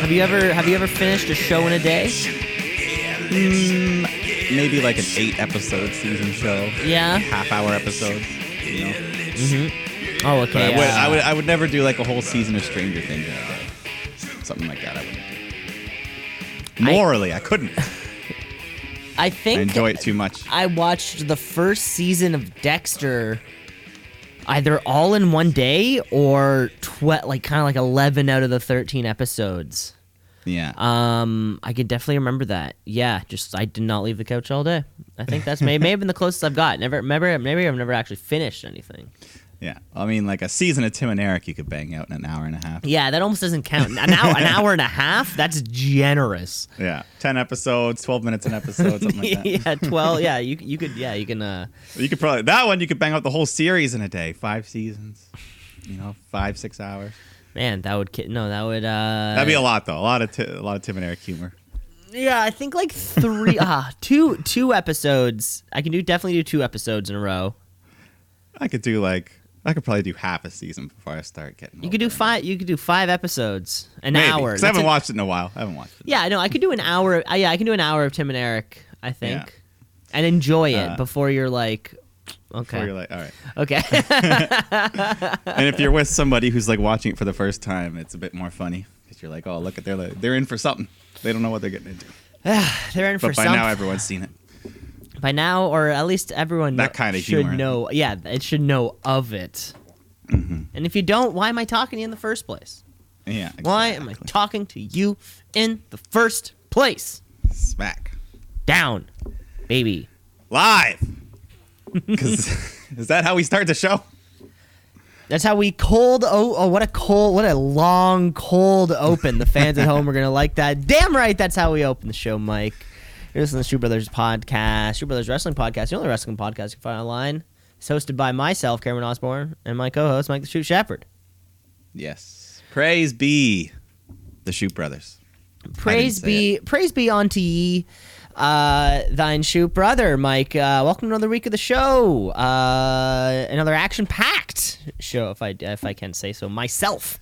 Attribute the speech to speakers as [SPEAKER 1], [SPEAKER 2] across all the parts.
[SPEAKER 1] Have you ever have you ever finished a show in a day?
[SPEAKER 2] Maybe like an eight episode season show.
[SPEAKER 1] Yeah.
[SPEAKER 2] Half hour episodes. You know?
[SPEAKER 1] Oh,
[SPEAKER 2] But
[SPEAKER 1] okay. uh,
[SPEAKER 2] I, would, I would I would never do like a whole season of Stranger Things in a day. Something like that I wouldn't do. Morally, I, couldn't.
[SPEAKER 1] I
[SPEAKER 2] I
[SPEAKER 1] think
[SPEAKER 2] enjoy it too much.
[SPEAKER 1] I watched the first season of Dexter either all in one day or tw- like kind of like 11 out of the 13 episodes.
[SPEAKER 2] Yeah.
[SPEAKER 1] Um, I could definitely remember that. Yeah, just I did not leave the couch all day. I think that's may, may have been the closest I've got. Never, remember, maybe I've never actually finished anything.
[SPEAKER 2] yeah. I mean, like a season of Tim and Eric you could bang out in an hour and a half.
[SPEAKER 1] Yeah, that almost doesn't count. An hour, an hour and a half. That's generous.
[SPEAKER 2] Yeah. 10 episodes, 12 minutes an episode, something like that.
[SPEAKER 1] yeah, twelve. Yeah, you you could. Yeah, you can. Uh,
[SPEAKER 2] You could probably, that one you could bang out the whole series in a day. Five seasons, you know, five, six hours.
[SPEAKER 1] man, that would. ki- No, that would. Uh,
[SPEAKER 2] That'd be a lot, though. A lot of, ti- a lot of Tim and Eric humor.
[SPEAKER 1] Yeah, I think like three, ah, two, two episodes. I can do definitely do two episodes in a row.
[SPEAKER 2] I could do like, I could probably do half a season before I start getting.
[SPEAKER 1] You could do
[SPEAKER 2] older.
[SPEAKER 1] five. You could do five episodes, an
[SPEAKER 2] Maybe,
[SPEAKER 1] hour.
[SPEAKER 2] 'cause I
[SPEAKER 1] That's
[SPEAKER 2] haven't
[SPEAKER 1] an-
[SPEAKER 2] watched it in a while. I haven't watched it.
[SPEAKER 1] Yeah, no, I could do an hour. Uh, yeah, I can do an hour of Tim and Eric. I think, and enjoy it
[SPEAKER 2] Uh,
[SPEAKER 1] before you're like, okay,
[SPEAKER 2] Before you're like, all right.
[SPEAKER 1] okay,
[SPEAKER 2] and if you're with somebody who's like watching it for the first time, it's a bit more funny because you're like, oh, look at they're like, they're in for something. They don't know what they're getting into.
[SPEAKER 1] they're in
[SPEAKER 2] But
[SPEAKER 1] for
[SPEAKER 2] by
[SPEAKER 1] something.
[SPEAKER 2] now, everyone's seen it.
[SPEAKER 1] by now, or at least everyone
[SPEAKER 2] That
[SPEAKER 1] kno-
[SPEAKER 2] kind of
[SPEAKER 1] should
[SPEAKER 2] humor.
[SPEAKER 1] know. Yeah, it should know of it.
[SPEAKER 2] Mm-hmm.
[SPEAKER 1] And if you don't, why am I talking to you in the first place?
[SPEAKER 2] Yeah.
[SPEAKER 1] Why am I
[SPEAKER 2] exactly.
[SPEAKER 1] talking to you in the first place?
[SPEAKER 2] Smack
[SPEAKER 1] down, baby.
[SPEAKER 2] live? 'Cause- is that how we start the show?
[SPEAKER 1] That's how we cold. Oh, oh, what a cold! What a long cold open. The fans at home are gonna like that. Damn right, that's how we open the show, Mike. You're listening to the Shoe Brothers podcast, Shoe Brothers Wrestling Podcast, the only wrestling podcast you can find online. It's hosted by myself, Cameron Osborne, and my co-host, Mike the Shoot Shepherd.
[SPEAKER 2] Yes. Praise be the Shoot Brothers.
[SPEAKER 1] Praise
[SPEAKER 2] say
[SPEAKER 1] be, praise be unto ye, uh, thine shoe brother, Mike. Uh, welcome to another week of the show. Uh, another action-packed show, if I if I can say so myself.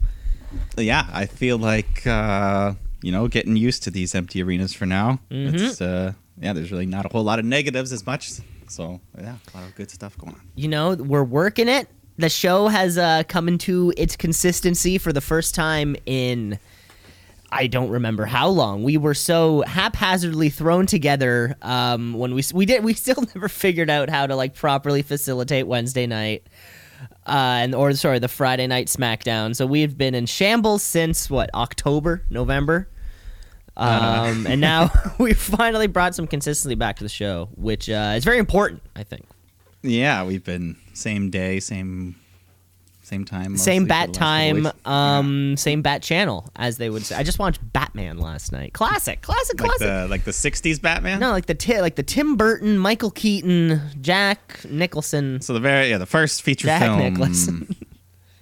[SPEAKER 2] Yeah, I feel like uh, you know getting used to these empty arenas for now.
[SPEAKER 1] Mm-hmm.
[SPEAKER 2] It's uh, yeah, there's really not a whole lot of negatives as much. So yeah, a lot of good stuff going on.
[SPEAKER 1] you know, we're working it. The show has uh, come into its consistency for the first time in I don't remember how long. We were so haphazardly thrown together um, when we we did we still never figured out how to like properly facilitate Wednesday night. Uh, and or sorry, the Friday night SmackDown. So we've been in shambles since what October, November, um, and now we finally brought some consistency back to the show, which uh, is very important, I think.
[SPEAKER 2] Yeah, we've been same day, same same time, mostly
[SPEAKER 1] same
[SPEAKER 2] for the
[SPEAKER 1] bat
[SPEAKER 2] last couple
[SPEAKER 1] time,
[SPEAKER 2] weeks.
[SPEAKER 1] um, same bat channel, as they would say. I just watched Batman last night. Classic, classic,
[SPEAKER 2] like
[SPEAKER 1] classic.
[SPEAKER 2] the like the '60s Batman.
[SPEAKER 1] no, like the ti- like the Tim Burton, Michael Keaton, Jack Nicholson.
[SPEAKER 2] So the very yeah the first feature
[SPEAKER 1] Jack
[SPEAKER 2] film.
[SPEAKER 1] Nicholson.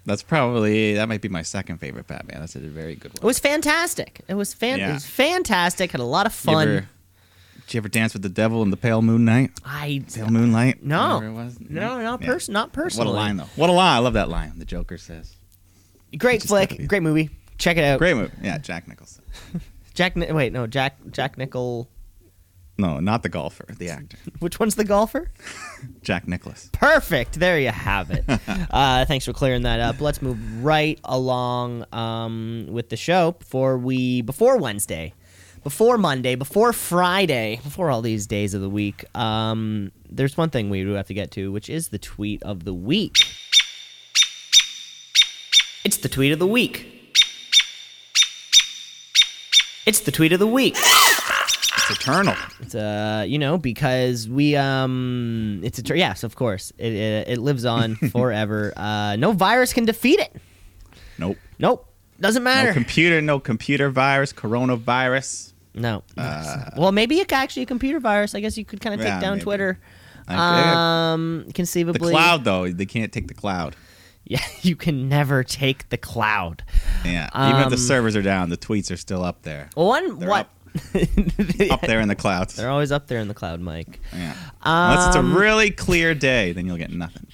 [SPEAKER 2] That's probably that might be my second favorite Batman. That's a very good
[SPEAKER 1] It
[SPEAKER 2] one.
[SPEAKER 1] was fantastic. It was fan. It
[SPEAKER 2] Yeah.
[SPEAKER 1] was fantastic. Had a lot of
[SPEAKER 2] You
[SPEAKER 1] fun.
[SPEAKER 2] ever- did you ever dance with the devil in the pale moon night?
[SPEAKER 1] I
[SPEAKER 2] Pale moonlight.
[SPEAKER 1] no,
[SPEAKER 2] Whatever it was.
[SPEAKER 1] no, not
[SPEAKER 2] Yeah.
[SPEAKER 1] person, not personally.
[SPEAKER 2] What a line though. What a line. I love that line. The Joker says.
[SPEAKER 1] Great
[SPEAKER 2] Just gotta be-
[SPEAKER 1] flick, great movie. Check it out.
[SPEAKER 2] Great movie. Yeah, Jack Nicholson.
[SPEAKER 1] Jack. Ni- Wait, no, Jack. Jack Nichol.
[SPEAKER 2] No, not the golfer, the actor.
[SPEAKER 1] Which one's the golfer?
[SPEAKER 2] Jack Nicholas.
[SPEAKER 1] Perfect. There you have it. uh, thanks for clearing that up. Let's move right along um, with the show before we before Wednesday, before Monday, before Friday, before all these days of the week. Um, there's one thing we do have to get to, which is the tweet of the week. It's the tweet of the week. It's the tweet of the week.
[SPEAKER 2] It's eternal.
[SPEAKER 1] It's, uh, you know, because we, um, it's a, tr- yes, of course, it, it, it lives on forever. uh, no virus can defeat it.
[SPEAKER 2] Nope.
[SPEAKER 1] Nope. Doesn't
[SPEAKER 2] No
[SPEAKER 1] matter.
[SPEAKER 2] computer, no computer virus, coronavirus.
[SPEAKER 1] no. well, maybe it, actually a computer virus. I guess you could kind of take
[SPEAKER 2] uh, Yeah,
[SPEAKER 1] down
[SPEAKER 2] maybe.
[SPEAKER 1] Twitter.
[SPEAKER 2] I-
[SPEAKER 1] Um,
[SPEAKER 2] the
[SPEAKER 1] conceivably.
[SPEAKER 2] cloud though, they can't take the cloud.
[SPEAKER 1] Yeah, you can never take the cloud.
[SPEAKER 2] Yeah. Even if the
[SPEAKER 1] Um,
[SPEAKER 2] servers are down, the tweets are still up there.
[SPEAKER 1] One,
[SPEAKER 2] They're
[SPEAKER 1] what?
[SPEAKER 2] up. Up there in the clouds.
[SPEAKER 1] They're always up there in the cloud, Mike.
[SPEAKER 2] Yeah. Unless it's a really clear day, then you'll get nothing.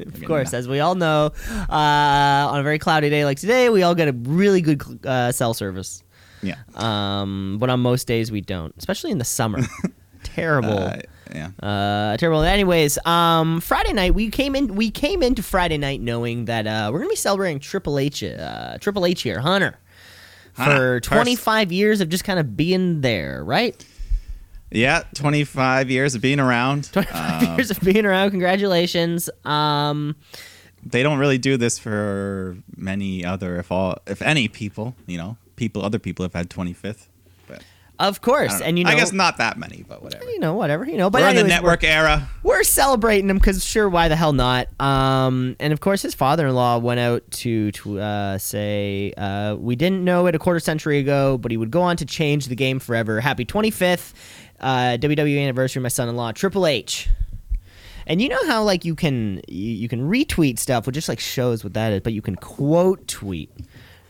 [SPEAKER 1] Of course, as we all know, uh, on a very cloudy day like today, we all get a really good cl- uh, cell service.
[SPEAKER 2] Yeah.
[SPEAKER 1] Um, but on most days we don't, especially in the summer. terrible.
[SPEAKER 2] Uh, yeah.
[SPEAKER 1] Uh, terrible. Anyways, um, Friday night we came in. We came into Friday night knowing that uh, we're gonna be celebrating Triple H. Uh, Triple H here, Hunter, for
[SPEAKER 2] Hunter, first.
[SPEAKER 1] 25 years of just kind of being there, right?
[SPEAKER 2] Yeah, 25 years of being around.
[SPEAKER 1] 25
[SPEAKER 2] Um,
[SPEAKER 1] years of being around. Congratulations. Um,
[SPEAKER 2] They don't really do this for many other, if all, if any people, you know, people, other people have had 25th. But
[SPEAKER 1] of
[SPEAKER 2] I
[SPEAKER 1] course,
[SPEAKER 2] don't know.
[SPEAKER 1] and you know,
[SPEAKER 2] I guess not that many, but whatever.
[SPEAKER 1] you know, whatever, you know. But
[SPEAKER 2] We're on the
[SPEAKER 1] anyways,
[SPEAKER 2] network era.
[SPEAKER 1] we're celebrating him because sure why the hell not um and of course his father-in-law went out to to uh, say uh, we didn't know it a quarter century ago but he would go on to change the game forever happy 25th uh, wwe anniversary my son-in-law triple h and you know how like you can you, you can retweet stuff which just like shows what that is but you can quote tweet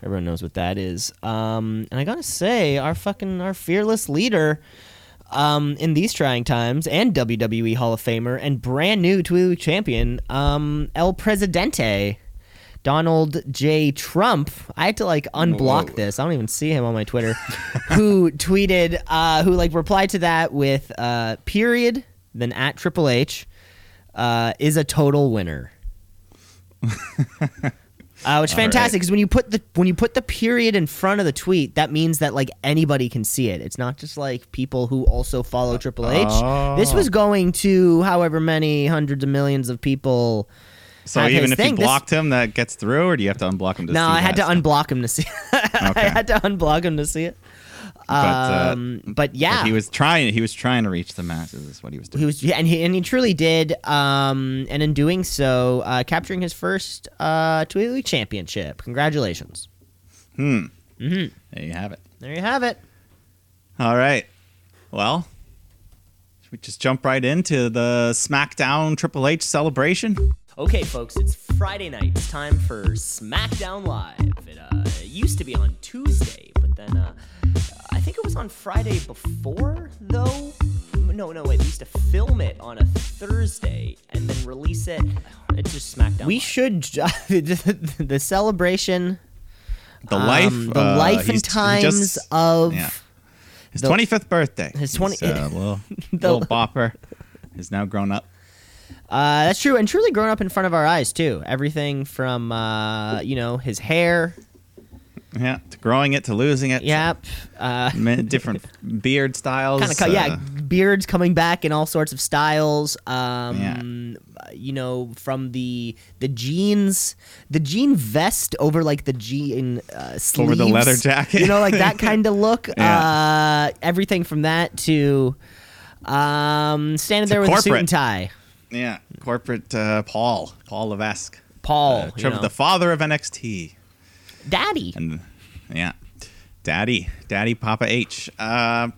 [SPEAKER 1] everyone knows what that is um and i gotta say our fucking our fearless leader um, in these trying times, and WWE Hall of Famer and brand new two champion, um, El Presidente, Donald J. Trump. I had to like unblock
[SPEAKER 2] Whoa.
[SPEAKER 1] this. I don't even see him on my Twitter. who tweeted? Uh, who like replied to that with uh, period, then at Triple H uh, is a total winner. Uh, which is
[SPEAKER 2] All right.
[SPEAKER 1] fantastic because when you put the when you put the period in front of the tweet, that means that like anybody can see it. It's not just like people who also follow Triple H. This
[SPEAKER 2] Oh.
[SPEAKER 1] was going to however many hundreds of millions of people.
[SPEAKER 2] So
[SPEAKER 1] have his
[SPEAKER 2] even if
[SPEAKER 1] thing,
[SPEAKER 2] you
[SPEAKER 1] this-
[SPEAKER 2] blocked him, that gets through, or do you have to unblock him to
[SPEAKER 1] no,
[SPEAKER 2] see
[SPEAKER 1] I had to
[SPEAKER 2] that?
[SPEAKER 1] unblock him to see. I
[SPEAKER 2] Okay.
[SPEAKER 1] had to unblock him to see it.
[SPEAKER 2] uh,
[SPEAKER 1] Um, but, yeah,
[SPEAKER 2] But He was trying. He was trying to reach the masses. Is what he was doing.
[SPEAKER 1] he was yeah, and he and he truly did um and in doing so uh capturing his first uh Tweet League championship congratulations
[SPEAKER 2] there you have it.
[SPEAKER 1] there you have it
[SPEAKER 2] All right. Well, should we just jump right into the SmackDown Triple H celebration?
[SPEAKER 1] okay folks it's friday night it's time for smackdown live it uh it used to be on tuesday but then uh i think it was on friday before though no no wait we used to film it on a thursday and then release it it's just smackdown
[SPEAKER 3] We
[SPEAKER 1] Live.
[SPEAKER 3] should ju- the celebration,
[SPEAKER 2] The life,
[SPEAKER 3] um, the
[SPEAKER 2] uh,
[SPEAKER 3] life and
[SPEAKER 2] he's- he
[SPEAKER 3] times
[SPEAKER 2] just-
[SPEAKER 3] of
[SPEAKER 2] yeah. his
[SPEAKER 3] the-
[SPEAKER 2] twenty fifth birthday.
[SPEAKER 3] His 20
[SPEAKER 2] He's, uh, little,
[SPEAKER 3] The-
[SPEAKER 2] little bopper, is now grown up.
[SPEAKER 3] Uh, that's true, and truly grown up in front of our eyes too. Everything from uh, you know his hair.
[SPEAKER 2] Yeah, to growing it to losing it.
[SPEAKER 3] Yep. Uh,
[SPEAKER 2] Many different beard styles. uh,
[SPEAKER 3] kind of cut, yeah, beards coming back in all sorts of styles. Um, you know, from the the jeans, the jean vest over like the jean uh, sleeves,
[SPEAKER 2] Over the leather jacket.
[SPEAKER 3] You know, like that kind of look.
[SPEAKER 2] Yeah.
[SPEAKER 3] Uh, everything from that to um, standing
[SPEAKER 2] To
[SPEAKER 3] there with a suit
[SPEAKER 2] corporate.
[SPEAKER 3] and tie.
[SPEAKER 2] Yeah, corporate uh, Paul, Paul Levesque,
[SPEAKER 3] Paul,
[SPEAKER 2] uh,
[SPEAKER 3] you
[SPEAKER 2] Trevor,
[SPEAKER 3] know,
[SPEAKER 2] the father of NXT,
[SPEAKER 3] daddy.
[SPEAKER 2] and yeah, Daddy, Daddy, Papa H. Uh,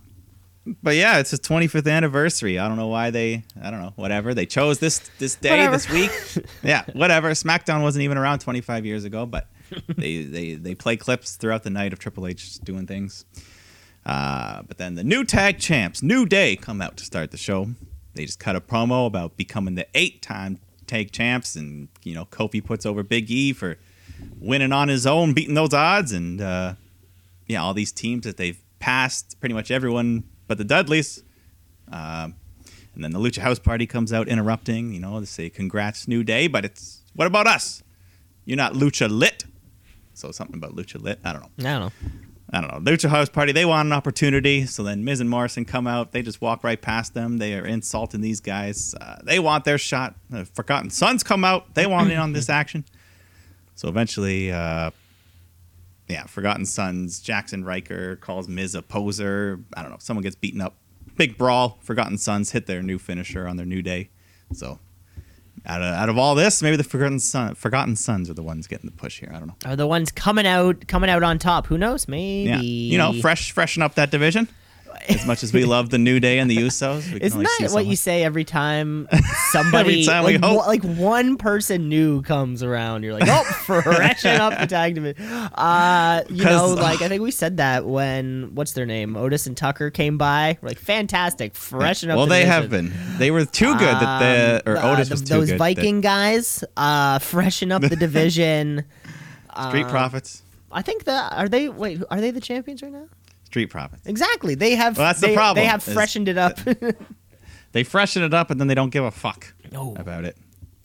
[SPEAKER 2] but yeah, it's his 25th anniversary. I don't know why they, I don't know, whatever they chose this this day,
[SPEAKER 3] Whatever.
[SPEAKER 2] this week. yeah, whatever. SmackDown wasn't even around 25 years ago, but they they they play clips throughout the night of Triple H doing things. Uh, but then the new tag champs, New Day, come out to start the show. They just cut a promo about becoming the eight-time tag champs, and you know Kofi puts over Big E for winning on his own, beating those odds, and uh, yeah, all these teams that they've passed, pretty much everyone but the Dudleys. Um, and then the Lucha House Party comes out interrupting. You know, they say congrats, new day, but it's what about us? You're not Lucha lit, so something about Lucha lit. I don't know.
[SPEAKER 3] I don't know.
[SPEAKER 2] I don't know, Lucha House Party, they want an opportunity. So then Miz and Morrison come out. They just walk right past them. They are insulting these guys. Uh, they want their shot. The Forgotten Sons come out. They want in on this action. So eventually, uh, yeah, Forgotten Sons, Jackson Riker calls Miz a poser. I don't know. Someone gets beaten up. Big brawl. Forgotten Sons hit their new finisher on their new day. So out of, out of all this, maybe the Forgotten, Son, Forgotten Sons are the ones getting the push here. I don't know.
[SPEAKER 3] Are the ones coming out coming out on top? Who knows? Maybe.
[SPEAKER 2] Yeah, you know, fresh, freshen up that division. As much as we love the New Day and the Usos, we can
[SPEAKER 3] Isn't
[SPEAKER 2] only
[SPEAKER 3] that
[SPEAKER 2] see
[SPEAKER 3] what
[SPEAKER 2] so
[SPEAKER 3] you
[SPEAKER 2] much.
[SPEAKER 3] say every time somebody
[SPEAKER 2] Every time we
[SPEAKER 3] like,
[SPEAKER 2] hope.
[SPEAKER 3] one- like one person new comes around? You're like, oh, freshen up the tag division. Uh, you know,
[SPEAKER 2] 'Cause-
[SPEAKER 3] like I think we said that when what's their name, Otis and Tucker came by. We're like, fantastic, freshen up.
[SPEAKER 2] Well,
[SPEAKER 3] the
[SPEAKER 2] they
[SPEAKER 3] division.
[SPEAKER 2] have been. They were too good that the or
[SPEAKER 3] Um,
[SPEAKER 2] Otis
[SPEAKER 3] the-
[SPEAKER 2] was too
[SPEAKER 3] those
[SPEAKER 2] good. that
[SPEAKER 3] Viking guys, uh, freshen up the division.
[SPEAKER 2] Street Profits.
[SPEAKER 3] uh, I think that are they wait are they the champions right now?
[SPEAKER 2] Street Profits.
[SPEAKER 1] Exactly. They have
[SPEAKER 2] Well, that's the
[SPEAKER 1] they,
[SPEAKER 2] problem,
[SPEAKER 1] They have
[SPEAKER 2] is-
[SPEAKER 1] freshened it up.
[SPEAKER 2] They freshen it up and then they don't give a fuck
[SPEAKER 3] Oh.
[SPEAKER 1] No.
[SPEAKER 2] about it.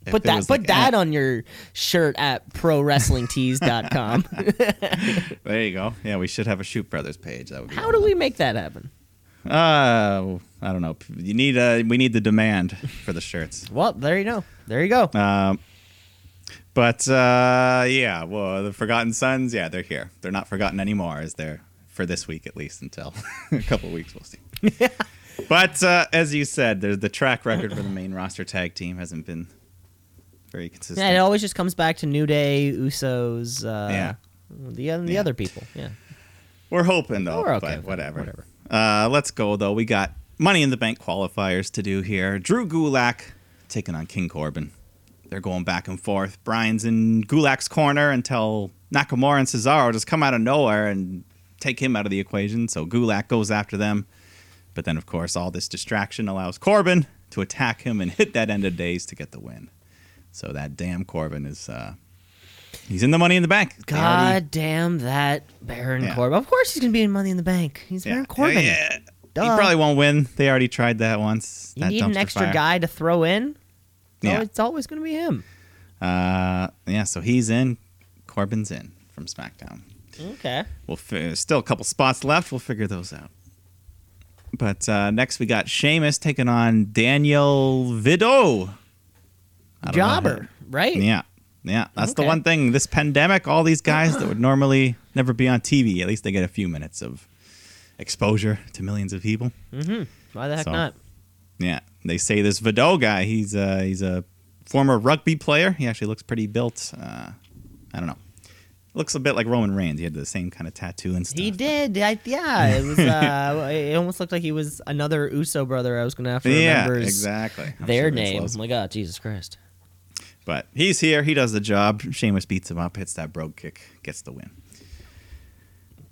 [SPEAKER 2] If
[SPEAKER 1] put
[SPEAKER 2] it
[SPEAKER 1] that
[SPEAKER 2] was
[SPEAKER 1] put
[SPEAKER 2] like,
[SPEAKER 1] that
[SPEAKER 2] eh,
[SPEAKER 1] on your shirt at prowrestlingtees.com.
[SPEAKER 2] There you go. Yeah, we should have a Shoot Brothers page. That would be
[SPEAKER 1] How do we make that happen?
[SPEAKER 2] Uh, I don't know. You need uh, we need the demand for the shirts.
[SPEAKER 1] Well, there you go. There you go.
[SPEAKER 2] Um, but uh, yeah, well, the Forgotten Sons, yeah, they're here. They're not forgotten anymore, is there? For this week, at least, until a couple of weeks, we'll see. But uh, as you said, there's the track record for the main roster tag team hasn't been very consistent.
[SPEAKER 1] Yeah, it always just comes back to New Day, Usos, uh,
[SPEAKER 2] Yeah.
[SPEAKER 1] the uh, the
[SPEAKER 2] Yeah.
[SPEAKER 1] other people. Yeah.
[SPEAKER 2] We're hoping though,
[SPEAKER 1] We're okay
[SPEAKER 2] but
[SPEAKER 1] with it.
[SPEAKER 2] whatever.
[SPEAKER 1] Whatever.
[SPEAKER 2] Uh, let's go though. We got Money in the Bank qualifiers to do here. Drew Gulak taking on King Corbin. They're going back and forth. Brian's in Gulak's corner until Nakamura and Cesaro just come out of nowhere and take him out of the equation. So Gulak goes after them. But then, of course, all this distraction allows Corbin to attack him and hit that end of days to get the win. So that damn Corbin is. Uh, He's in the money in the bank. They already-
[SPEAKER 1] God damn that Baron
[SPEAKER 2] Yeah.
[SPEAKER 1] Corbin. Of course he's going to be in Money in the Bank. He's
[SPEAKER 2] Yeah.
[SPEAKER 1] Baron Corbin.
[SPEAKER 2] Yeah.
[SPEAKER 1] Duh.
[SPEAKER 2] He probably won't win. They already tried that once.
[SPEAKER 1] You
[SPEAKER 2] That
[SPEAKER 1] need an
[SPEAKER 2] dumpster
[SPEAKER 1] extra
[SPEAKER 2] fire.
[SPEAKER 1] guy to throw in. It's
[SPEAKER 2] Yeah.
[SPEAKER 1] always, it's always going to be him.
[SPEAKER 2] Uh, yeah. So he's in. Corbin's in from SmackDown.
[SPEAKER 1] Okay.
[SPEAKER 2] We'll fi- still a couple spots left. We'll figure those out. But uh, next we got Sheamus taking on Daniel Vido. I don't know
[SPEAKER 1] Jobber, right?
[SPEAKER 2] who- Yeah. Yeah, that's the
[SPEAKER 1] Okay.
[SPEAKER 2] one thing. This pandemic, all these guys that would normally never be on TV, at least they get a few minutes of exposure to millions of people.
[SPEAKER 1] Why the heck
[SPEAKER 2] So-
[SPEAKER 1] not?
[SPEAKER 2] Yeah, they say this Vidal guy. He's uh, he's a former rugby player. He actually looks pretty built. Uh, I don't know. Looks a bit like Roman Reigns. He had the same kind of tattoo and stuff.
[SPEAKER 1] He did. I, yeah, it was. Uh, it almost looked like he was another Uso brother. I was gonna have to
[SPEAKER 2] Yeah,
[SPEAKER 1] remember his-
[SPEAKER 2] exactly. I'm
[SPEAKER 1] their
[SPEAKER 2] sure it's
[SPEAKER 1] name.
[SPEAKER 2] loads.
[SPEAKER 1] Oh my god, Jesus Christ!
[SPEAKER 2] But he's here. He does the job. Sheamus beats him up, hits that brogue kick, gets the win.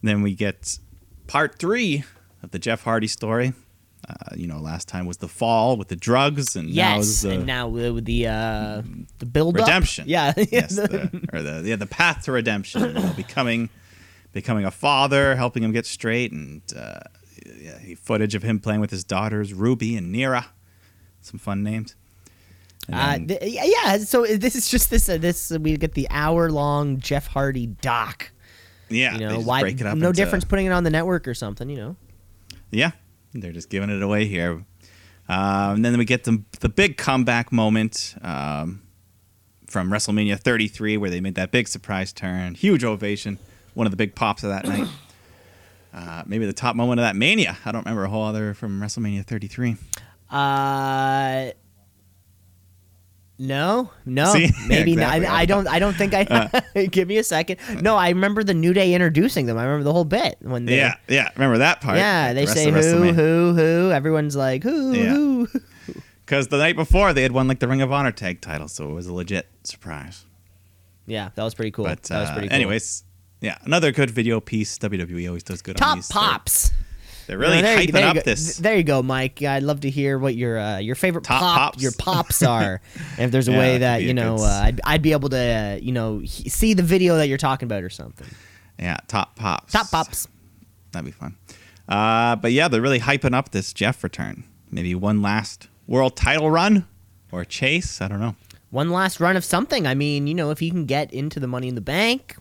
[SPEAKER 2] Then we get part three of the Jeff Hardy story. Uh, you know, last time was the fall with the drugs, and now is
[SPEAKER 1] Yes,
[SPEAKER 2] the
[SPEAKER 1] and now the the, uh, the build up.
[SPEAKER 2] redemption.
[SPEAKER 1] Yeah,
[SPEAKER 2] yes, the, or the yeah, the path to redemption, you know, becoming becoming a father, helping him get straight, and uh, yeah, he- footage of him playing with his daughters Ruby and Nira. Some fun names. And
[SPEAKER 1] Uh,
[SPEAKER 2] then-
[SPEAKER 1] th- yeah, yeah, so this is just this. Uh, this we get the hour long Jeff Hardy doc.
[SPEAKER 2] yeah,
[SPEAKER 1] You
[SPEAKER 2] Ah, they
[SPEAKER 1] know
[SPEAKER 2] just
[SPEAKER 1] why?
[SPEAKER 2] break it up
[SPEAKER 1] no
[SPEAKER 2] into-
[SPEAKER 1] difference putting it on the network or something. You know.
[SPEAKER 2] Yeah, they're just giving it away here. Um, and then we get the the big comeback moment um, from WrestleMania 33, where they made that big surprise turn, huge ovation, one of the big pops of that night. Uh, maybe the top moment of that Mania. I don't remember a whole other from WrestleMania 33.
[SPEAKER 1] Uh, no, no,
[SPEAKER 2] See?
[SPEAKER 1] maybe
[SPEAKER 2] Exactly. Uh.
[SPEAKER 1] not. I, I don't. I don't think I. give me a second. No, I remember the New Day introducing them. I remember the whole bit when they.
[SPEAKER 2] Yeah, yeah, remember that part.
[SPEAKER 1] Yeah, they say who, who, who. Everyone's like who,
[SPEAKER 2] Yeah.
[SPEAKER 1] who.
[SPEAKER 2] Because the night before they had won like the Ring of Honor tag title, so it was a legit surprise.
[SPEAKER 1] Yeah, that was pretty cool.
[SPEAKER 2] But
[SPEAKER 1] that was
[SPEAKER 2] uh,
[SPEAKER 1] pretty cool.
[SPEAKER 2] anyways, yeah, another good video piece. WWE always does good on
[SPEAKER 1] top
[SPEAKER 2] these. They're-
[SPEAKER 1] pops.
[SPEAKER 2] They're really
[SPEAKER 1] No, there you-
[SPEAKER 2] hyping
[SPEAKER 1] there you
[SPEAKER 2] up
[SPEAKER 1] go.
[SPEAKER 2] this.
[SPEAKER 1] Th- There you go, Mike. I'd love to hear what your uh, your favorite
[SPEAKER 2] Top
[SPEAKER 1] pop
[SPEAKER 2] pops.
[SPEAKER 1] your pops are. and if there's a
[SPEAKER 2] Yeah, that
[SPEAKER 1] way
[SPEAKER 2] could
[SPEAKER 1] that
[SPEAKER 2] be a
[SPEAKER 1] you know
[SPEAKER 2] good
[SPEAKER 1] uh,
[SPEAKER 2] s-
[SPEAKER 1] I'd, I'd be able to uh, you know he- see the video that you're talking about or something.
[SPEAKER 2] Yeah, top pops.
[SPEAKER 1] Top pops.
[SPEAKER 2] That'd be fun. Uh, but yeah, they're really hyping up this Jeff return. Maybe one last world title run or chase. I don't know.
[SPEAKER 1] one last run of something. I mean, you know, if he can get into the Money in the Bank,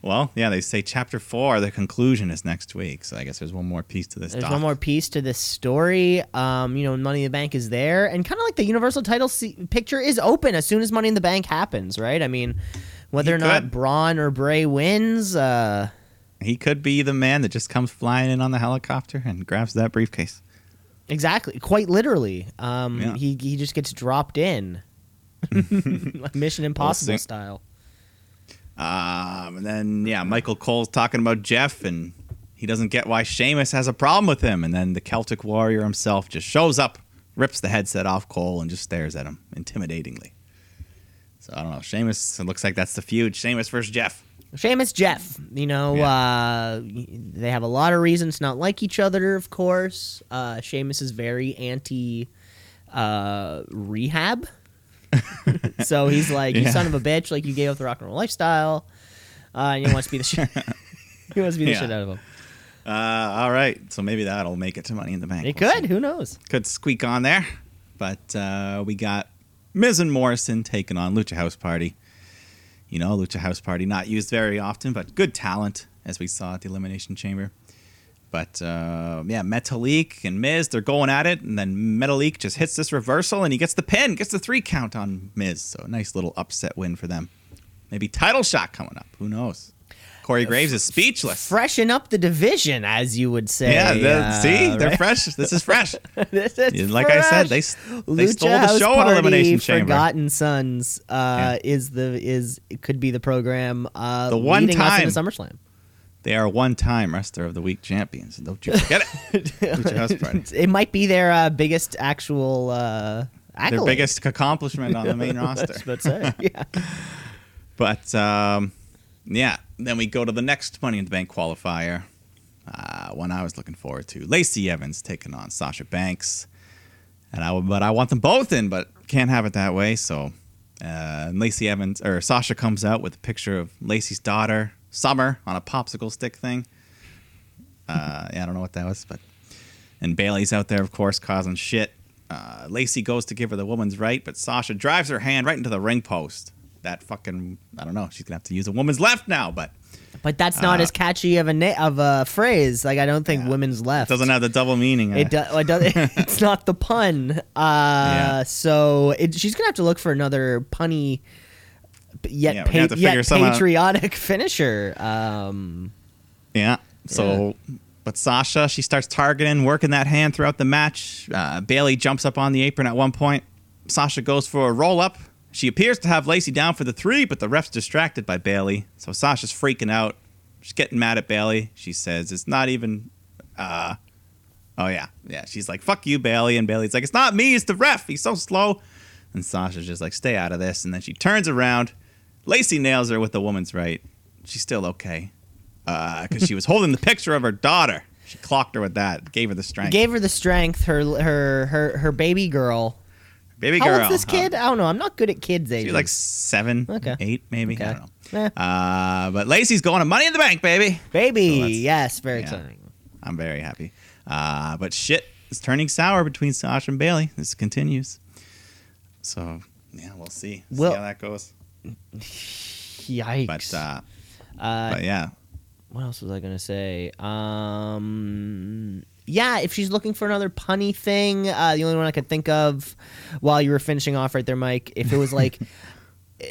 [SPEAKER 2] Well, yeah, they say chapter four, the conclusion is next week. So I guess there's one more piece to this.
[SPEAKER 1] there's
[SPEAKER 2] doc.
[SPEAKER 1] one more piece to this story. Um, you know, Money in the Bank is there, and kind of like the Universal title se- picture is open as soon as Money in the Bank happens, right? I mean, whether
[SPEAKER 2] He
[SPEAKER 1] or not
[SPEAKER 2] could.
[SPEAKER 1] Braun or Bray wins, uh,
[SPEAKER 2] He could be the man that just comes flying in on the helicopter and grabs that briefcase.
[SPEAKER 1] exactly, quite literally, um,
[SPEAKER 2] Yeah.
[SPEAKER 1] he he just gets dropped in, Like Mission Impossible
[SPEAKER 2] see.
[SPEAKER 1] style.
[SPEAKER 2] Um, and then yeah, Michael Cole's talking about Jeff, and he doesn't get why Sheamus has a problem with him. And then the Celtic Warrior himself just shows up, rips the headset off Cole, and just stares at him intimidatingly. So I don't know. Sheamus. It looks like that's the feud. Sheamus versus Jeff.
[SPEAKER 1] Seamus Jeff, you know,
[SPEAKER 2] Yeah.
[SPEAKER 1] uh, they have a lot of reasons to not like each other, of course. Uh, Seamus is very anti uh, rehab. so he's like, you
[SPEAKER 2] Yeah.
[SPEAKER 1] son of a bitch, like you gave up the rock and roll lifestyle. Uh, and he wants to be the shit. he wants to be the
[SPEAKER 2] Yeah.
[SPEAKER 1] shit out of him.
[SPEAKER 2] Uh, all right. So maybe that'll make it to Money in the Bank.
[SPEAKER 1] It
[SPEAKER 2] We'll
[SPEAKER 1] could.
[SPEAKER 2] see.
[SPEAKER 1] Who knows?
[SPEAKER 2] Could squeak on there. But uh, we got Miz and Morrison taking on Lucha House Party. You know, Lucha House Party, not used very often, but good talent, as we saw at the Elimination Chamber. But uh, yeah, Metalik and Miz, they're going at it. And then Metalik just hits this reversal and he gets the pin, gets the three count on Miz. So a nice little upset win for them. Maybe title shot coming up. Who knows? Corey Graves is speechless.
[SPEAKER 1] Freshen up the division, as you would say.
[SPEAKER 2] Yeah, the,
[SPEAKER 1] uh,
[SPEAKER 2] see, they're
[SPEAKER 1] right?
[SPEAKER 2] fresh. This is fresh.
[SPEAKER 1] This is
[SPEAKER 2] like I
[SPEAKER 1] fresh.
[SPEAKER 2] said, they s- they
[SPEAKER 1] Lucha
[SPEAKER 2] stole the
[SPEAKER 1] House
[SPEAKER 2] show at
[SPEAKER 1] Party,
[SPEAKER 2] Elimination Chamber.
[SPEAKER 1] Forgotten Sons uh,
[SPEAKER 2] Yeah.
[SPEAKER 1] is the is it could be the program. Uh,
[SPEAKER 2] The one
[SPEAKER 1] leading us into
[SPEAKER 2] time.
[SPEAKER 1] SummerSlam.
[SPEAKER 2] They are one-time wrestler of the week champions. Don't you forget it. Lucha House Party.
[SPEAKER 1] It might be their uh, biggest actual uh,
[SPEAKER 2] Their
[SPEAKER 1] accolade.
[SPEAKER 2] biggest accomplishment on the main roster.
[SPEAKER 1] That's it. Yeah.
[SPEAKER 2] But um, yeah, then we go to the next Money in the Bank qualifier. Uh, one I was looking forward to. Lacey Evans taking on Sasha Banks, and I would- but I want them both in, but can't have it that way. So uh, Lacey Evans or Sasha comes out with a picture of Lacey's daughter Summer on a popsicle stick thing. Uh, yeah, I don't know what that was, but and Bailey's out there, of course, causing shit. Uh, Lacey goes to give her the woman's right, but Sasha drives her hand right into the ring post. That fucking, I don't know. She's gonna have to use a woman's left now, but
[SPEAKER 1] But that's
[SPEAKER 2] Uh,
[SPEAKER 1] not as catchy of a na- of a phrase. Like I don't think women's left
[SPEAKER 2] doesn't have the double meaning.
[SPEAKER 1] It, do, it does. It's not the pun. Uh,
[SPEAKER 2] Yeah.
[SPEAKER 1] So it, she's gonna have to look for another punny, but yet
[SPEAKER 2] Yeah, we're gonna
[SPEAKER 1] pa-
[SPEAKER 2] have to figure
[SPEAKER 1] yet
[SPEAKER 2] some out.
[SPEAKER 1] patriotic finisher. Um,
[SPEAKER 2] Yeah. So, but Sasha, she starts targeting, working that hand throughout the match. Uh, Bailey jumps up on the apron at one point. Sasha goes for a roll up. She appears to have Lacey down for the three, but the ref's distracted by Bailey. So Sasha's freaking out. She's getting mad at Bailey. She says, It's not even. Uh, oh, yeah. Yeah. She's like, Fuck you, Bailey. And Bailey's like, It's not me. It's the ref. He's so slow. And Sasha's just like, Stay out of this. And then she turns around. Lacey nails her with the woman's right. She's still okay because she was holding the picture of her daughter. She clocked her with that, gave her the strength.
[SPEAKER 1] gave her the strength. Her her her her baby girl.
[SPEAKER 2] Baby
[SPEAKER 1] How
[SPEAKER 2] girl.
[SPEAKER 1] old's this
[SPEAKER 2] huh?
[SPEAKER 1] kid? I don't know. I'm not good at kids ages.
[SPEAKER 2] She's like seven,
[SPEAKER 1] Okay.
[SPEAKER 2] eight, maybe. I
[SPEAKER 1] Okay.
[SPEAKER 2] don't know.
[SPEAKER 1] Eh.
[SPEAKER 2] Uh, but Lacey's going to Money in the Bank, baby.
[SPEAKER 1] baby.
[SPEAKER 2] so that's-
[SPEAKER 1] yes, very
[SPEAKER 2] yeah.
[SPEAKER 1] exciting.
[SPEAKER 2] I'm very happy. Uh, but shit is turning sour between Sasha and Bailey. This continues. So yeah, we'll see. See
[SPEAKER 1] Well-
[SPEAKER 2] how that goes.
[SPEAKER 1] Yikes.
[SPEAKER 2] But uh,
[SPEAKER 1] Uh,
[SPEAKER 2] but yeah,
[SPEAKER 1] what else was I gonna say? Um, yeah, if she's looking for another punny thing, uh, the only one I could think of while you were finishing off right there, Mike, if it was like eh,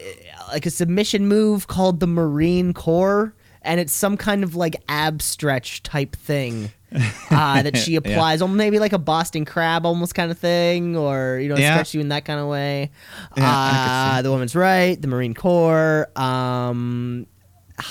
[SPEAKER 1] like a submission move called the Marine Corps. And it's some kind of like ab stretch type thing uh, that she
[SPEAKER 2] Yeah.
[SPEAKER 1] applies, or maybe like a Boston crab almost kind of thing, or you know,
[SPEAKER 2] Yeah.
[SPEAKER 1] stretch you in that kind of way.
[SPEAKER 2] Yeah, I
[SPEAKER 1] uh, the woman's right, the Marine Corps. Um,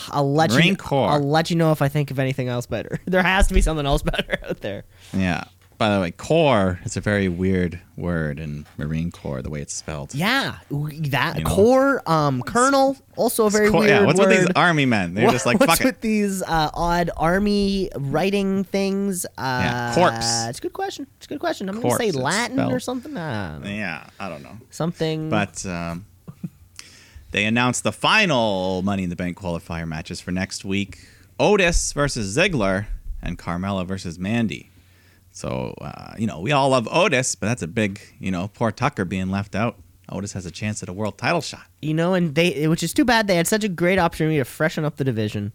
[SPEAKER 1] I'll let you.
[SPEAKER 2] Marine Corps.
[SPEAKER 1] I'll let you know if I think of anything else better. There has to be something else better out there.
[SPEAKER 2] yeah. By the way, core is a very weird word in Marine Corps, the way it's spelled.
[SPEAKER 1] Yeah, that
[SPEAKER 2] You know?
[SPEAKER 1] core, um, colonel, also a very
[SPEAKER 2] Core-
[SPEAKER 1] weird
[SPEAKER 2] yeah, what's
[SPEAKER 1] word.
[SPEAKER 2] with these army men? They're
[SPEAKER 1] What-
[SPEAKER 2] just like,
[SPEAKER 1] what's
[SPEAKER 2] fuck it.
[SPEAKER 1] with these uh, odd army writing things? Uh,
[SPEAKER 2] Yeah, corpse.
[SPEAKER 1] It's a good question. It's a good question. I'm
[SPEAKER 2] Corpse,
[SPEAKER 1] gonna
[SPEAKER 2] it's
[SPEAKER 1] say Latin or
[SPEAKER 2] spelled.
[SPEAKER 1] something. I don't know.
[SPEAKER 2] Yeah, I don't know.
[SPEAKER 1] Something.
[SPEAKER 2] But um, they announced the final Money in the Bank qualifier matches for next week: Otis versus Ziggler and Carmella versus Mandy. So uh, you know we all love Otis, but that's a big you know poor Tucker being left out. Otis has a chance at a world title shot.
[SPEAKER 1] you know, and they, which is too bad. They had such a great opportunity to freshen up the division.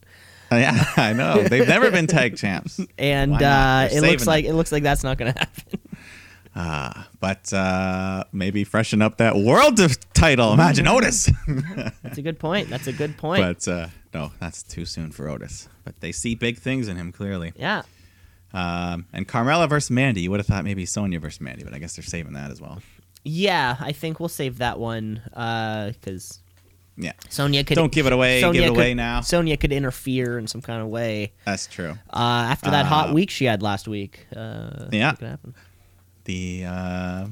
[SPEAKER 2] Yeah, I know they've never been tag champs,
[SPEAKER 1] and
[SPEAKER 2] Why not?
[SPEAKER 1] uh,
[SPEAKER 2] They're
[SPEAKER 1] it looks
[SPEAKER 2] saving
[SPEAKER 1] like
[SPEAKER 2] it.
[SPEAKER 1] it looks like that's not going to happen.
[SPEAKER 2] but uh, maybe freshen up that world title. Imagine Otis.
[SPEAKER 1] That's a good point. That's a good point.
[SPEAKER 2] but uh, no, that's too soon for Otis. But they see big things in him clearly.
[SPEAKER 1] yeah,
[SPEAKER 2] Um, and Carmella versus Mandy. You would have thought maybe Sonya versus Mandy, but I guess they're saving that as well.
[SPEAKER 1] yeah. I think we'll save that one because
[SPEAKER 2] Yeah,
[SPEAKER 1] Sonya could
[SPEAKER 2] Don't give it away,
[SPEAKER 1] Sonya
[SPEAKER 2] give it
[SPEAKER 1] could-
[SPEAKER 2] away now.
[SPEAKER 1] Sonya could interfere in some kind of way
[SPEAKER 2] that's true.
[SPEAKER 1] uh, after that hot week she had last week. Uh,
[SPEAKER 2] Yeah.
[SPEAKER 1] it could happen.
[SPEAKER 2] The uh,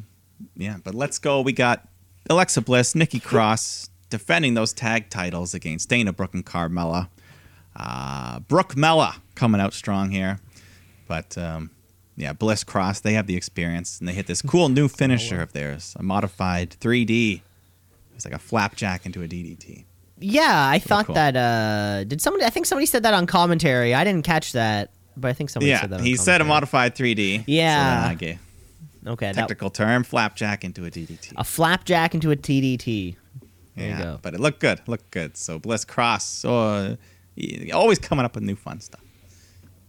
[SPEAKER 2] yeah, but let's go. We got Alexa Bliss, Nikki Cross defending those tag titles against Dana Brooke and Carmella. Uh, Brooke Mella coming out strong here, but um, yeah, Bliss Cross they have the experience and they hit this cool new finisher of theirs, a modified 3D. It's like a flapjack into a DDT.
[SPEAKER 1] Yeah, I thought
[SPEAKER 2] cool.
[SPEAKER 1] that. Uh, did somebody? I think somebody said that on commentary. I didn't catch that, But I think someone
[SPEAKER 2] Yeah,
[SPEAKER 1] said that. on
[SPEAKER 2] he said a
[SPEAKER 1] commentary.
[SPEAKER 2] modified 3D.
[SPEAKER 1] Yeah.
[SPEAKER 2] So then I gave-
[SPEAKER 1] Okay, that,
[SPEAKER 2] technical term, flapjack into a DDT.
[SPEAKER 1] a flapjack into a TDT. Oh, There you
[SPEAKER 2] yeah,
[SPEAKER 1] go.
[SPEAKER 2] but it looked good, looked good. So Bliss Cross, so uh, y- always coming up with new fun stuff.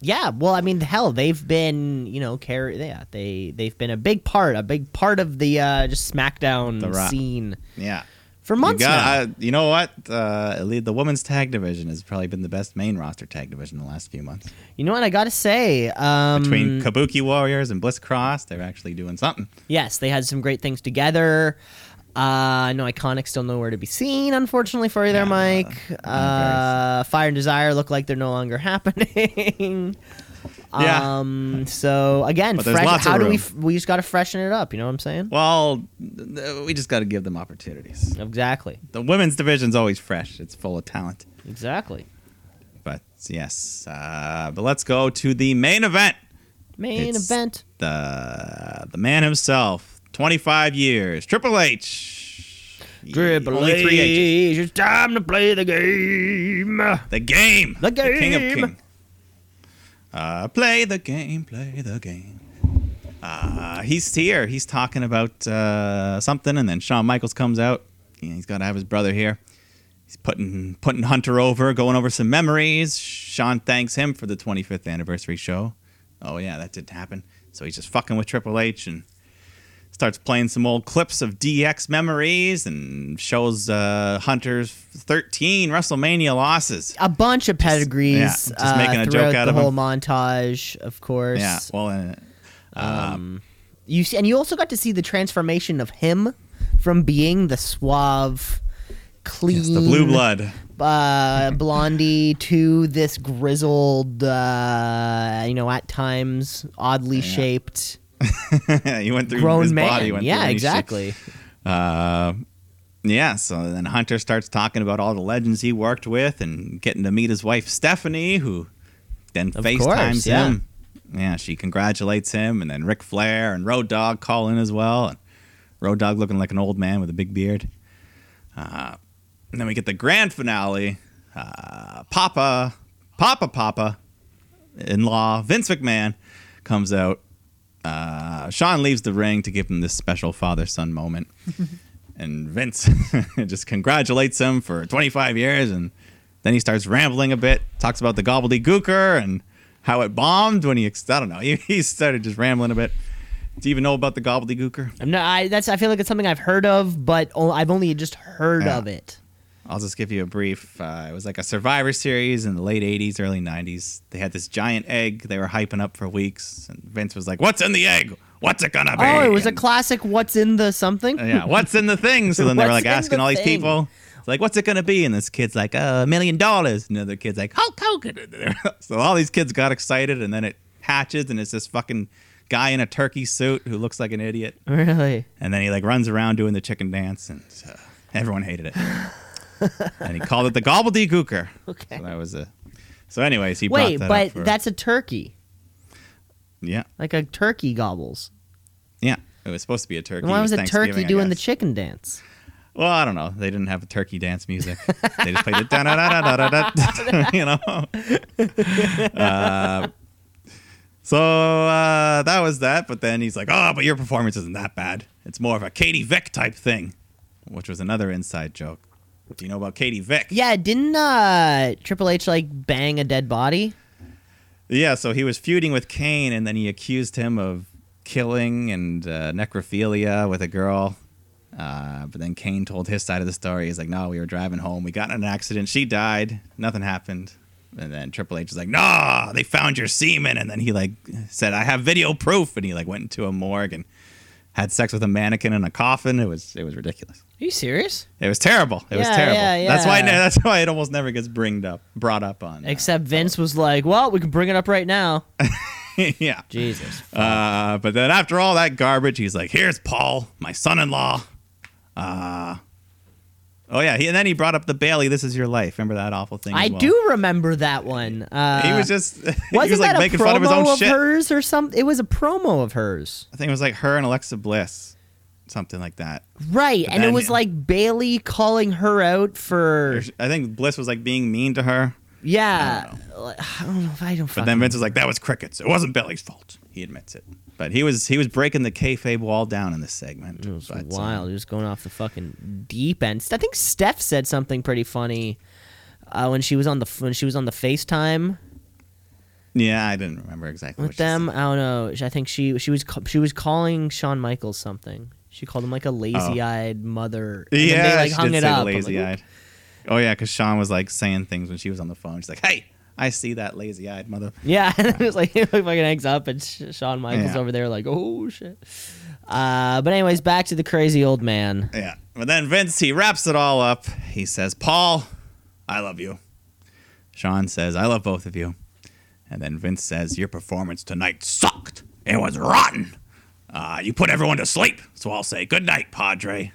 [SPEAKER 1] Yeah, well, I mean, hell, they've been, you know, carry. Yeah, they they've been a big part, a big part of the uh, just SmackDown
[SPEAKER 2] The Rock.
[SPEAKER 1] scene
[SPEAKER 2] Yeah,
[SPEAKER 1] for months
[SPEAKER 2] you, got-
[SPEAKER 1] now.
[SPEAKER 2] I- you know what? Uh, at least the women's tag division has probably been the best main roster tag division in the last few months.
[SPEAKER 1] you know what I gotta say? Um,
[SPEAKER 2] Between Kabuki Warriors and Bliss Cross, they're actually doing something.
[SPEAKER 1] yes, they had some great things together. Uh, no, Iconic still nowhere to be seen, unfortunately, for you there,
[SPEAKER 2] Yeah,
[SPEAKER 1] Mike.
[SPEAKER 2] I'm
[SPEAKER 1] Uh, Fire and Desire look like they're no longer happening.
[SPEAKER 2] Yeah.
[SPEAKER 1] Um, so again,
[SPEAKER 2] But there's
[SPEAKER 1] fresh-
[SPEAKER 2] lots of
[SPEAKER 1] how do we?
[SPEAKER 2] room.
[SPEAKER 1] f- We just got to freshen it up. You know what I'm saying?
[SPEAKER 2] Well, th- th- we just got to give them opportunities.
[SPEAKER 1] Exactly.
[SPEAKER 2] The women's division's always fresh; it's full of talent.
[SPEAKER 1] Exactly.
[SPEAKER 2] But yes, uh, but let's go to the main event.
[SPEAKER 1] Main
[SPEAKER 2] It's-
[SPEAKER 1] event.
[SPEAKER 2] the the man himself, 25 years, Triple H. Only
[SPEAKER 1] H.
[SPEAKER 2] three H's.
[SPEAKER 1] It's time to play the game.
[SPEAKER 2] The game.
[SPEAKER 1] The
[SPEAKER 2] King of
[SPEAKER 1] game.
[SPEAKER 2] King. Uh, play the game. Play the game. Uh, he's here. He's talking about uh, something, and then Shawn Michaels comes out. Yeah, he's got to have his brother here. He's putting putting Hunter over, going over some memories. Shawn thanks him for the 25th anniversary show. Oh yeah, that didn't happen. So he's just fucking with Triple H and starts playing some old clips of DX memories and shows uh, Hunter's 13 WrestleMania losses.
[SPEAKER 1] A bunch of pedigrees.
[SPEAKER 2] yeah, just
[SPEAKER 1] uh,
[SPEAKER 2] making a joke
[SPEAKER 1] throughout
[SPEAKER 2] out
[SPEAKER 1] the
[SPEAKER 2] of
[SPEAKER 1] whole
[SPEAKER 2] him.
[SPEAKER 1] montage, of course.
[SPEAKER 2] Yeah, well, uh,
[SPEAKER 1] You see, and you also got to see the transformation of him from being the suave, clean,
[SPEAKER 2] yes, the blue blood.
[SPEAKER 1] uh, blondie to this grizzled, uh, you know, at times oddly shaped
[SPEAKER 2] he went through
[SPEAKER 1] grown
[SPEAKER 2] his
[SPEAKER 1] man.
[SPEAKER 2] body. Went through
[SPEAKER 1] yeah,
[SPEAKER 2] any shit.
[SPEAKER 1] exactly.
[SPEAKER 2] Uh, yeah, so then Hunter starts talking about all the legends he worked with and getting to meet his wife Stephanie, who then
[SPEAKER 1] Of
[SPEAKER 2] FaceTimes
[SPEAKER 1] course, yeah.
[SPEAKER 2] him. Yeah, she congratulates him, and then Ric Flair and Road Dog call in as well. And Road Dog looking like an old man with a big beard. Uh, and then we get the grand finale. Uh, Papa, Papa, Papa, in law, Vince McMahon comes out. Uh, Sean leaves the ring to give him this special father son moment. and Vince just congratulates him for 25 years. And then he starts rambling a bit, talks about the gobbledygooker and how it bombed when he, ex- I don't know, he, he started just rambling a bit. Do you even know about the gobbledygooker?
[SPEAKER 1] I'm not, I, that's. I feel like it's something I've heard of, but o- I've only just heard
[SPEAKER 2] Yeah.
[SPEAKER 1] of it.
[SPEAKER 2] I'll just give you a brief. Uh, it was like a Survivor Series in the late 80s, early 90s. They had this giant egg they were hyping up for weeks. And Vince was like, What's in the egg? What's it gonna be?
[SPEAKER 1] Oh, it was a
[SPEAKER 2] And-
[SPEAKER 1] classic. What's in the something?
[SPEAKER 2] yeah, what's in the thing? So then they were
[SPEAKER 1] What's
[SPEAKER 2] like
[SPEAKER 1] in
[SPEAKER 2] asking
[SPEAKER 1] the
[SPEAKER 2] all these
[SPEAKER 1] thing?
[SPEAKER 2] people, it's like, what's it gonna be? And this kid's like, uh, a million dollars. And the other kid's like, Hulk Hogan. so all these kids got excited, and then it hatches, and it's this fucking guy in a turkey suit who looks like an idiot.
[SPEAKER 1] Really?
[SPEAKER 2] And then he like runs around doing the chicken dance, and uh, everyone hated it. and he called it the gobbledygooker.
[SPEAKER 1] Okay.
[SPEAKER 2] So that was a. So, anyways, he
[SPEAKER 1] Wait,
[SPEAKER 2] brought that
[SPEAKER 1] but
[SPEAKER 2] up for-
[SPEAKER 1] that's a turkey.
[SPEAKER 2] yeah,
[SPEAKER 1] Like a turkey gobbles.
[SPEAKER 2] yeah. It was supposed to be a turkey.
[SPEAKER 1] And why was a
[SPEAKER 2] Thanksgiving,
[SPEAKER 1] turkey
[SPEAKER 2] I
[SPEAKER 1] doing the
[SPEAKER 2] guess.
[SPEAKER 1] chicken dance?
[SPEAKER 2] Well, I don't know. They didn't have turkey dance music. They just played the da da da da da da. You know. Uh, so uh, that was that. But then he's like, "Oh, but your performance isn't that bad. It's more of a Katie Vick type thing," which was another inside joke. Do you know about Katie Vick?
[SPEAKER 1] Yeah, didn't uh Triple H like bang a dead body?
[SPEAKER 2] Yeah, so he was feuding with Kane, and then he accused him of killing and uh, necrophilia with a girl. Uh, but then Kane told his side of the story. He's like, "No, we were driving home. We got in an accident. She died. Nothing happened." And then Triple H is like, "Nah, they found your semen." And then he like said, "I have video proof." And he like went into a morgue and had sex with a mannequin in a coffin. It was it was ridiculous.
[SPEAKER 1] Are you serious?
[SPEAKER 2] It was terrible. It was
[SPEAKER 1] Yeah,
[SPEAKER 2] terrible.
[SPEAKER 1] yeah,
[SPEAKER 2] That's why
[SPEAKER 1] yeah.
[SPEAKER 2] that's why it almost never gets bringed up brought up on. uh,
[SPEAKER 1] Except Vince was like, "Well, we can bring it up right now."
[SPEAKER 2] yeah.
[SPEAKER 1] Jesus.
[SPEAKER 2] Uh, but then after all that garbage, he's like, "Here's Paul, my son-in-law." Uh, oh yeah, he, and then he brought up the Bailey. This is your life. Remember that awful thing? as
[SPEAKER 1] I
[SPEAKER 2] well?
[SPEAKER 1] do remember that one. Uh,
[SPEAKER 2] He was just he
[SPEAKER 1] wasn't
[SPEAKER 2] was like
[SPEAKER 1] that
[SPEAKER 2] making
[SPEAKER 1] a promo
[SPEAKER 2] fun of his own shit.
[SPEAKER 1] hers or something? It was a promo of hers,
[SPEAKER 2] I think it was like her and Alexa Bliss, something like that.
[SPEAKER 1] right? and it
[SPEAKER 2] then-
[SPEAKER 1] was like Bailey calling her out for
[SPEAKER 2] I think Bliss was like being mean to her.
[SPEAKER 1] Yeah, like, I don't know if I don't.
[SPEAKER 2] But
[SPEAKER 1] Fucking,
[SPEAKER 2] then Vince was like, "That was crickets. It wasn't Billy's fault." He admits it. But he was he was breaking the kayfabe wall down in this segment.
[SPEAKER 1] it was
[SPEAKER 2] But, uh,
[SPEAKER 1] wild. Just going off the fucking deep end. I think Steph said something pretty funny uh, when she was on the when she was on the FaceTime
[SPEAKER 2] yeah, I didn't remember exactly
[SPEAKER 1] with
[SPEAKER 2] what she said.
[SPEAKER 1] them. I don't know. I think she she was ca- she was calling Shawn Michaels something. She called him like a lazy-eyed mother. And then
[SPEAKER 2] Oh. Yeah,
[SPEAKER 1] they like
[SPEAKER 2] she
[SPEAKER 1] hung
[SPEAKER 2] did
[SPEAKER 1] it
[SPEAKER 2] say the
[SPEAKER 1] up. I'm like,
[SPEAKER 2] lazy eyed. Oh yeah, because Sean was like saying things when she was on the phone. She's like, "Hey, I see that lazy eyed mother."
[SPEAKER 1] Yeah, and it was like it fucking hangs up, and Sh- Shawn Michaels
[SPEAKER 2] Yeah.
[SPEAKER 1] over there like, oh shit. Uh, but anyways, back to the crazy old man.
[SPEAKER 2] Yeah, but then Vince he wraps it all up. He says, "Paul, I love you." Sean says, "I love both of you," and then Vince says, "Your performance tonight sucked. It was rotten. Uh, you put everyone to sleep. So I'll say good night, Padre."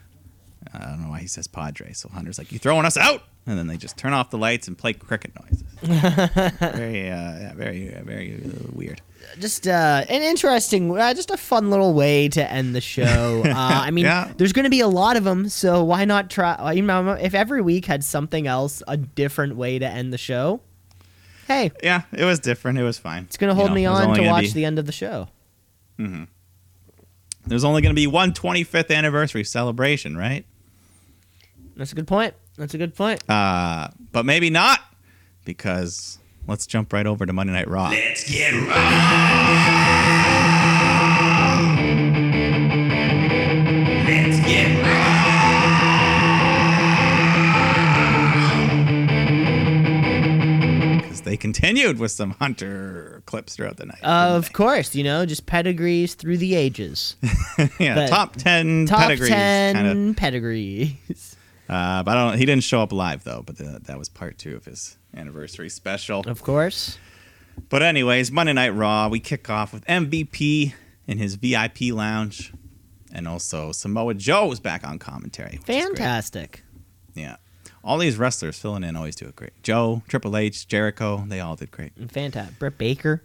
[SPEAKER 2] I don't know why he says Padre. So Hunter's like, "You throwing us out?" And then they just turn off the lights and play cricket noises. very, uh, yeah, very, uh, very uh, weird.
[SPEAKER 1] Just uh, an interesting, uh, just a fun little way to end the show. Uh, I mean,
[SPEAKER 2] Yeah.
[SPEAKER 1] there's going to be a lot of them, so why not try? I mean, if every week had something else, a different way to end the show, hey,
[SPEAKER 2] Yeah, it was different. It was fine.
[SPEAKER 1] it's going to hold me on to watch
[SPEAKER 2] the.
[SPEAKER 1] the end of the show.
[SPEAKER 2] There's only going to be one 25th anniversary celebration, right?
[SPEAKER 1] That's a good point. That's a good point.
[SPEAKER 2] Uh, but maybe not, because let's jump right over to Monday Night Raw. Because they continued with some Hunter clips throughout the night.
[SPEAKER 1] Of course, you know, just pedigrees through the ages.
[SPEAKER 2] yeah,
[SPEAKER 1] but-
[SPEAKER 2] top 10
[SPEAKER 1] Top
[SPEAKER 2] pedigrees.
[SPEAKER 1] ten
[SPEAKER 2] kinda.
[SPEAKER 1] pedigrees.
[SPEAKER 2] Uh, but I don't. He didn't show up live though. But the, that was part two of his anniversary special.
[SPEAKER 1] Of course.
[SPEAKER 2] But anyways, Monday Night Raw. We kick off with MVP in his VIP lounge, and also Samoa Joe was back on commentary. which is great.
[SPEAKER 1] Fantastic.
[SPEAKER 2] Yeah. All these wrestlers filling in always do it great. Joe, Triple H, Jericho, they all did great.
[SPEAKER 1] Fantastic. Britt Baker.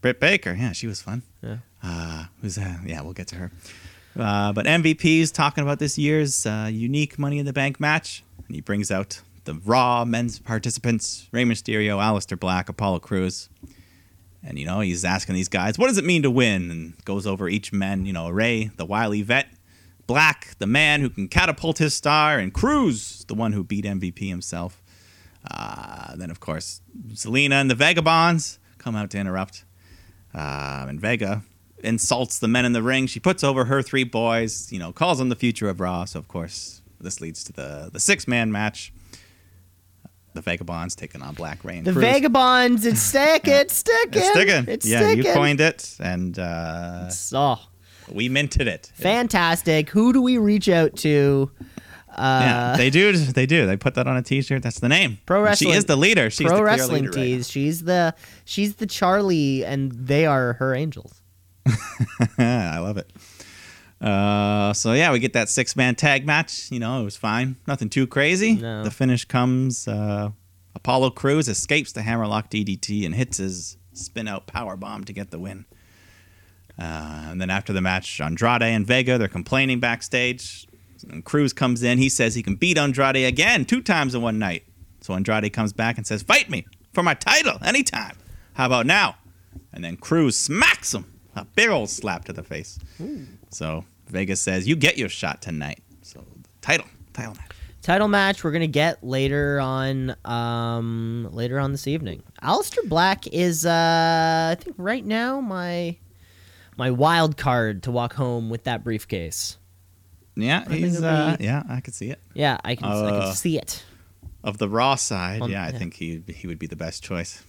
[SPEAKER 2] Britt Baker, yeah, she was fun.
[SPEAKER 1] Yeah.
[SPEAKER 2] Uh, who's that? Yeah, we'll get to her. Uh, but MVP's talking about this year's uh, unique Money in the Bank match, and he brings out the Raw men's participants: Rey Mysterio, Aleister Black, Apollo Cruz. And you know, he's asking these guys, "What does it mean to win?" And goes over each man. You know, Ray, the wily vet, Black, the man who can catapult his star, and Cruz, the one who beat MVP himself. Uh, then, of course, Selena and the Vagabonds come out to interrupt. Um, and Vega insults the men in the ring. She puts over her three boys, you know, calls them the future of Raw. So, of course, this leads to the, the six man match. The Vagabonds taking on Black Ray and
[SPEAKER 1] The
[SPEAKER 2] Cruz.
[SPEAKER 1] Vagabonds. It's sticking. It's sticking.
[SPEAKER 2] it's sticking.
[SPEAKER 1] It's
[SPEAKER 2] yeah,
[SPEAKER 1] sticking.
[SPEAKER 2] you coined it, and uh,
[SPEAKER 1] Oh,
[SPEAKER 2] we minted it.
[SPEAKER 1] fantastic. Who do we reach out to?
[SPEAKER 2] yeah,
[SPEAKER 1] Uh,
[SPEAKER 2] they do. They do. They put that on a T-shirt. That's the name.
[SPEAKER 1] Pro
[SPEAKER 2] She
[SPEAKER 1] wrestling-
[SPEAKER 2] is the leader. She's the
[SPEAKER 1] pro
[SPEAKER 2] clear
[SPEAKER 1] wrestling
[SPEAKER 2] leader right now.
[SPEAKER 1] tees. she's the she's the Charlie, and they are her angels.
[SPEAKER 2] I love it. Uh, so yeah, we get that six man tag match. You know, it was fine. Nothing too crazy.
[SPEAKER 1] No.
[SPEAKER 2] The finish comes. Uh, Apollo Cruz escapes the hammerlock DDT and hits his spin out power bomb to get the win. Uh, and then after the match, Andrade and Vega they're complaining backstage. And Cruz comes in. He says he can beat Andrade again two times in one night. So Andrade comes back and says, "Fight me for my title anytime. How about now?" And then Cruz smacks him a big old slap to the face. So Vegas says, "You get your shot tonight." So title, title match.
[SPEAKER 1] Title match we're gonna get later on um later on this evening. Alistair Black is uh I think right now my my wild card to walk home with that briefcase.
[SPEAKER 2] Yeah,
[SPEAKER 1] think
[SPEAKER 2] he's
[SPEAKER 1] it'll
[SPEAKER 2] uh,
[SPEAKER 1] be-
[SPEAKER 2] yeah, I could see it.
[SPEAKER 1] Yeah, I can I
[SPEAKER 2] Uh,
[SPEAKER 1] can see it.
[SPEAKER 2] Of the Raw side,
[SPEAKER 1] On-
[SPEAKER 2] yeah, I
[SPEAKER 1] yeah.
[SPEAKER 2] think he he would be the best choice.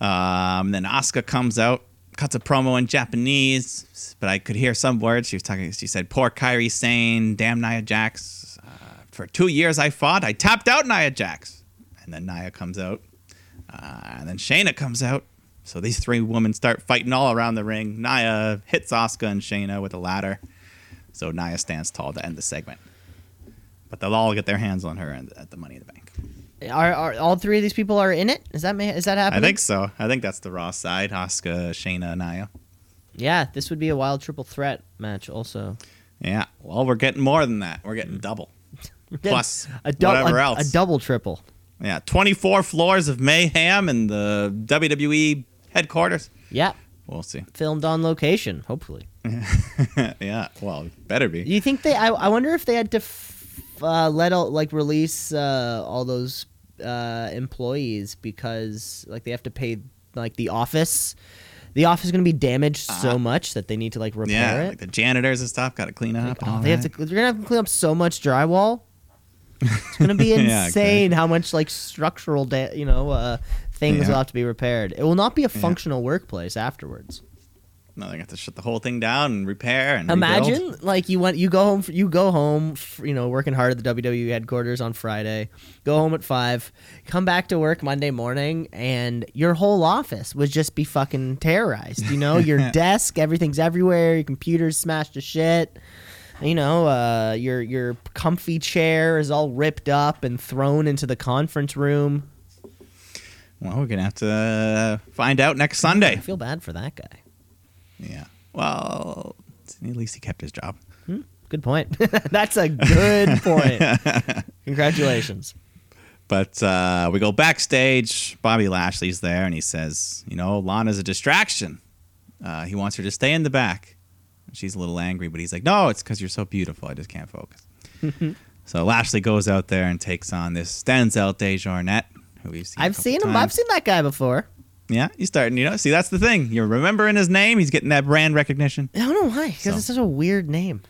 [SPEAKER 2] Um, then Asuka comes out, cuts a promo in Japanese, but I could hear some words. She was talking. She said, "Poor Kyrie Sane, damn Nia Jax. Uh, for two years I fought. I tapped out Nia Jax." And then Nia comes out, uh, and then Shayna comes out. So these three women start fighting all around the ring. Nia hits Asuka and Shayna with a ladder. So Nia stands tall to end the segment. But they'll all get their hands on her and- at the Money in the Bank.
[SPEAKER 1] Are, are all three of these people are in it? Is that ma- is that
[SPEAKER 2] I
[SPEAKER 1] happening?
[SPEAKER 2] think so. I think that's the Raw side. Asuka, Shayna, Nia.
[SPEAKER 1] Yeah, this would be a wild triple threat match. Also,
[SPEAKER 2] Yeah. Well, we're getting more than that. We're getting double. Plus
[SPEAKER 1] a dou-
[SPEAKER 2] whatever
[SPEAKER 1] a,
[SPEAKER 2] else.
[SPEAKER 1] a double triple.
[SPEAKER 2] Yeah, 24 floors of mayhem in the WWE headquarters.
[SPEAKER 1] Yeah,
[SPEAKER 2] We'll see.
[SPEAKER 1] filmed on location. Hopefully,
[SPEAKER 2] yeah, well, better be.
[SPEAKER 1] you think they? I, I wonder if they had to f- uh, let all, like release uh, all those uh, employees because like they have to pay like the office. The office is going to be damaged so much that they need to like repair
[SPEAKER 2] Uh-huh. Yeah,
[SPEAKER 1] it.
[SPEAKER 2] like the janitors and stuff got to clean up. and
[SPEAKER 1] Oh,
[SPEAKER 2] all
[SPEAKER 1] they have to.
[SPEAKER 2] that.
[SPEAKER 1] They're gonna have to clean up so much drywall. It's gonna be insane
[SPEAKER 2] Yeah,
[SPEAKER 1] how much like structural, da- you know, uh, things
[SPEAKER 2] Yeah.
[SPEAKER 1] will have to be repaired. It will not be a functional workplace afterwards.
[SPEAKER 2] No, they got to shut the whole thing down and repair and rebuild.
[SPEAKER 1] Imagine like you went, you go home, f- you go home, f- you know, working hard at the WWE headquarters on Friday, go home at five, come back to work Monday morning, and your whole office would just be fucking terrorized. You know, your desk, everything's everywhere, your computer's smashed to shit. You know, uh, your your comfy chair is all ripped up and thrown into the conference room.
[SPEAKER 2] Well, we're gonna have to uh, find out next Sunday.
[SPEAKER 1] I feel bad for that guy.
[SPEAKER 2] Yeah. Well, at least he kept his job.
[SPEAKER 1] Good point. That's a good point. Congratulations.
[SPEAKER 2] But uh, we go backstage. Bobby Lashley's there, and he says, "You know, Lana's a distraction. Uh, he wants her to stay in the back." She's a little angry, but he's like, "No, it's because you're so beautiful. I just can't focus." so Lashley goes out there and takes on this Denzel DeJournette, who we've seen. a
[SPEAKER 1] I've
[SPEAKER 2] couple
[SPEAKER 1] seen him. I've
[SPEAKER 2] times.
[SPEAKER 1] seen that guy before.
[SPEAKER 2] Yeah, he's starting. You know, see, that's the thing. You're remembering his name. He's getting that brand recognition.
[SPEAKER 1] I don't know why, because
[SPEAKER 2] So-
[SPEAKER 1] it's such a weird name.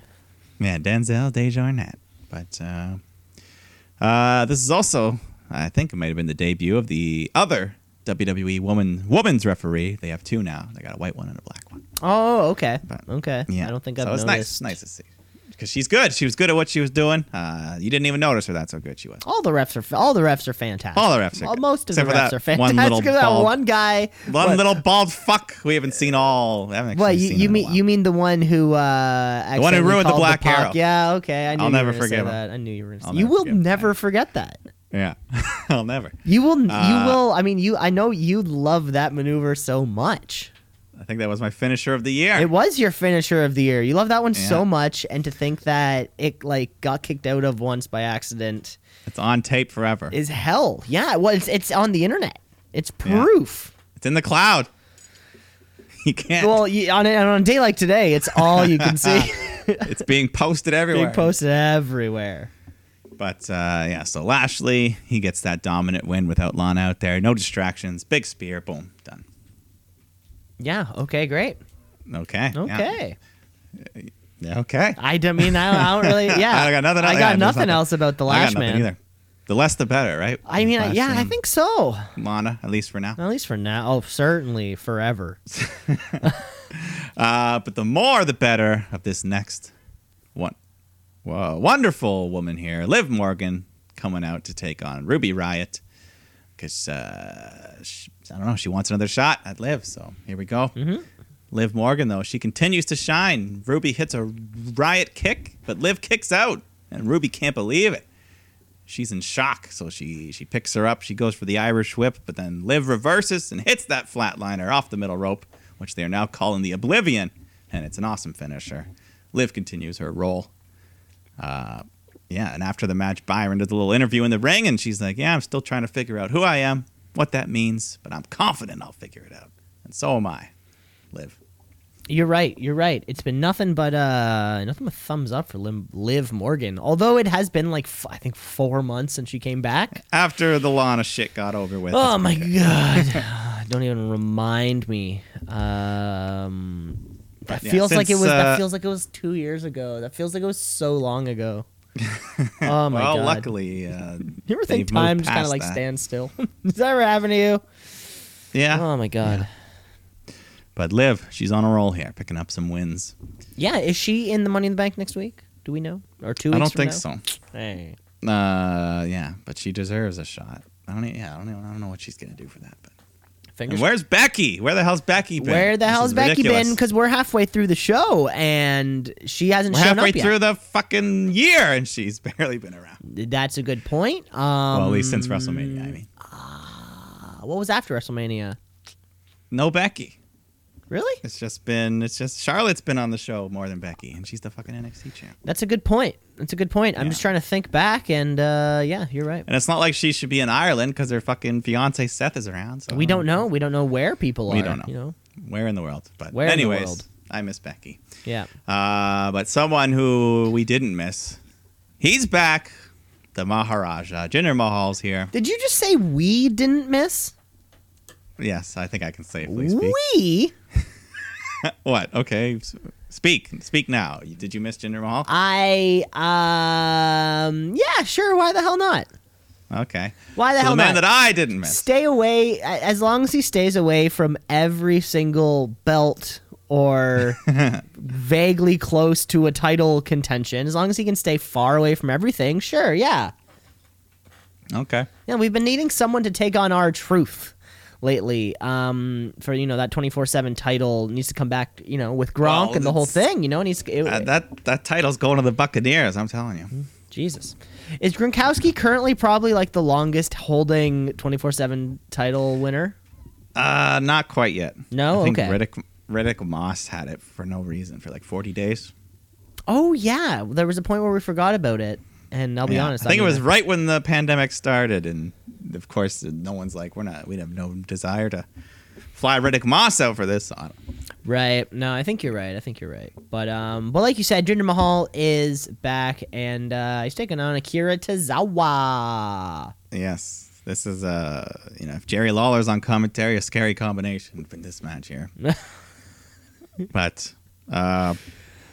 [SPEAKER 2] Yeah, Denzel DeJournette. But uh, uh, this is also, I think, it might have been the debut of the other WWE woman woman's referee. They have two now. They got a white one and a black one.
[SPEAKER 1] Oh, okay,
[SPEAKER 2] But-
[SPEAKER 1] okay.
[SPEAKER 2] Yeah,
[SPEAKER 1] I don't think
[SPEAKER 2] so
[SPEAKER 1] I've
[SPEAKER 2] it's nice.
[SPEAKER 1] noticed.
[SPEAKER 2] It's nice to see because she's good. She was good at what she was doing. Uh, you didn't even notice her. That's how good she was.
[SPEAKER 1] All the refs are all the refs are fantastic.
[SPEAKER 2] All the refs are
[SPEAKER 1] Well,
[SPEAKER 2] good.
[SPEAKER 1] most of
[SPEAKER 2] Except
[SPEAKER 1] the
[SPEAKER 2] for
[SPEAKER 1] refs
[SPEAKER 2] that
[SPEAKER 1] are
[SPEAKER 2] one
[SPEAKER 1] fantastic.
[SPEAKER 2] little
[SPEAKER 1] Except that
[SPEAKER 2] bald-
[SPEAKER 1] one guy.
[SPEAKER 2] One
[SPEAKER 1] what-
[SPEAKER 2] little bald fuck. We haven't seen all. I haven't actually
[SPEAKER 1] Well, you,
[SPEAKER 2] seen
[SPEAKER 1] you
[SPEAKER 2] in a
[SPEAKER 1] mean
[SPEAKER 2] while.
[SPEAKER 1] you mean the one who uh,
[SPEAKER 2] The one who
[SPEAKER 1] accidentally
[SPEAKER 2] ruined the
[SPEAKER 1] called
[SPEAKER 2] Black
[SPEAKER 1] Pac-
[SPEAKER 2] Arrow.
[SPEAKER 1] Yeah, okay. I knew
[SPEAKER 2] I'll
[SPEAKER 1] you
[SPEAKER 2] never
[SPEAKER 1] were gonna say
[SPEAKER 2] forgive him.
[SPEAKER 1] that. I knew you were. Gonna
[SPEAKER 2] I'll
[SPEAKER 1] say. You
[SPEAKER 2] never
[SPEAKER 1] will
[SPEAKER 2] forgive him.
[SPEAKER 1] never forget that.
[SPEAKER 2] Yeah, I'll never.
[SPEAKER 1] You will.
[SPEAKER 2] Uh,
[SPEAKER 1] you will. I mean, you. I know you love that maneuver so much.
[SPEAKER 2] I think that was my finisher of the year.
[SPEAKER 1] It was your finisher of the year. You love that one
[SPEAKER 2] Yeah.
[SPEAKER 1] so much, and to think that it like got kicked out of once by accident
[SPEAKER 2] it's on tape forever.
[SPEAKER 1] is hell. Yeah, well, it's it's on the internet. It's
[SPEAKER 2] Yeah.
[SPEAKER 1] proof.
[SPEAKER 2] It's in the cloud. You can't.
[SPEAKER 1] Well, you, on a- on a day like today, it's all you can see.
[SPEAKER 2] it's being posted everywhere.
[SPEAKER 1] Being posted everywhere.
[SPEAKER 2] But uh, yeah, so Lashley, he gets that dominant win without Lana out there. No distractions. Big spear. Boom. Done.
[SPEAKER 1] Yeah. Okay. Great.
[SPEAKER 2] Okay. yeah.
[SPEAKER 1] Okay.
[SPEAKER 2] Yeah, Okay.
[SPEAKER 1] I don't mean I don't, I don't really. Yeah.
[SPEAKER 2] I got nothing
[SPEAKER 1] I
[SPEAKER 2] else-
[SPEAKER 1] got
[SPEAKER 2] yeah, there's
[SPEAKER 1] nothing
[SPEAKER 2] nothing.
[SPEAKER 1] else about the
[SPEAKER 2] I
[SPEAKER 1] Lash
[SPEAKER 2] got nothing
[SPEAKER 1] Man.
[SPEAKER 2] either. The less the better, right?
[SPEAKER 1] I mean,
[SPEAKER 2] Lashley
[SPEAKER 1] yeah, I
[SPEAKER 2] and
[SPEAKER 1] think so.
[SPEAKER 2] Lana, at least for now.
[SPEAKER 1] At least for now. Oh, certainly forever.
[SPEAKER 2] Uh, but the more the better of this next one. Whoa, wonderful woman here, Liv Morgan, coming out to take on Ruby Riot. Because, uh, she- I don't know, she wants another shot at Liv. So here we go. Liv Morgan, though, she continues to shine. Ruby hits a Riot kick, but Liv kicks out, and Ruby can't believe it. She's in shock, so she she picks her up. She goes for the Irish whip, but then Liv reverses and hits that flatliner off the middle rope, which they are now calling the Oblivion, and it's an awesome finisher. Liv continues her role. Uh, yeah, and after the match, Byron does a little interview in the ring, and she's like, "Yeah, I'm still trying to figure out who I am, what that means, but I'm confident I'll figure it out, and so am I." Liv.
[SPEAKER 1] You're right. You're right. It's been nothing but uh nothing but thumbs up for Lim- Liv Morgan. Although it has been like f- I think four months since she came back.
[SPEAKER 2] After the Lana shit got over with,
[SPEAKER 1] Oh my god! Don't even remind me. Um, that
[SPEAKER 2] yeah,
[SPEAKER 1] feels like it
[SPEAKER 2] since,
[SPEAKER 1] was.
[SPEAKER 2] uh,
[SPEAKER 1] that feels like it was two years ago. That feels like it was so long ago. oh my
[SPEAKER 2] well,
[SPEAKER 1] god!
[SPEAKER 2] luckily, uh,
[SPEAKER 1] you ever
[SPEAKER 2] they've
[SPEAKER 1] think time
[SPEAKER 2] moved
[SPEAKER 1] just kind of
[SPEAKER 2] past
[SPEAKER 1] like
[SPEAKER 2] that.
[SPEAKER 1] stands still? Does that ever happen to you?
[SPEAKER 2] yeah,
[SPEAKER 1] Oh my god!
[SPEAKER 2] But Liv, she's on a roll here, picking up some wins.
[SPEAKER 1] Yeah. is she in the Money in the Bank next week? Do we know? Or two?
[SPEAKER 2] I
[SPEAKER 1] weeks
[SPEAKER 2] don't
[SPEAKER 1] from
[SPEAKER 2] think
[SPEAKER 1] now?
[SPEAKER 2] so.
[SPEAKER 1] Hey.
[SPEAKER 2] Uh, yeah, but she deserves a shot. I don't. e- Yeah, I don't. Even, I don't know what she's gonna do for that. But
[SPEAKER 1] Fingers
[SPEAKER 2] and where's Becky? Where the hell's Becky been?
[SPEAKER 1] Where the
[SPEAKER 2] This
[SPEAKER 1] hell's
[SPEAKER 2] is
[SPEAKER 1] Becky been?
[SPEAKER 2] ridiculous.
[SPEAKER 1] Because we're halfway through the show and she hasn't
[SPEAKER 2] We're
[SPEAKER 1] shown
[SPEAKER 2] halfway
[SPEAKER 1] up yet.
[SPEAKER 2] through the fucking year, and she's barely been around.
[SPEAKER 1] That's a good point. Um,
[SPEAKER 2] well, at least since WrestleMania. I mean,
[SPEAKER 1] what was after WrestleMania?
[SPEAKER 2] no Becky.
[SPEAKER 1] Really?
[SPEAKER 2] It's just been it's just Charlotte's been on the show more than Becky, and she's the fucking NXT champ.
[SPEAKER 1] That's a good point. That's a good point. I'm
[SPEAKER 2] Yeah.
[SPEAKER 1] just trying to think back, and uh, yeah, you're right.
[SPEAKER 2] And it's not like she should be in Ireland because her fucking fiance Seth is around. So
[SPEAKER 1] We don't know. We don't know where people are.
[SPEAKER 2] We don't know.
[SPEAKER 1] You know?
[SPEAKER 2] where in the world, but
[SPEAKER 1] Where in the
[SPEAKER 2] anyways,
[SPEAKER 1] world?
[SPEAKER 2] I miss Becky.
[SPEAKER 1] Yeah.
[SPEAKER 2] Uh, but someone who we didn't miss, he's back. The Maharaja, Jinder Mahal's here.
[SPEAKER 1] Did you just say we didn't miss?
[SPEAKER 2] Yes, I think I can safely speak.
[SPEAKER 1] We.
[SPEAKER 2] What? Okay, s- speak, speak now. Did you miss Jinder Mahal?
[SPEAKER 1] I. Um. Yeah. Sure. Why the hell not?
[SPEAKER 2] Okay.
[SPEAKER 1] Why the
[SPEAKER 2] So
[SPEAKER 1] hell
[SPEAKER 2] the man
[SPEAKER 1] not?
[SPEAKER 2] that I didn't miss.
[SPEAKER 1] Stay away. a- As long as he stays away from every single belt or vaguely close to a title contention. As long as he can stay far away from everything. Sure. Yeah.
[SPEAKER 2] Okay. Uh,
[SPEAKER 1] Yeah, we've been needing someone to take on our truth lately. Um, for you know that twenty four seven title needs to come back. You know with Gronk
[SPEAKER 2] Well,
[SPEAKER 1] and the whole
[SPEAKER 2] that's-
[SPEAKER 1] thing. You know, and he's it,
[SPEAKER 2] Uh, that that title's going to the Buccaneers. I'm telling
[SPEAKER 1] Mm-hmm.
[SPEAKER 2] you.
[SPEAKER 1] Jesus. Is Gronkowski currently probably like the longest holding twenty four seven title winner?
[SPEAKER 2] Uh, not quite yet.
[SPEAKER 1] No?
[SPEAKER 2] I think
[SPEAKER 1] Okay.
[SPEAKER 2] Riddick Riddick Moss had it for no reason for like 40 days.
[SPEAKER 1] Oh yeah, there was a point where we forgot about it, and I'll be
[SPEAKER 2] Yeah.
[SPEAKER 1] honest.
[SPEAKER 2] I think it
[SPEAKER 1] don't
[SPEAKER 2] was
[SPEAKER 1] even-
[SPEAKER 2] right when the pandemic started, and of course, no one's like, we're not. We have no desire to fly Riddick Moss out for this. So I don't-
[SPEAKER 1] Right. No, I think you're right. I think you're right. But um, but like you said, Jinder Mahal is back, and uh, he's taking on Akira Tozawa.
[SPEAKER 2] Yes. This is uh, you know, if Jerry Lawler's on commentary, a scary combination for this match here. but uh,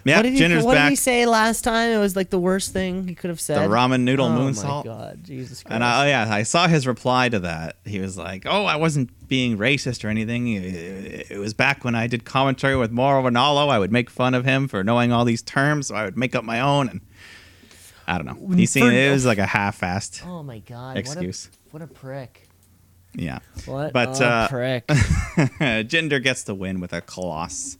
[SPEAKER 2] yeah,
[SPEAKER 1] what did, he,
[SPEAKER 2] Jinder's
[SPEAKER 1] what did
[SPEAKER 2] back.
[SPEAKER 1] he say last time? It was like the worst thing he could have said.
[SPEAKER 2] The ramen noodle
[SPEAKER 1] oh my
[SPEAKER 2] moonsault.
[SPEAKER 1] god, Jesus Christ!
[SPEAKER 2] And I, oh yeah, I saw his reply to that. He was like, "Oh, I wasn't being racist or anything. It, it was back when I did commentary with Mauro Ranallo. I would make fun of him for knowing all these terms, so I would make up my own." And I don't know. He seemed it was like a half-assed.
[SPEAKER 1] oh my god,
[SPEAKER 2] Excuse.
[SPEAKER 1] What a, what a prick!
[SPEAKER 2] Yeah,
[SPEAKER 1] What
[SPEAKER 2] But,
[SPEAKER 1] a
[SPEAKER 2] uh,
[SPEAKER 1] prick!
[SPEAKER 2] Jinder gets the win with a coloss,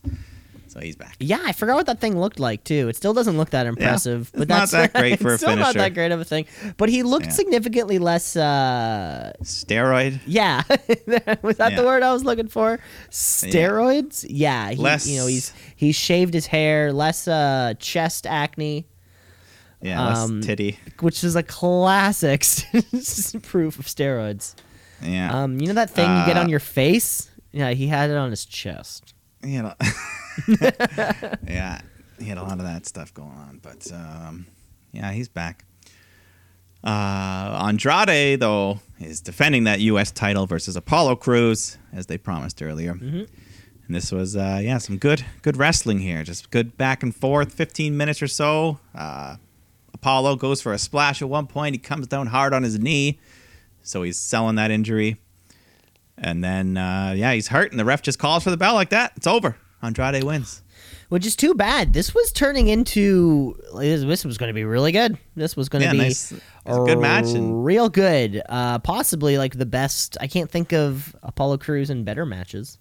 [SPEAKER 2] so he's back.
[SPEAKER 1] yeah, I forgot what that thing looked like too. It still doesn't look that impressive,
[SPEAKER 2] it's
[SPEAKER 1] but that's
[SPEAKER 2] not that great for
[SPEAKER 1] it's
[SPEAKER 2] a
[SPEAKER 1] still not
[SPEAKER 2] finisher.
[SPEAKER 1] that great of a thing. But he looked
[SPEAKER 2] Yeah.
[SPEAKER 1] significantly less. uh
[SPEAKER 2] Steroid,
[SPEAKER 1] Yeah, was that the
[SPEAKER 2] Yeah.
[SPEAKER 1] word I was looking for? Steroids? Yeah, he,
[SPEAKER 2] Less-
[SPEAKER 1] You know, he's he's shaved his hair, less uh chest acne.
[SPEAKER 2] yeah, less
[SPEAKER 1] Um,
[SPEAKER 2] titty,
[SPEAKER 1] which is a classic proof of steroids.
[SPEAKER 2] yeah,
[SPEAKER 1] Um, you know that thing you get
[SPEAKER 2] Uh,
[SPEAKER 1] on your face? Yeah, he had it on his chest.
[SPEAKER 2] you know, yeah, he had a lot of that stuff going on, but um, yeah, he's back. Uh, Andrade though is defending that U.S. title versus Apollo Cruz as they promised earlier, and this was uh, yeah some good good wrestling here, just good back and forth, 15 minutes or so. Uh, Apollo goes for a splash at one point. He comes down hard on his knee, so he's selling that injury. And then, uh, yeah, he's hurt, and the ref just calls for the bell like that. It's over. Andrade wins.
[SPEAKER 1] Which is too bad. This was turning into like, this, this was going to be really good. This was going to
[SPEAKER 2] Yeah,
[SPEAKER 1] be
[SPEAKER 2] nice. It was a good match and-
[SPEAKER 1] real good. Uh, possibly like the best. I can't think of Apollo Crews and better matches.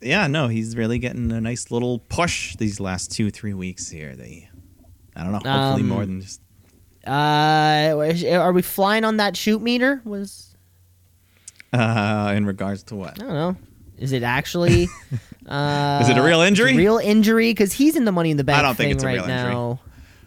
[SPEAKER 2] Yeah, no, he's really getting a nice little push these last two, three weeks here. They, I don't know, hopefully
[SPEAKER 1] Um,
[SPEAKER 2] more than just.
[SPEAKER 1] Uh, are we flying on that shoot meter? Was
[SPEAKER 2] Uh, in regards to what?
[SPEAKER 1] I don't know. Is it actually? uh,
[SPEAKER 2] Is it a real injury?
[SPEAKER 1] Real injury because he's in the Money in the Bank.
[SPEAKER 2] don't think
[SPEAKER 1] thing
[SPEAKER 2] it's a
[SPEAKER 1] right
[SPEAKER 2] real injury.
[SPEAKER 1] now.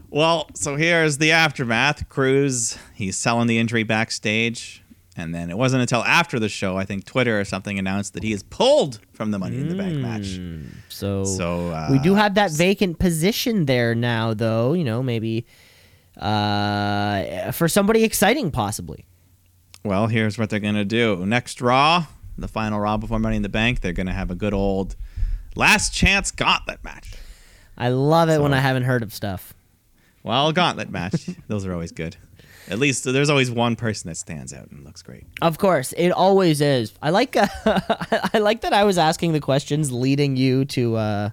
[SPEAKER 2] Well, so here's the aftermath. Cruz, he's selling the injury backstage. And then it wasn't until after the show, I think Twitter or something announced that he is pulled from the Money in the Bank match.
[SPEAKER 1] So,
[SPEAKER 2] So uh,
[SPEAKER 1] Mm. we do have that vacant position there now, though. You know, maybe uh, for somebody exciting, possibly.
[SPEAKER 2] Well, here's what they're going to do. Next Raw, the final Raw before Money in the Bank, they're going to have a good old last chance gauntlet match.
[SPEAKER 1] I love it when
[SPEAKER 2] So-
[SPEAKER 1] I haven't heard of stuff.
[SPEAKER 2] Well, gauntlet match. Those are always good. At least there's always one person that stands out and looks great.
[SPEAKER 1] Of course, it always is. I like uh, I I like that I was asking the questions leading you to uh,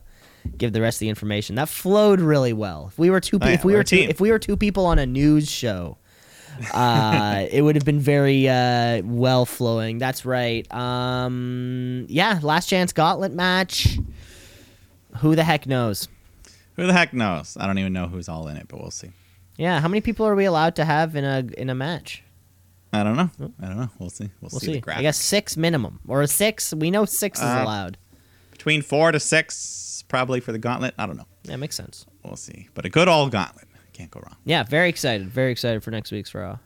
[SPEAKER 1] give the rest of the information. That flowed really well. If we were two, pe-
[SPEAKER 2] Oh, yeah,
[SPEAKER 1] if we
[SPEAKER 2] we're
[SPEAKER 1] were
[SPEAKER 2] a
[SPEAKER 1] two,
[SPEAKER 2] team.
[SPEAKER 1] if we were two people on a news show, uh, it would have been very uh, well flowing. That's right. Um, yeah, last chance gauntlet match. Who the heck knows?
[SPEAKER 2] Who the heck knows? I don't even know who's all in it, but we'll see.
[SPEAKER 1] Yeah, how many people are we allowed to have in a in a match?
[SPEAKER 2] I don't know. I don't know. Hmm. We'll see. We'll,
[SPEAKER 1] We'll
[SPEAKER 2] see, the
[SPEAKER 1] see.
[SPEAKER 2] graphic.
[SPEAKER 1] I guess six minimum or six. We know six is
[SPEAKER 2] Uh,
[SPEAKER 1] allowed.
[SPEAKER 2] between four to six, probably for the gauntlet. I don't know.
[SPEAKER 1] That makes sense.
[SPEAKER 2] We'll see. But a good old gauntlet. Can't go wrong.
[SPEAKER 1] Yeah, very excited. Very excited for next week's Raw.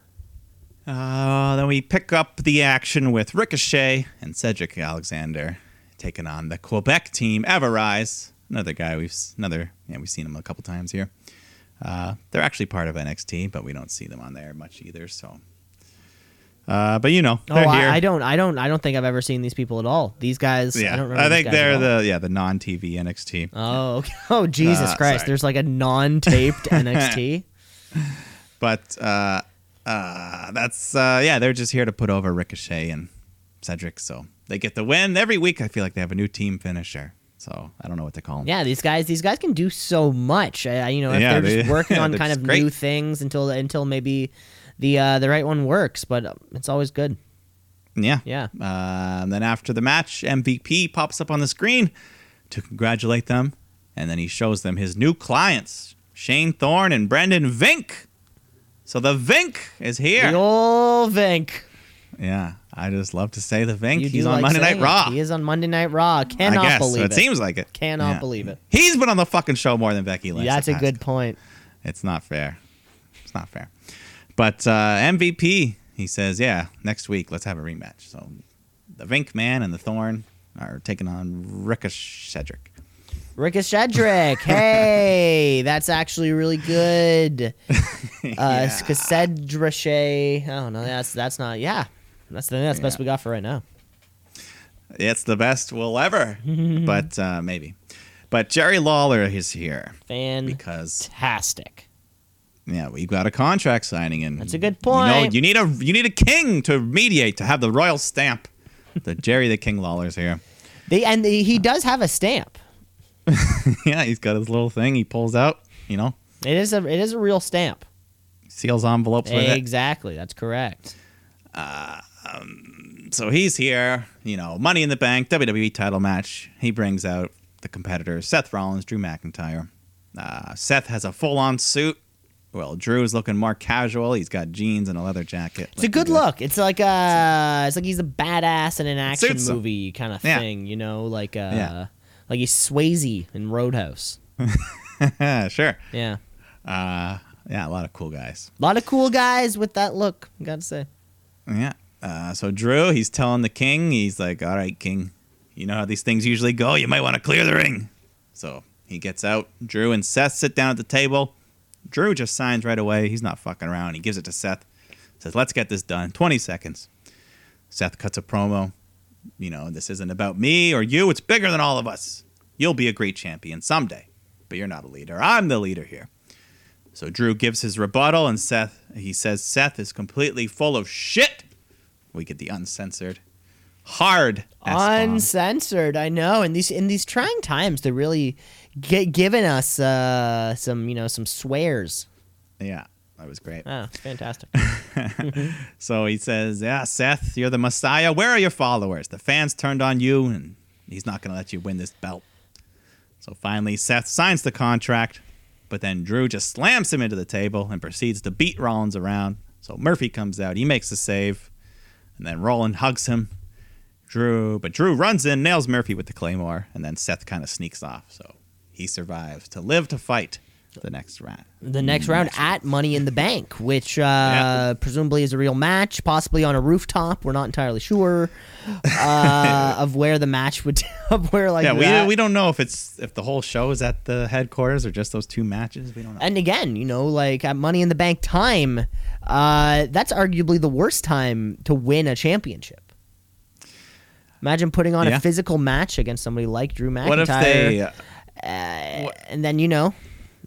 [SPEAKER 2] Uh, then we pick up the action with Ricochet and Cedric Alexander taking on the Quebec team, Everrise. Another guy we've another yeah we've seen him a couple times here. Uh, they're actually part of NXT, but we don't see them on there much either. So, uh, but you know,
[SPEAKER 1] Oh,
[SPEAKER 2] they're here.
[SPEAKER 1] I, I don't, I don't, I don't think I've ever seen these people at all. These guys,
[SPEAKER 2] yeah,
[SPEAKER 1] I don't remember. these
[SPEAKER 2] think
[SPEAKER 1] guys at
[SPEAKER 2] they're
[SPEAKER 1] all.
[SPEAKER 2] the yeah the non-TV NXT.
[SPEAKER 1] Oh, okay. oh, Jesus
[SPEAKER 2] Uh,
[SPEAKER 1] Christ!
[SPEAKER 2] sorry.
[SPEAKER 1] There's like a non-taped NXT.
[SPEAKER 2] But uh, uh, that's uh, yeah, they're just here to put over Ricochet and Cedric, so they get the win every week. I feel like they have a new team finisher, so I don't know what to call them.
[SPEAKER 1] Yeah, these guys, these guys can do so much. I, I- you know, if
[SPEAKER 2] Yeah,
[SPEAKER 1] they're just
[SPEAKER 2] they-
[SPEAKER 1] working on
[SPEAKER 2] they're
[SPEAKER 1] kind
[SPEAKER 2] just
[SPEAKER 1] of
[SPEAKER 2] great.
[SPEAKER 1] new things until until maybe the uh, the right one works. But um, it's always good.
[SPEAKER 2] Yeah.
[SPEAKER 1] Yeah.
[SPEAKER 2] Uh, and then after the match, MVP pops up on the screen to congratulate them, and then he shows them his new clients, Shane Thorne and Brendan Vink. So the Vink is here.
[SPEAKER 1] The old Vink.
[SPEAKER 2] yeah, I just love to say the Vink.
[SPEAKER 1] You
[SPEAKER 2] He's
[SPEAKER 1] do
[SPEAKER 2] on
[SPEAKER 1] like
[SPEAKER 2] Monday Night
[SPEAKER 1] saying it.
[SPEAKER 2] Raw.
[SPEAKER 1] He is on Monday Night Raw. Cannot
[SPEAKER 2] I guess.
[SPEAKER 1] believe
[SPEAKER 2] it, seems like it.
[SPEAKER 1] Cannot
[SPEAKER 2] Yeah.
[SPEAKER 1] believe it.
[SPEAKER 2] He's been on the fucking show more than Becky Lynch.
[SPEAKER 1] That's
[SPEAKER 2] the
[SPEAKER 1] a
[SPEAKER 2] past
[SPEAKER 1] good point.
[SPEAKER 2] It's not fair. It's not fair. But uh, MVP, he says, yeah, next week let's have a rematch. So the Vink Man and the Thorn are taking on Ricochet.
[SPEAKER 1] Ricochet Shedrick. hey, that's actually really good. Uh,
[SPEAKER 2] Yeah.
[SPEAKER 1] Cedrichet. Oh no, that's that's not. Yeah, that's the that's the best we got for right now.
[SPEAKER 2] It's the best we'll ever. but uh, maybe. But Jerry Lawler is here
[SPEAKER 1] Fantastic.
[SPEAKER 2] because yeah, we've got a contract signing and
[SPEAKER 1] That's a good
[SPEAKER 2] You, know,
[SPEAKER 1] point.
[SPEAKER 2] you need a you need a king to mediate to have the royal stamp. the Jerry the King Lawler's here.
[SPEAKER 1] They and the, he does have a stamp.
[SPEAKER 2] yeah, he's got his little thing he pulls out, you know,
[SPEAKER 1] It is a it is a real stamp.
[SPEAKER 2] seals envelopes with it.
[SPEAKER 1] Exactly. That's correct.
[SPEAKER 2] so he's here, you know, Money in the Bank, WWE title match. He brings out the competitors Seth Rollins, Drew McIntyre. Uh, Seth has a full on suit. Well, Drew is looking more casual. He's got jeans and a leather jacket.
[SPEAKER 1] It's a good look. It's like uh it's like he's a badass in an action
[SPEAKER 2] suits him.
[SPEAKER 1] movie kind of
[SPEAKER 2] Yeah.
[SPEAKER 1] thing, you know, like uh
[SPEAKER 2] Yeah.
[SPEAKER 1] like he's Swayze in Roadhouse.
[SPEAKER 2] Yeah, sure.
[SPEAKER 1] Yeah.
[SPEAKER 2] Uh, yeah, a lot of cool guys.
[SPEAKER 1] A lot of cool guys with that look, I gotta say.
[SPEAKER 2] Yeah. Uh, so Drew, he's telling the king, he's like, "All right, king, you know how these things usually go. You might want to clear the ring." So he gets out. Drew and Seth sit down at the table. Drew just signs right away. He's not fucking around. He gives it to Seth. Says, "Let's get this done. 20 seconds." Seth cuts a promo. You know, this isn't about me or you. It's bigger than all of us. You'll be a great champion someday, but you're not a leader. I'm the leader here. So Drew gives his rebuttal, and Seth he says Seth is completely full of shit. We get the uncensored, hard S
[SPEAKER 1] Uncensored, I know. In these in these trying times they're really gi- giving us uh some, you know, some swears.
[SPEAKER 2] bomb. Yeah, that was great.
[SPEAKER 1] Oh, it's fantastic.
[SPEAKER 2] So he says, "Yeah, Seth, you're the Messiah. Where are your followers? The fans turned on you, and he's not going to let you win this belt." So finally, Seth signs the contract, but then Drew just slams him into the table and proceeds to beat Rollins around. So Murphy comes out, he makes the save, and then Rollins hugs him. Drew, but Drew runs in, nails Murphy with the claymore, and then Seth kind of sneaks off. So he survives to live to fight the next round.
[SPEAKER 1] the next round at Money in the Bank, which uh,
[SPEAKER 2] Yeah.
[SPEAKER 1] presumably is a real match, possibly on a rooftop. We're not entirely sure uh, of where the match would, of where like
[SPEAKER 2] Yeah,
[SPEAKER 1] that.
[SPEAKER 2] we, we don't know if it's if the whole show is at the headquarters or just those two matches. We don't know.
[SPEAKER 1] and again, you know, like at Money in the Bank time, uh, that's arguably the worst time to win a championship. Imagine putting on
[SPEAKER 2] Yeah.
[SPEAKER 1] a physical match against somebody like Drew McIntyre,
[SPEAKER 2] What if they uh,
[SPEAKER 1] and then you know,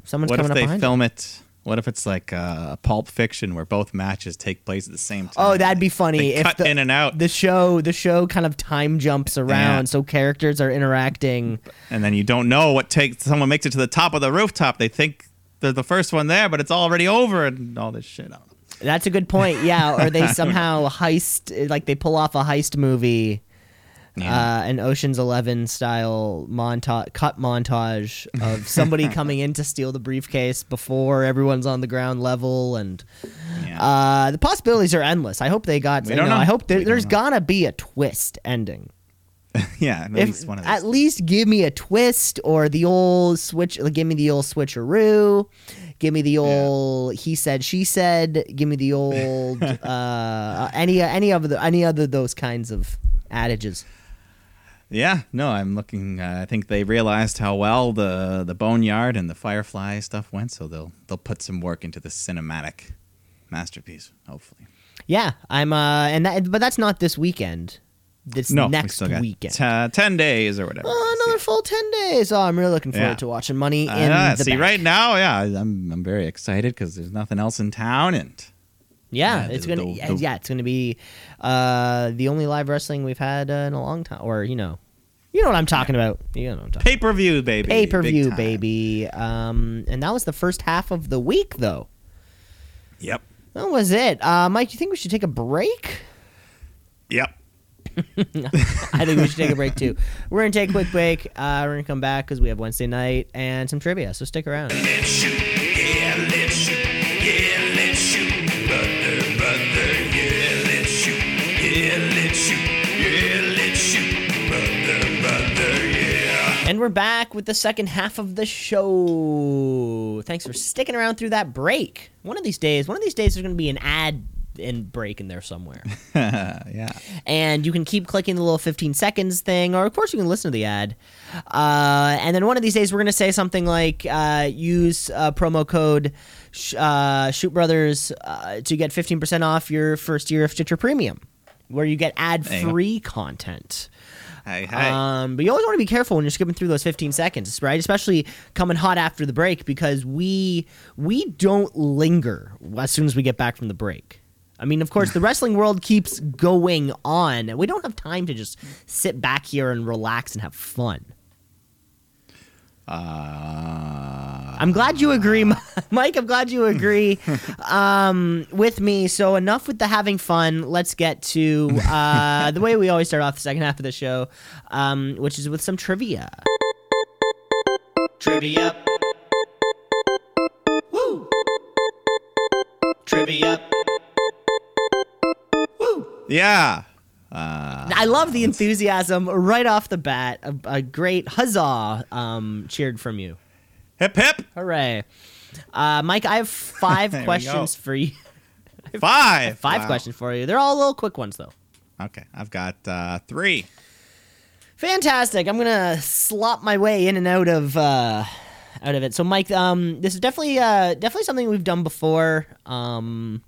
[SPEAKER 1] someone's
[SPEAKER 2] what if
[SPEAKER 1] coming up
[SPEAKER 2] they
[SPEAKER 1] behind. you.
[SPEAKER 2] film it? What if it's like uh, Pulp Fiction where both matches take place at the same time?
[SPEAKER 1] Oh, that'd be funny
[SPEAKER 2] They
[SPEAKER 1] if
[SPEAKER 2] cut
[SPEAKER 1] the-
[SPEAKER 2] in and out,
[SPEAKER 1] the show the show kind of time jumps around
[SPEAKER 2] Yeah.
[SPEAKER 1] so characters are interacting
[SPEAKER 2] and then you don't know what takes. Someone makes it to the top of the rooftop. They think they're the first one there, but it's already over and all this shit. I
[SPEAKER 1] Uh,
[SPEAKER 2] don't know.
[SPEAKER 1] that's a good point yeah or they somehow heist like they pull off a heist movie uh, an oceans 11 style montage cut montage of somebody coming in to steal the briefcase before everyone's on the ground level and
[SPEAKER 2] Yeah.
[SPEAKER 1] uh, the possibilities are endless i hope they got
[SPEAKER 2] We
[SPEAKER 1] you
[SPEAKER 2] don't know.
[SPEAKER 1] i hope there,
[SPEAKER 2] We don't
[SPEAKER 1] there's
[SPEAKER 2] know.
[SPEAKER 1] gotta be a twist ending
[SPEAKER 2] yeah, at least one of those.
[SPEAKER 1] At least give me a twist or the old switch. Give me the old switcheroo. Give me the old he said she said. Give me the old uh, any any of the any other those kinds of adages.
[SPEAKER 2] yeah, no, I'm looking. Uh, I think they realized how well the the Boneyard and the Firefly stuff went, so they'll they'll put some work into this cinematic masterpiece, hopefully.
[SPEAKER 1] Yeah, I'm uh and that but that's not this weekend. This
[SPEAKER 2] No, we
[SPEAKER 1] next
[SPEAKER 2] still got
[SPEAKER 1] weekend.
[SPEAKER 2] te- ten days or whatever.
[SPEAKER 1] Oh, another full 10 days. Oh, I'm really looking forward
[SPEAKER 2] Yeah.
[SPEAKER 1] to watching Money in
[SPEAKER 2] Ah,
[SPEAKER 1] the
[SPEAKER 2] see,
[SPEAKER 1] Bank.
[SPEAKER 2] right now, yeah, I'm I'm very excited because there's nothing else in town, and
[SPEAKER 1] Yeah,
[SPEAKER 2] Yeah,
[SPEAKER 1] it's
[SPEAKER 2] the-
[SPEAKER 1] gonna.
[SPEAKER 2] the-
[SPEAKER 1] yeah,
[SPEAKER 2] the-
[SPEAKER 1] yeah, it's gonna be uh, the only live wrestling we've had uh, in a long time, or you know, you know what I'm talking about. You know what I'm talking.
[SPEAKER 2] pay per view, baby.
[SPEAKER 1] Pay per
[SPEAKER 2] Big
[SPEAKER 1] view,
[SPEAKER 2] time.
[SPEAKER 1] baby. Um, and that was the first half of the week, though.
[SPEAKER 2] Yep,
[SPEAKER 1] That was it. Uh, Mike, you think we should take a break?
[SPEAKER 2] yep.
[SPEAKER 1] I think we should take a break too. We're gonna take a quick break. Uh, we're gonna come back because we have Wednesday night and some trivia. So stick around.
[SPEAKER 4] Let's shoot, yeah, let's shoot, yeah, let's shoot, brother, brother, yeah, let's shoot, yeah, let's shoot, yeah, let's shoot, brother, brother, yeah.
[SPEAKER 1] And we're back with the second half of the show. Thanks for sticking around through that break. One of these days, one of these days, there's going to be an ad and break in there somewhere.
[SPEAKER 2] yeah.
[SPEAKER 1] and you can keep clicking the little 15 seconds thing, or of course, you can listen to the ad. Uh, and then one of these days, we're going to say something like uh, use uh, promo code sh- uh, Shoot Brothers uh, to get 15% off your first year of Stitcher Premium, where you get ad free content.
[SPEAKER 2] Hey, hey.
[SPEAKER 1] Um, but you always want to be careful when you're skipping through those 15 seconds, right? Especially coming hot after the break because we we don't linger as soon as we get back from the break. I mean, of course, the wrestling world keeps going on. We don't have time to just sit back here and relax and have fun.
[SPEAKER 2] uh,
[SPEAKER 1] I'm glad you agree, Mi- Mike. I'm glad you agree um, with me. So enough with the having fun. Let's get to uh, the way we always start off the second half of the show, um, which is with some trivia. Trivia. Woo. Trivia.
[SPEAKER 2] yeah. Uh,
[SPEAKER 1] I love the enthusiasm right off the bat. A, a great huzzah um, cheered from you.
[SPEAKER 2] Hip hip.
[SPEAKER 1] Hooray. Uh, Mike, I have five
[SPEAKER 2] There we
[SPEAKER 1] questions for you.
[SPEAKER 2] Five.
[SPEAKER 1] Five
[SPEAKER 2] Wow.
[SPEAKER 1] questions for you. They're all little quick ones, though.
[SPEAKER 2] Okay, I've got uh, three.
[SPEAKER 1] Fantastic. I'm gonna slop my way in and out of uh, out of it. So, Mike, um, this is definitely uh, definitely something we've done before. Um,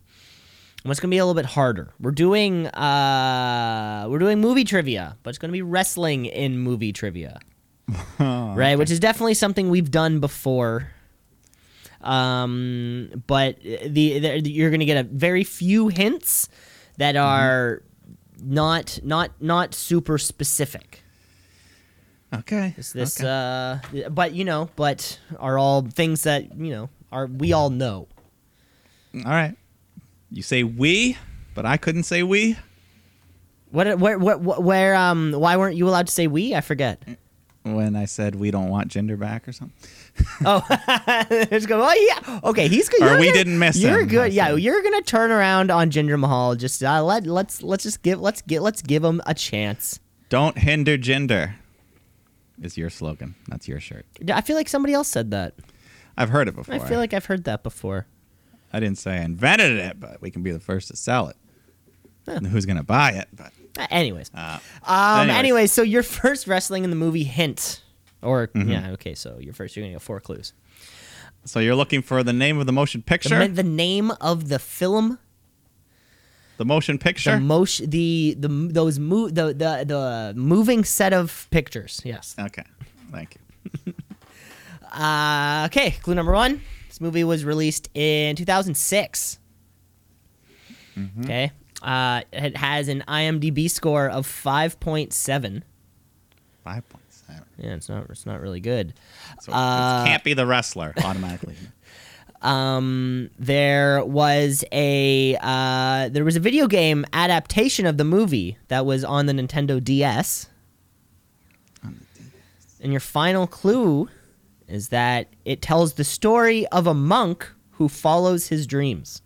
[SPEAKER 1] and it's gonna be a little bit harder. We're doing uh, we're doing movie trivia, but it's gonna be wrestling in movie trivia,
[SPEAKER 2] Oh,
[SPEAKER 1] right? Which is definitely something we've done before. Um, but the, the you're gonna get a very few hints that are not not not super specific.
[SPEAKER 2] Okay.
[SPEAKER 1] It's this,
[SPEAKER 2] okay.
[SPEAKER 1] uh, but you know, but are all things that you know are we all know.
[SPEAKER 2] All right. You say we, but I couldn't say we.
[SPEAKER 1] What where where, where um why weren't you allowed to say we? I forget.
[SPEAKER 2] when I said we don't want gender back or something.
[SPEAKER 1] Oh, it's going. Oh yeah. Okay, he's good.
[SPEAKER 2] Or
[SPEAKER 1] you're
[SPEAKER 2] we
[SPEAKER 1] gonna-
[SPEAKER 2] didn't miss
[SPEAKER 1] You're
[SPEAKER 2] him, I
[SPEAKER 1] good. Yeah,
[SPEAKER 2] said.
[SPEAKER 1] you're gonna turn around on Jinder Mahal. Just uh, let let's let's just give let's get let's give him a chance.
[SPEAKER 2] Don't hinder gender is your slogan. That's your shirt.
[SPEAKER 1] I feel like somebody else said that.
[SPEAKER 2] I've heard it before.
[SPEAKER 1] I feel like I've heard that before.
[SPEAKER 2] I didn't say I invented it, but we can be the first to sell it. And Who's gonna buy it? But
[SPEAKER 1] Uh, Anyways,
[SPEAKER 2] uh,
[SPEAKER 1] Um,
[SPEAKER 2] Anyways.
[SPEAKER 1] anyway, so your first wrestling in the movie hint, or
[SPEAKER 2] Mm-hmm.
[SPEAKER 1] yeah, okay, so your first you're gonna get four clues.
[SPEAKER 2] so you're looking for the name of the motion
[SPEAKER 1] The,
[SPEAKER 2] picture.
[SPEAKER 1] ma- the name of the film,
[SPEAKER 2] the motion picture.
[SPEAKER 1] the motion, the the those mo- the the the moving set of pictures. Yes.
[SPEAKER 2] okay. Thank you.
[SPEAKER 1] Uh, okay, clue number one. This movie was released in 2006. Okay. Uh, it has an IMDb score of 5.7.
[SPEAKER 2] Five points. I don't-
[SPEAKER 1] Yeah, it's not it's not really good.
[SPEAKER 2] So
[SPEAKER 1] Uh,
[SPEAKER 2] it can't be the wrestler automatically.
[SPEAKER 1] um, there was a uh, there was a video game adaptation of the movie that was on the Nintendo DS. And your final clue is that it tells the story of a monk who follows his dreams.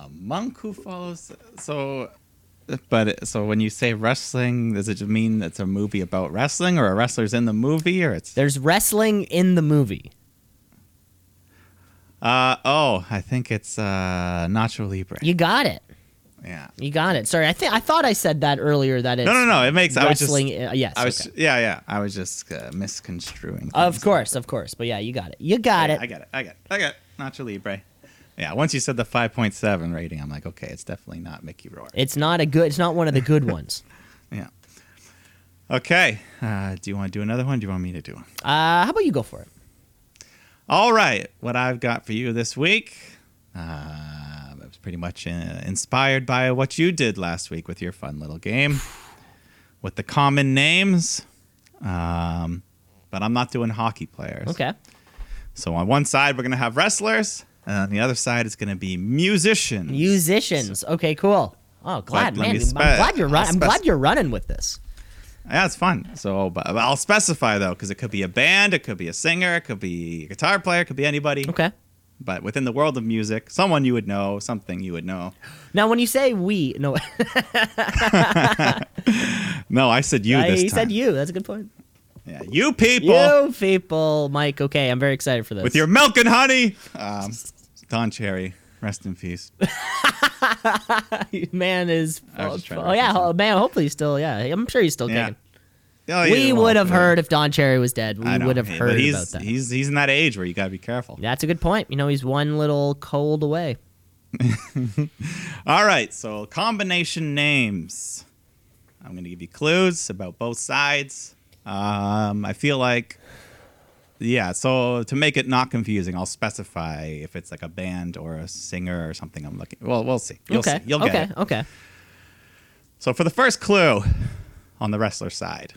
[SPEAKER 2] a monk who follows. So But it- so when you say wrestling, does it mean it's a movie about wrestling, or a wrestler's in the movie, or it's?
[SPEAKER 1] There's wrestling in the movie.
[SPEAKER 2] Uh oh, I think it's uh Nacho Libre.
[SPEAKER 1] You got it.
[SPEAKER 2] Yeah.
[SPEAKER 1] You got it. Sorry, I think I thought I said that earlier. That it's
[SPEAKER 2] No, no, no. It makes. I was just.
[SPEAKER 1] wrestling. uh, yes,
[SPEAKER 2] I was.
[SPEAKER 1] okay.
[SPEAKER 2] Yeah, yeah. I was just uh, misconstruing.
[SPEAKER 1] Of
[SPEAKER 2] things.
[SPEAKER 1] course, of course. But yeah, you got it. You got
[SPEAKER 2] Yeah,
[SPEAKER 1] it.
[SPEAKER 2] I got it. I got it. I got it. Nacho Libre. Yeah. Once you said the 5.7 rating, I'm like, okay, it's definitely not Mickey Rourke.
[SPEAKER 1] It's not a good. It's not one of the good ones.
[SPEAKER 2] yeah. Okay. Uh, do you want to do another one? Do you want me to do one?
[SPEAKER 1] Uh, how about you go for it?
[SPEAKER 2] All right, what I've got for you this week. Uh, it was pretty much uh, inspired by what you did last week with your fun little game with the common names. Um, but I'm not doing hockey players.
[SPEAKER 1] Okay.
[SPEAKER 2] So on one side, we're going to have wrestlers, and on the other side, it's going to be musicians.
[SPEAKER 1] Musicians. Okay, cool. Oh, glad
[SPEAKER 2] let
[SPEAKER 1] man.
[SPEAKER 2] me
[SPEAKER 1] I'm
[SPEAKER 2] spec-
[SPEAKER 1] glad you're
[SPEAKER 2] I'll
[SPEAKER 1] running. I'm
[SPEAKER 2] spec-
[SPEAKER 1] glad you're running with this.
[SPEAKER 2] yeah, it's fun. So but but I'll specify, though, because it could be a band, it could be a singer, it could be a guitar player, it could be anybody.
[SPEAKER 1] Okay.
[SPEAKER 2] But within the world of music, someone you would know, something you would know.
[SPEAKER 1] Now, when you say we, no,
[SPEAKER 2] No, I said you this
[SPEAKER 1] I
[SPEAKER 2] time.
[SPEAKER 1] said you. That's a good point.
[SPEAKER 2] Yeah, you people
[SPEAKER 1] You people, Mike. Okay, I'm very excited for this.
[SPEAKER 2] with your milk and honey. Um, Don Cherry, rest in peace.
[SPEAKER 1] man is.
[SPEAKER 2] I was
[SPEAKER 1] Oh,
[SPEAKER 2] just trying to
[SPEAKER 1] yeah,
[SPEAKER 2] reference
[SPEAKER 1] ho- man. Hopefully, he's still. Yeah, I'm sure he's still
[SPEAKER 2] Yeah.
[SPEAKER 1] kicking.
[SPEAKER 2] Oh, yeah,
[SPEAKER 1] we
[SPEAKER 2] well,
[SPEAKER 1] would have
[SPEAKER 2] yeah.
[SPEAKER 1] heard if Don Cherry was dead. We
[SPEAKER 2] I know,
[SPEAKER 1] would have
[SPEAKER 2] yeah,
[SPEAKER 1] heard
[SPEAKER 2] but he's,
[SPEAKER 1] about that.
[SPEAKER 2] He's he's in that age where you gotta be careful.
[SPEAKER 1] That's a good point. You know, he's one little cold away.
[SPEAKER 2] All right, so combination names. I'm gonna give you clues about both sides. Um, I feel like, yeah. So to make it not confusing, I'll specify if it's like a band or a singer or something. I'm looking. Well, we'll see. You'll
[SPEAKER 1] okay.
[SPEAKER 2] see. You'll
[SPEAKER 1] okay.
[SPEAKER 2] get it.
[SPEAKER 1] Okay.
[SPEAKER 2] So for the first clue on the wrestler side,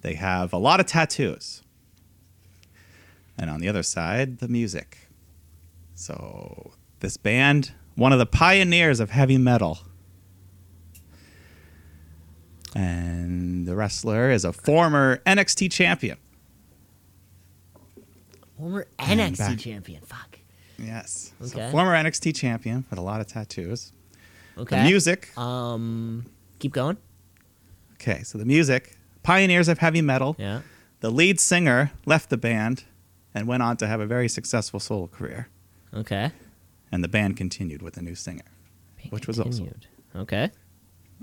[SPEAKER 2] they have a lot of tattoos. And on the other side, the music. So this band, one of the pioneers of heavy metal. And the wrestler is a former NXT champion.
[SPEAKER 1] Former
[SPEAKER 2] And
[SPEAKER 1] NXT
[SPEAKER 2] back.
[SPEAKER 1] champion. Fuck.
[SPEAKER 2] Yes. So
[SPEAKER 1] Okay.
[SPEAKER 2] former NXT champion with a lot of tattoos.
[SPEAKER 1] Okay.
[SPEAKER 2] The music.
[SPEAKER 1] Um, keep going.
[SPEAKER 2] Okay, so the music, pioneers of heavy metal.
[SPEAKER 1] Yeah.
[SPEAKER 2] The lead singer left the band and went on to have a very successful solo career.
[SPEAKER 1] Okay.
[SPEAKER 2] And the band continued with a new singer. Which was also-
[SPEAKER 1] Continued. okay.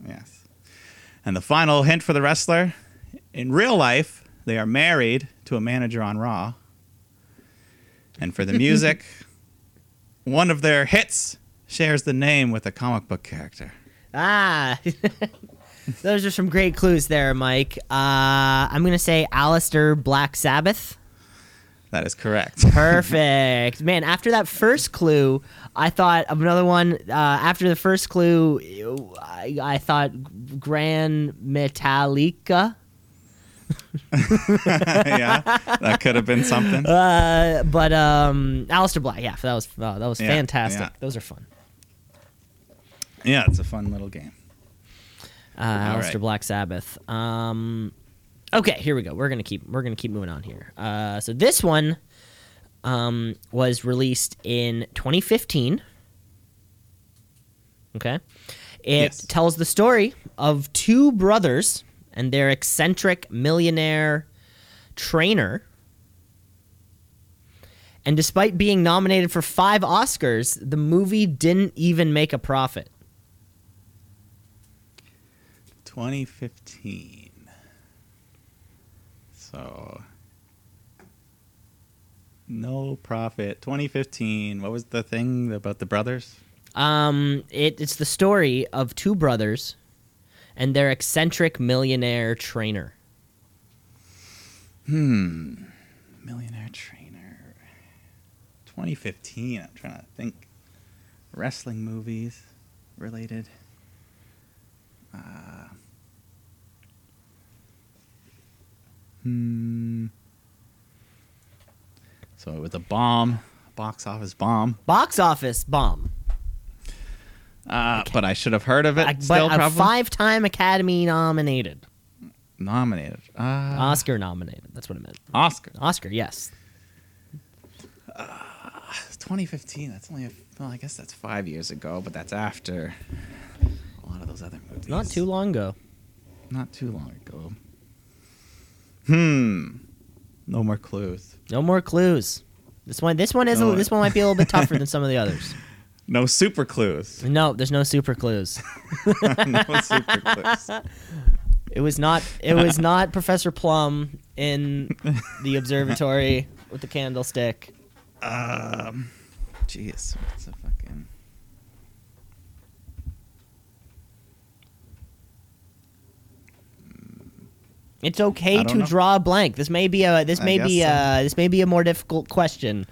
[SPEAKER 2] Yes. And the final hint for the wrestler in real life, they are married to a manager on Raw. And for the music, one of their hits shares the name with a comic book character.
[SPEAKER 1] Ah. Those are some great clues there, Mike. Uh, I'm gonna say Alistair Black Sabbath.
[SPEAKER 2] That is correct.
[SPEAKER 1] Perfect. Man, after that first clue, I thought of another one. Uh, after the first clue, ew, I, I thought Grand Metallica.
[SPEAKER 2] yeah, that could have been something.
[SPEAKER 1] Uh, but um, Alistair Black, yeah, that was oh, that was
[SPEAKER 2] Yeah,
[SPEAKER 1] fantastic.
[SPEAKER 2] yeah.
[SPEAKER 1] Those are fun.
[SPEAKER 2] Yeah, it's a fun little game.
[SPEAKER 1] Uh, Alistair
[SPEAKER 2] right.
[SPEAKER 1] Black Sabbath. Um, okay, here we go. We're gonna keep we're gonna keep moving on here. Uh, so this one um, was released in 2015. Okay, it
[SPEAKER 2] Yes.
[SPEAKER 1] tells the story of two brothers and their eccentric millionaire trainer. And despite being nominated for five Oscars, the movie didn't even make a profit.
[SPEAKER 2] 2015. So no profit. 2015. What was the thing about the brothers?
[SPEAKER 1] Um, it, it's the story of two brothers and their eccentric millionaire trainer.
[SPEAKER 2] Millionaire trainer. 2015. I'm trying to think. Wrestling movies related. Uh, hmm. So it was a bomb, box office bomb.
[SPEAKER 1] Box office bomb.
[SPEAKER 2] Uh, but I should have heard of it.
[SPEAKER 1] Like,
[SPEAKER 2] still,
[SPEAKER 1] but a
[SPEAKER 2] probably
[SPEAKER 1] five time Academy nominated.
[SPEAKER 2] nominated. Uh,
[SPEAKER 1] Oscar nominated. That's what I meant.
[SPEAKER 2] Oscar.
[SPEAKER 1] Oscar, yes.
[SPEAKER 2] It's 2015. That's only. A, well, I guess that's five years ago, but that's after a lot those other movies?
[SPEAKER 1] Not too long ago.
[SPEAKER 2] Not too long ago. Hmm. No more clues.
[SPEAKER 1] No more clues. This one, this one is
[SPEAKER 2] No.
[SPEAKER 1] a, this one might be a little bit tougher than some of the others.
[SPEAKER 2] No super clues.
[SPEAKER 1] No, there's no super clues.
[SPEAKER 2] no super clues.
[SPEAKER 1] It was not. It was not Professor Plum in the observatory with the candlestick.
[SPEAKER 2] Um. Jeez. What's a fucking.
[SPEAKER 1] It's
[SPEAKER 2] I
[SPEAKER 1] okay
[SPEAKER 2] don't
[SPEAKER 1] to
[SPEAKER 2] know.
[SPEAKER 1] draw a blank. This may be a. This
[SPEAKER 2] I
[SPEAKER 1] may be
[SPEAKER 2] guess so.
[SPEAKER 1] a. This may be a more difficult question.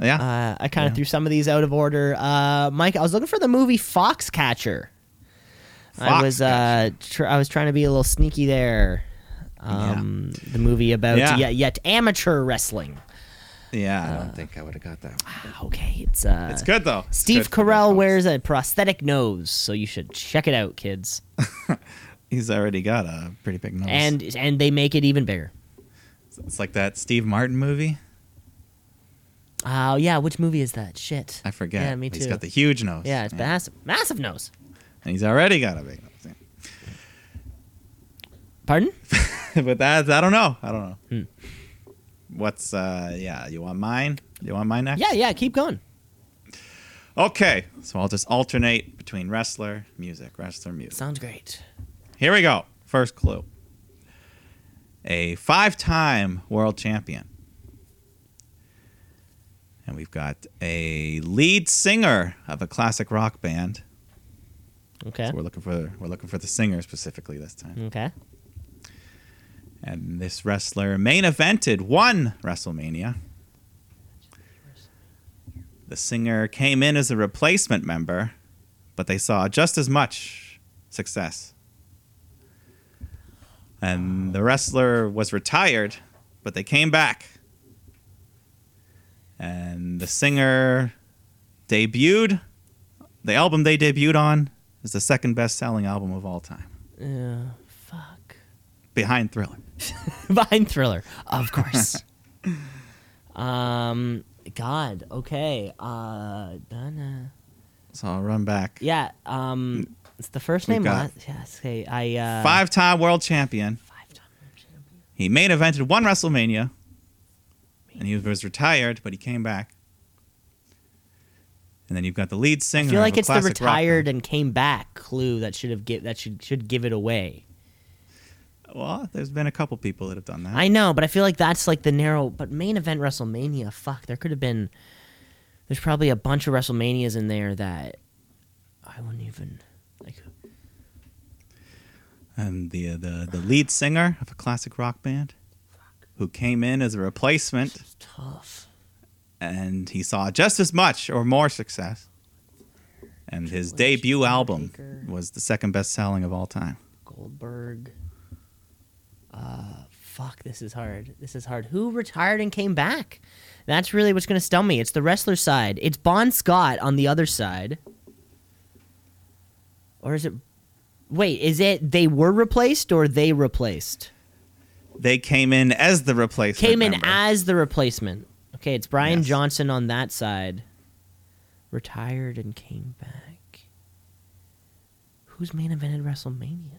[SPEAKER 2] Yeah.
[SPEAKER 1] Uh, I kind of
[SPEAKER 2] Yeah.
[SPEAKER 1] threw some of these out of order. Uh, Mike, I was looking for the movie Foxcatcher. I was uh, tr- I was trying to be a little sneaky there. Um, The movie about
[SPEAKER 2] Yeah.
[SPEAKER 1] yet, yet amateur wrestling.
[SPEAKER 2] yeah. I don't
[SPEAKER 1] uh,
[SPEAKER 2] think I would have got that. One.
[SPEAKER 1] Ah, Okay, it's uh,
[SPEAKER 2] It's good though. It's
[SPEAKER 1] Steve
[SPEAKER 2] good for
[SPEAKER 1] Carell
[SPEAKER 2] folks.
[SPEAKER 1] wears a prosthetic nose, so you should check it out, kids.
[SPEAKER 2] He's already got a pretty big nose.
[SPEAKER 1] And and they make it even bigger.
[SPEAKER 2] it's like that Steve Martin movie.
[SPEAKER 1] Oh yeah, which movie is that? Shit.
[SPEAKER 2] I forget.
[SPEAKER 1] Yeah, me too.
[SPEAKER 2] He's got the huge nose.
[SPEAKER 1] yeah, it's massive, massive nose.
[SPEAKER 2] And he's already got a big nose. Yeah.
[SPEAKER 1] Pardon?
[SPEAKER 2] but that's I don't know. I don't know. What's uh yeah, you want mine? You want mine next?
[SPEAKER 1] Yeah, yeah. Keep going.
[SPEAKER 2] Okay. So I'll just alternate between wrestler, music, wrestler, music.
[SPEAKER 1] Sounds great.
[SPEAKER 2] Here we go. First clue. A five-time world champion. And we've got a lead singer of a classic rock band.
[SPEAKER 1] Okay.
[SPEAKER 2] So we're looking for we're looking for the singer specifically this time.
[SPEAKER 1] Okay.
[SPEAKER 2] And this wrestler main evented one WrestleMania. The singer came in as a replacement member, but they saw just as much success. And the wrestler was retired, but they came back. And the singer debuted. The album they debuted on is the second best selling album of all time,
[SPEAKER 1] Uh, fuck.
[SPEAKER 2] behind Thriller.
[SPEAKER 1] Vine thriller, of course. um, God. Okay. Uh, Donna.
[SPEAKER 2] So I'll run back.
[SPEAKER 1] Yeah. Um, it's the first
[SPEAKER 2] We've
[SPEAKER 1] name.
[SPEAKER 2] got-
[SPEAKER 1] last- Yeah. Okay. I uh,
[SPEAKER 2] five time world champion.
[SPEAKER 1] Five times.
[SPEAKER 2] He main evented one WrestleMania, and he was retired, but he came back. And then you've got the lead singer.
[SPEAKER 1] I feel
[SPEAKER 2] of
[SPEAKER 1] like
[SPEAKER 2] a
[SPEAKER 1] it's the
[SPEAKER 2] classic rock
[SPEAKER 1] retired and came back clue that should have give that should should give it away.
[SPEAKER 2] band. Well, there's been a couple people that have done that.
[SPEAKER 1] I know, but I feel like that's like the narrow. But main event WrestleMania, fuck, there could have been. There's probably a bunch of WrestleManias in there that I wouldn't even like.
[SPEAKER 2] and the, uh, the the lead singer of a classic rock band, who came in as a replacement,
[SPEAKER 1] It's tough.
[SPEAKER 2] and he saw just as much or more success. And his debut album was the second best selling of all time.
[SPEAKER 1] Goldberg. Uh, fuck, this is hard. This is hard. Who retired and came back? That's really what's going to stun me. It's the wrestler side. It's Bon Scott on the other side. Or is it. Wait, is it they were replaced or they replaced?
[SPEAKER 2] They came in as the replacement.
[SPEAKER 1] Came in
[SPEAKER 2] member.
[SPEAKER 1] as the replacement. Okay, it's Brian
[SPEAKER 2] Yes.
[SPEAKER 1] Johnson on that side. Retired and came back. Who's main evented WrestleMania?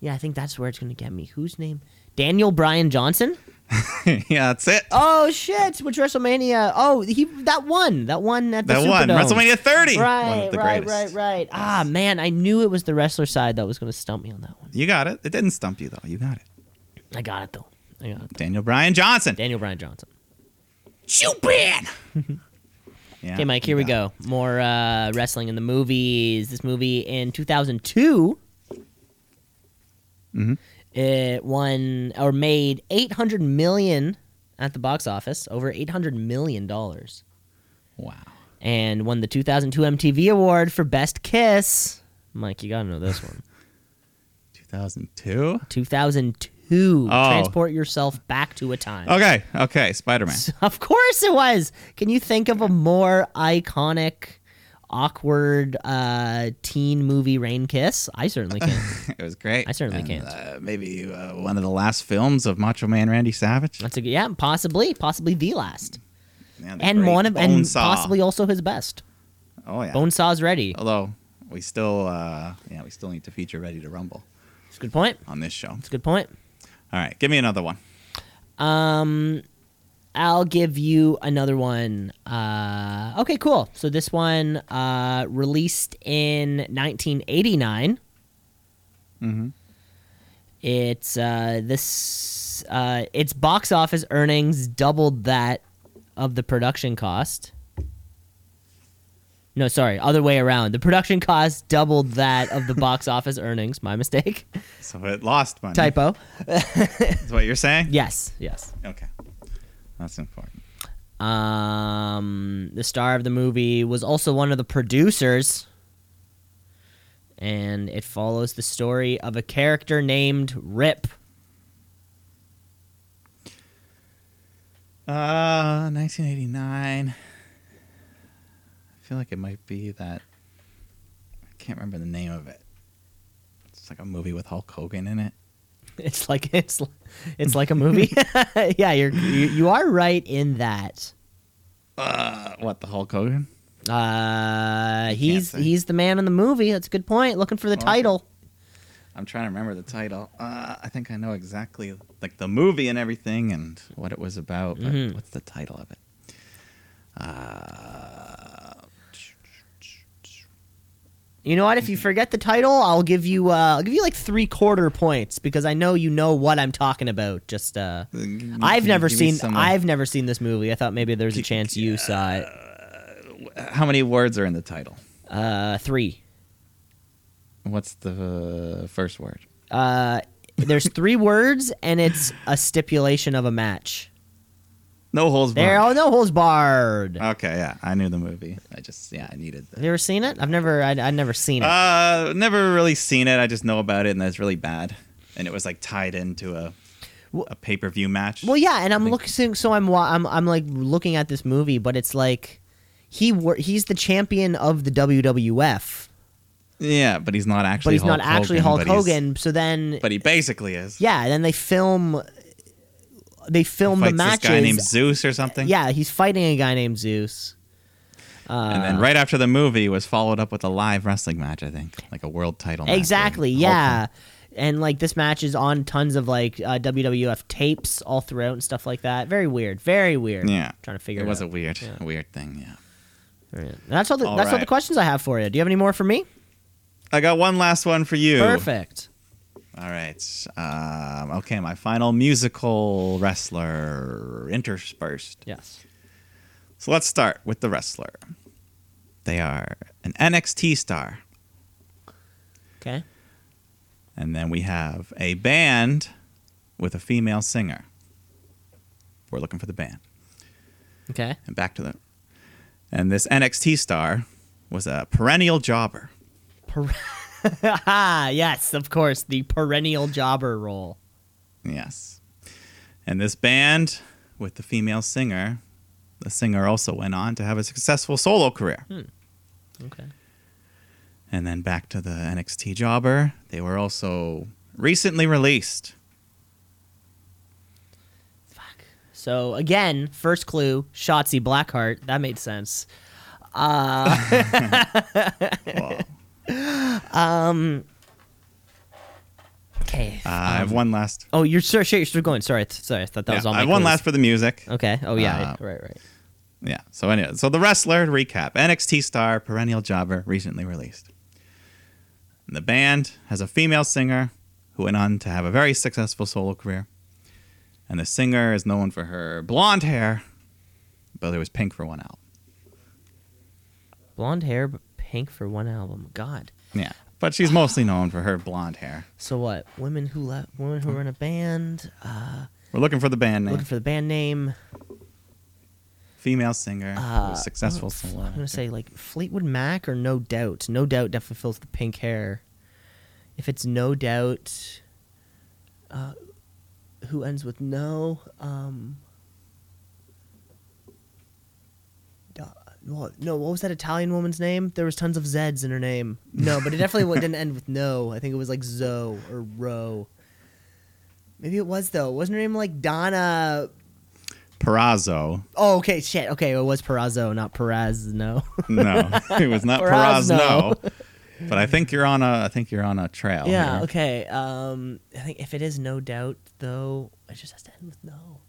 [SPEAKER 1] Yeah, I think that's where it's going to get me. Whose name? Daniel Bryan Johnson?
[SPEAKER 2] yeah, that's it.
[SPEAKER 1] Oh shit! Which WrestleMania? Oh, he that one, that one at the
[SPEAKER 2] that one,
[SPEAKER 1] Superdome.
[SPEAKER 2] WrestleMania 30. one
[SPEAKER 1] Right,
[SPEAKER 2] of the
[SPEAKER 1] right, right,
[SPEAKER 2] greatest.
[SPEAKER 1] right. Ah man, I knew it was the wrestler side that was going to stump me on that one.
[SPEAKER 2] You got it. It didn't stump you though. You got it.
[SPEAKER 1] I got it though. I got it.
[SPEAKER 2] Daniel Bryan Johnson.
[SPEAKER 1] Daniel Bryan Johnson.
[SPEAKER 2] Jupan. yeah,
[SPEAKER 1] Okay, Mike, here
[SPEAKER 2] you
[SPEAKER 1] we
[SPEAKER 2] got it.
[SPEAKER 1] go. More uh, wrestling in the movies. This movie in 2002
[SPEAKER 2] Mm-hmm.
[SPEAKER 1] it won or made 800 million at the box office, over 800 million dollars,
[SPEAKER 2] Wow.
[SPEAKER 1] and won the 2002 MTV Award for Best Kiss. Mike, you gotta know this one.
[SPEAKER 2] 2002.
[SPEAKER 1] 2002.
[SPEAKER 2] Oh.
[SPEAKER 1] Transport yourself back to a time.
[SPEAKER 2] Okay. Okay. Spider Man.
[SPEAKER 1] Of course it was. Can you think of a more iconic, awkward uh, teen movie rain kiss? I certainly can.
[SPEAKER 2] it was great.
[SPEAKER 1] I certainly
[SPEAKER 2] And,
[SPEAKER 1] can't.
[SPEAKER 2] Uh, maybe uh, one of the last films of Macho Man Randy Savage.
[SPEAKER 1] That's a good, yeah, possibly, possibly the last,
[SPEAKER 2] Yeah, the
[SPEAKER 1] and
[SPEAKER 2] great
[SPEAKER 1] one of,
[SPEAKER 2] Bone
[SPEAKER 1] and
[SPEAKER 2] Saw.
[SPEAKER 1] possibly also his best.
[SPEAKER 2] Oh yeah.
[SPEAKER 1] Bone Saw's ready.
[SPEAKER 2] Although we still uh, yeah we still need to feature Ready to Rumble
[SPEAKER 1] It's a good point.
[SPEAKER 2] on this show.
[SPEAKER 1] It's a good point.
[SPEAKER 2] All right, give me another one.
[SPEAKER 1] Um, I'll give you another one. Uh, okay, cool. So this one uh, released in 1989.
[SPEAKER 2] Mm-hmm.
[SPEAKER 1] It's uh, this. Uh, its box office earnings doubled that of the production cost. No, sorry, other way around. The production cost doubled that of the box office earnings. My mistake.
[SPEAKER 2] So it lost money.
[SPEAKER 1] Typo.
[SPEAKER 2] That's what you're saying.
[SPEAKER 1] Yes, yes.
[SPEAKER 2] Okay, that's important.
[SPEAKER 1] Um, the star of the movie was also one of the producers, and it follows the story of a character named Rip.
[SPEAKER 2] Uh, 1989. I feel like it might be that. I can't remember the name of it. It's like a movie with Hulk Hogan in it.
[SPEAKER 1] It's like it's it's like a movie. yeah, you're you, you are right in that.
[SPEAKER 2] Uh, what the Hulk Hogan?
[SPEAKER 1] Uh, he's
[SPEAKER 2] say.
[SPEAKER 1] he's the man in the movie. That's a good point. Looking for the
[SPEAKER 2] Okay.
[SPEAKER 1] title.
[SPEAKER 2] I'm trying to remember the title. Uh, I think I know exactly like the movie and everything and what it was about. But
[SPEAKER 1] Mhm.
[SPEAKER 2] What's the title of it? Uh,
[SPEAKER 1] You know what? If you forget the title, I'll give you uh, I'll give you like three quarter points because I know you know what I'm talking about. Just uh, I've never
[SPEAKER 2] Give me
[SPEAKER 1] seen
[SPEAKER 2] some, uh,
[SPEAKER 1] I've never seen this movie. I thought maybe there's a chance you saw it.
[SPEAKER 2] How many words are in the title?
[SPEAKER 1] Uh, three.
[SPEAKER 2] What's the first word?
[SPEAKER 1] Uh, there's three words and it's a stipulation of a match.
[SPEAKER 2] No holes
[SPEAKER 1] There,
[SPEAKER 2] barred.
[SPEAKER 1] oh no, holds barred.
[SPEAKER 2] Okay, yeah, I knew the movie. I just yeah, I needed.
[SPEAKER 1] Have you ever seen it? I've never I, I've never seen it.
[SPEAKER 2] Uh, never really seen it. I just know about it, and that's really bad. And it was like tied into a a pay per view match.
[SPEAKER 1] Well, yeah, and I'm
[SPEAKER 2] think-
[SPEAKER 1] looking. So I'm, wa- I'm, I'm like looking at this movie, but it's like he wor- he's the champion of the WWF,
[SPEAKER 2] yeah, but he's not
[SPEAKER 1] but
[SPEAKER 2] actually.
[SPEAKER 1] he's
[SPEAKER 2] Hulk
[SPEAKER 1] not actually Hulk
[SPEAKER 2] Hogan, but he's-
[SPEAKER 1] Hogan. So then,
[SPEAKER 2] But he basically is.
[SPEAKER 1] yeah, then they film, they film the
[SPEAKER 2] Fights
[SPEAKER 1] matches.
[SPEAKER 2] this guy named Zeus or something.
[SPEAKER 1] yeah, he's fighting a guy named Zeus.
[SPEAKER 2] and then right after the movie was followed up with a live wrestling match. I think like a world title. match.
[SPEAKER 1] Exactly.
[SPEAKER 2] Hulk
[SPEAKER 1] Yeah. And like this match is on tons of like uh, WWF tapes all throughout and stuff like that. Very weird. Very weird.
[SPEAKER 2] Hogan. Yeah.
[SPEAKER 1] Trying to figure
[SPEAKER 2] it
[SPEAKER 1] it,
[SPEAKER 2] was a
[SPEAKER 1] out.
[SPEAKER 2] weird, a weird thing. Yeah.
[SPEAKER 1] Alright. That's all. The,
[SPEAKER 2] All
[SPEAKER 1] that's all
[SPEAKER 2] right.
[SPEAKER 1] the questions I have for you. Do you have any more for me?
[SPEAKER 2] I got one last one for you.
[SPEAKER 1] Perfect.
[SPEAKER 2] All right. Um, okay, my final musical wrestler interspersed.
[SPEAKER 1] Yes.
[SPEAKER 2] So let's start with the wrestler. They are an NXT star.
[SPEAKER 1] Okay.
[SPEAKER 2] And then we have a band with a female singer. We're looking for the band.
[SPEAKER 1] Okay.
[SPEAKER 2] And back to them. And this NXT star was a perennial jobber.
[SPEAKER 1] Ah, yes, of course, the perennial jobber role.
[SPEAKER 2] Yes. And this band with the female singer, the singer also went on to have a successful solo career.
[SPEAKER 1] Okay.
[SPEAKER 2] And then back to the NXT jobber. They were also recently released.
[SPEAKER 1] So again, first clue, Shotzi Blackheart. That made sense. Uh,
[SPEAKER 2] Whoa.
[SPEAKER 1] um, Okay.
[SPEAKER 2] Uh, I have one last.
[SPEAKER 1] oh, you're sure, sure you're still going. Sorry, th- sorry. I thought that was
[SPEAKER 2] yeah,
[SPEAKER 1] all.
[SPEAKER 2] I
[SPEAKER 1] My
[SPEAKER 2] have one
[SPEAKER 1] clues.
[SPEAKER 2] last for the music.
[SPEAKER 1] Okay. Oh yeah.
[SPEAKER 2] Uh,
[SPEAKER 1] right. Right.
[SPEAKER 2] Yeah. So anyway, so the wrestler to recap: NXT star, perennial jobber, recently released. And the band has a female singer who went on to have a very successful solo career. And the singer is known for her blonde hair, but it was pink for one album.
[SPEAKER 1] Blonde hair, but pink for one album. God.
[SPEAKER 2] Yeah, but she's mostly known for her blonde hair.
[SPEAKER 1] So what? Women who left. Women who were in a band. Uh,
[SPEAKER 2] We're looking for the band name.
[SPEAKER 1] looking for the band name.
[SPEAKER 2] female singer, who
[SPEAKER 1] Uh,
[SPEAKER 2] was successful
[SPEAKER 1] I'm gonna-
[SPEAKER 2] solo.
[SPEAKER 1] I'm gonna say like Fleetwood Mac or No Doubt. No Doubt definitely fills the pink hair. If it's No Doubt, uh, who ends with no? Um, duh, what- no, what was that Italian woman's name? There was tons of Z's in her name. No, but it definitely wa- didn't end with no. I think it was like Zoe or Ro. Maybe it was though. Wasn't her name like Donna?
[SPEAKER 2] Perazzo.
[SPEAKER 1] Oh, okay, shit. Okay, it was Perazzo, not Peraz. No.
[SPEAKER 2] No, it was not
[SPEAKER 1] Perazzo.
[SPEAKER 2] Perazno. But I think you're on a I think you're on a trail.
[SPEAKER 1] Yeah.
[SPEAKER 2] here.
[SPEAKER 1] Okay. Um, I think if it is no doubt, though, it just has to end with no.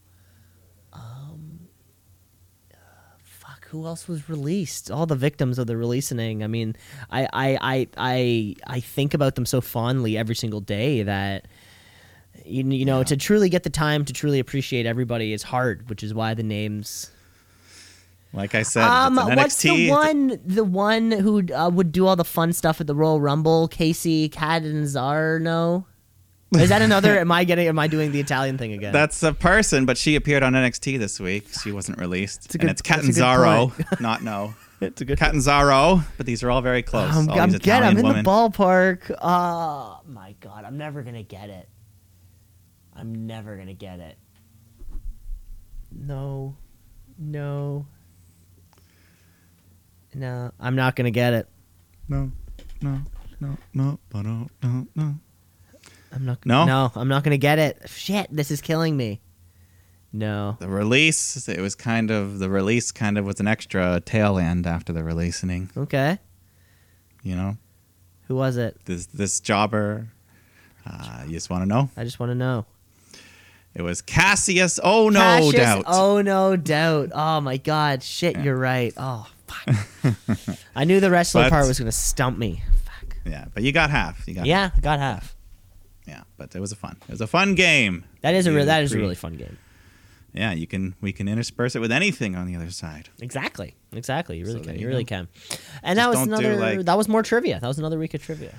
[SPEAKER 1] Um, uh, fuck. Who else was released? All the victims of the releasing. I mean, I, I, I, I, I think about them so fondly every single day that. You, you know, to truly get the time to truly appreciate everybody is hard, which is why the names
[SPEAKER 2] Like I said,
[SPEAKER 1] um,
[SPEAKER 2] it's an NXT.
[SPEAKER 1] what's the
[SPEAKER 2] it's a-
[SPEAKER 1] one? The one who uh, would do all the fun stuff at the Royal Rumble, Casey Catanzaro. Is that another? am I getting? Am I doing the Italian thing again?
[SPEAKER 2] That's a person, but she appeared on NXT this week. She wasn't released.
[SPEAKER 1] a good-
[SPEAKER 2] and it's
[SPEAKER 1] that's a good
[SPEAKER 2] Catanzaro, not no.
[SPEAKER 1] It's a good.
[SPEAKER 2] Catanzaro, but these are all very close.
[SPEAKER 1] Um, I'm,
[SPEAKER 2] all
[SPEAKER 1] I'm
[SPEAKER 2] these
[SPEAKER 1] get- I'm
[SPEAKER 2] Italian
[SPEAKER 1] in
[SPEAKER 2] women.
[SPEAKER 1] the ballpark. Oh my god! I'm never gonna get it. I'm never gonna get it. No, no, no. I'm not gonna get it.
[SPEAKER 2] No, no, no, no, no, no, no.
[SPEAKER 1] I'm not.
[SPEAKER 2] No?
[SPEAKER 1] No, I'm not gonna get it. Shit! This is killing me. No.
[SPEAKER 2] The release, it was kind of, the release kind of was an extra tail end after the releasing,
[SPEAKER 1] Okay.
[SPEAKER 2] you know?
[SPEAKER 1] Who was it?
[SPEAKER 2] This, this jobber, uh, you just want to know?
[SPEAKER 1] I just want to know.
[SPEAKER 2] It was Cassius, oh no
[SPEAKER 1] Cassius,
[SPEAKER 2] doubt.
[SPEAKER 1] Oh no doubt. Oh my god. Shit, you're right. Oh fuck. I knew the wrestler
[SPEAKER 2] But-
[SPEAKER 1] part was gonna stump me. Fuck.
[SPEAKER 2] Yeah, but you got half. You got half.
[SPEAKER 1] Yeah, got half.
[SPEAKER 2] Yeah, but it was a fun, it was a fun game.
[SPEAKER 1] That is a
[SPEAKER 2] You
[SPEAKER 1] re- that is a
[SPEAKER 2] agree.
[SPEAKER 1] really fun game.
[SPEAKER 2] Yeah, you can, we can intersperse it with anything on the other side.
[SPEAKER 1] Exactly. Exactly. You really
[SPEAKER 2] So there
[SPEAKER 1] can. You,
[SPEAKER 2] you
[SPEAKER 1] really
[SPEAKER 2] go.
[SPEAKER 1] can. And that was
[SPEAKER 2] don't do,
[SPEAKER 1] another.
[SPEAKER 2] like-
[SPEAKER 1] that was more trivia. That was another week of trivia.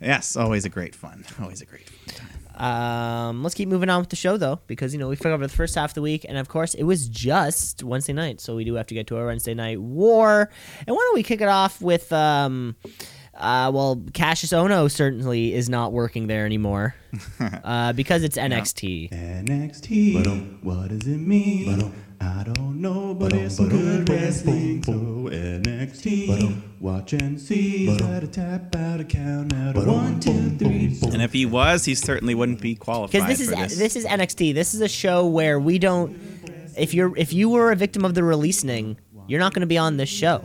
[SPEAKER 2] Yes, always a great fun. Always a great fun.
[SPEAKER 1] Um, let's keep moving on with the show though, because you know we figured over the first half of the week, and of course it was just Wednesday night, so we do have to get to our Wednesday night war. And why don't we kick it off with, um, uh, well, Cassius Ono certainly is not working there anymore, uh, because it's NXT.
[SPEAKER 4] NXT. What does it mean? I don't know, but it's some good wrestling. So NXT. Watch and see. Is that a tap out a count out of one, two, three?
[SPEAKER 2] And if he was, he certainly wouldn't be qualified
[SPEAKER 1] because this is uh,
[SPEAKER 2] for
[SPEAKER 1] this.
[SPEAKER 2] this.
[SPEAKER 1] is NXT. This is a show where we don't. If you're if you were a victim of the releasing, you're not going to be on this show.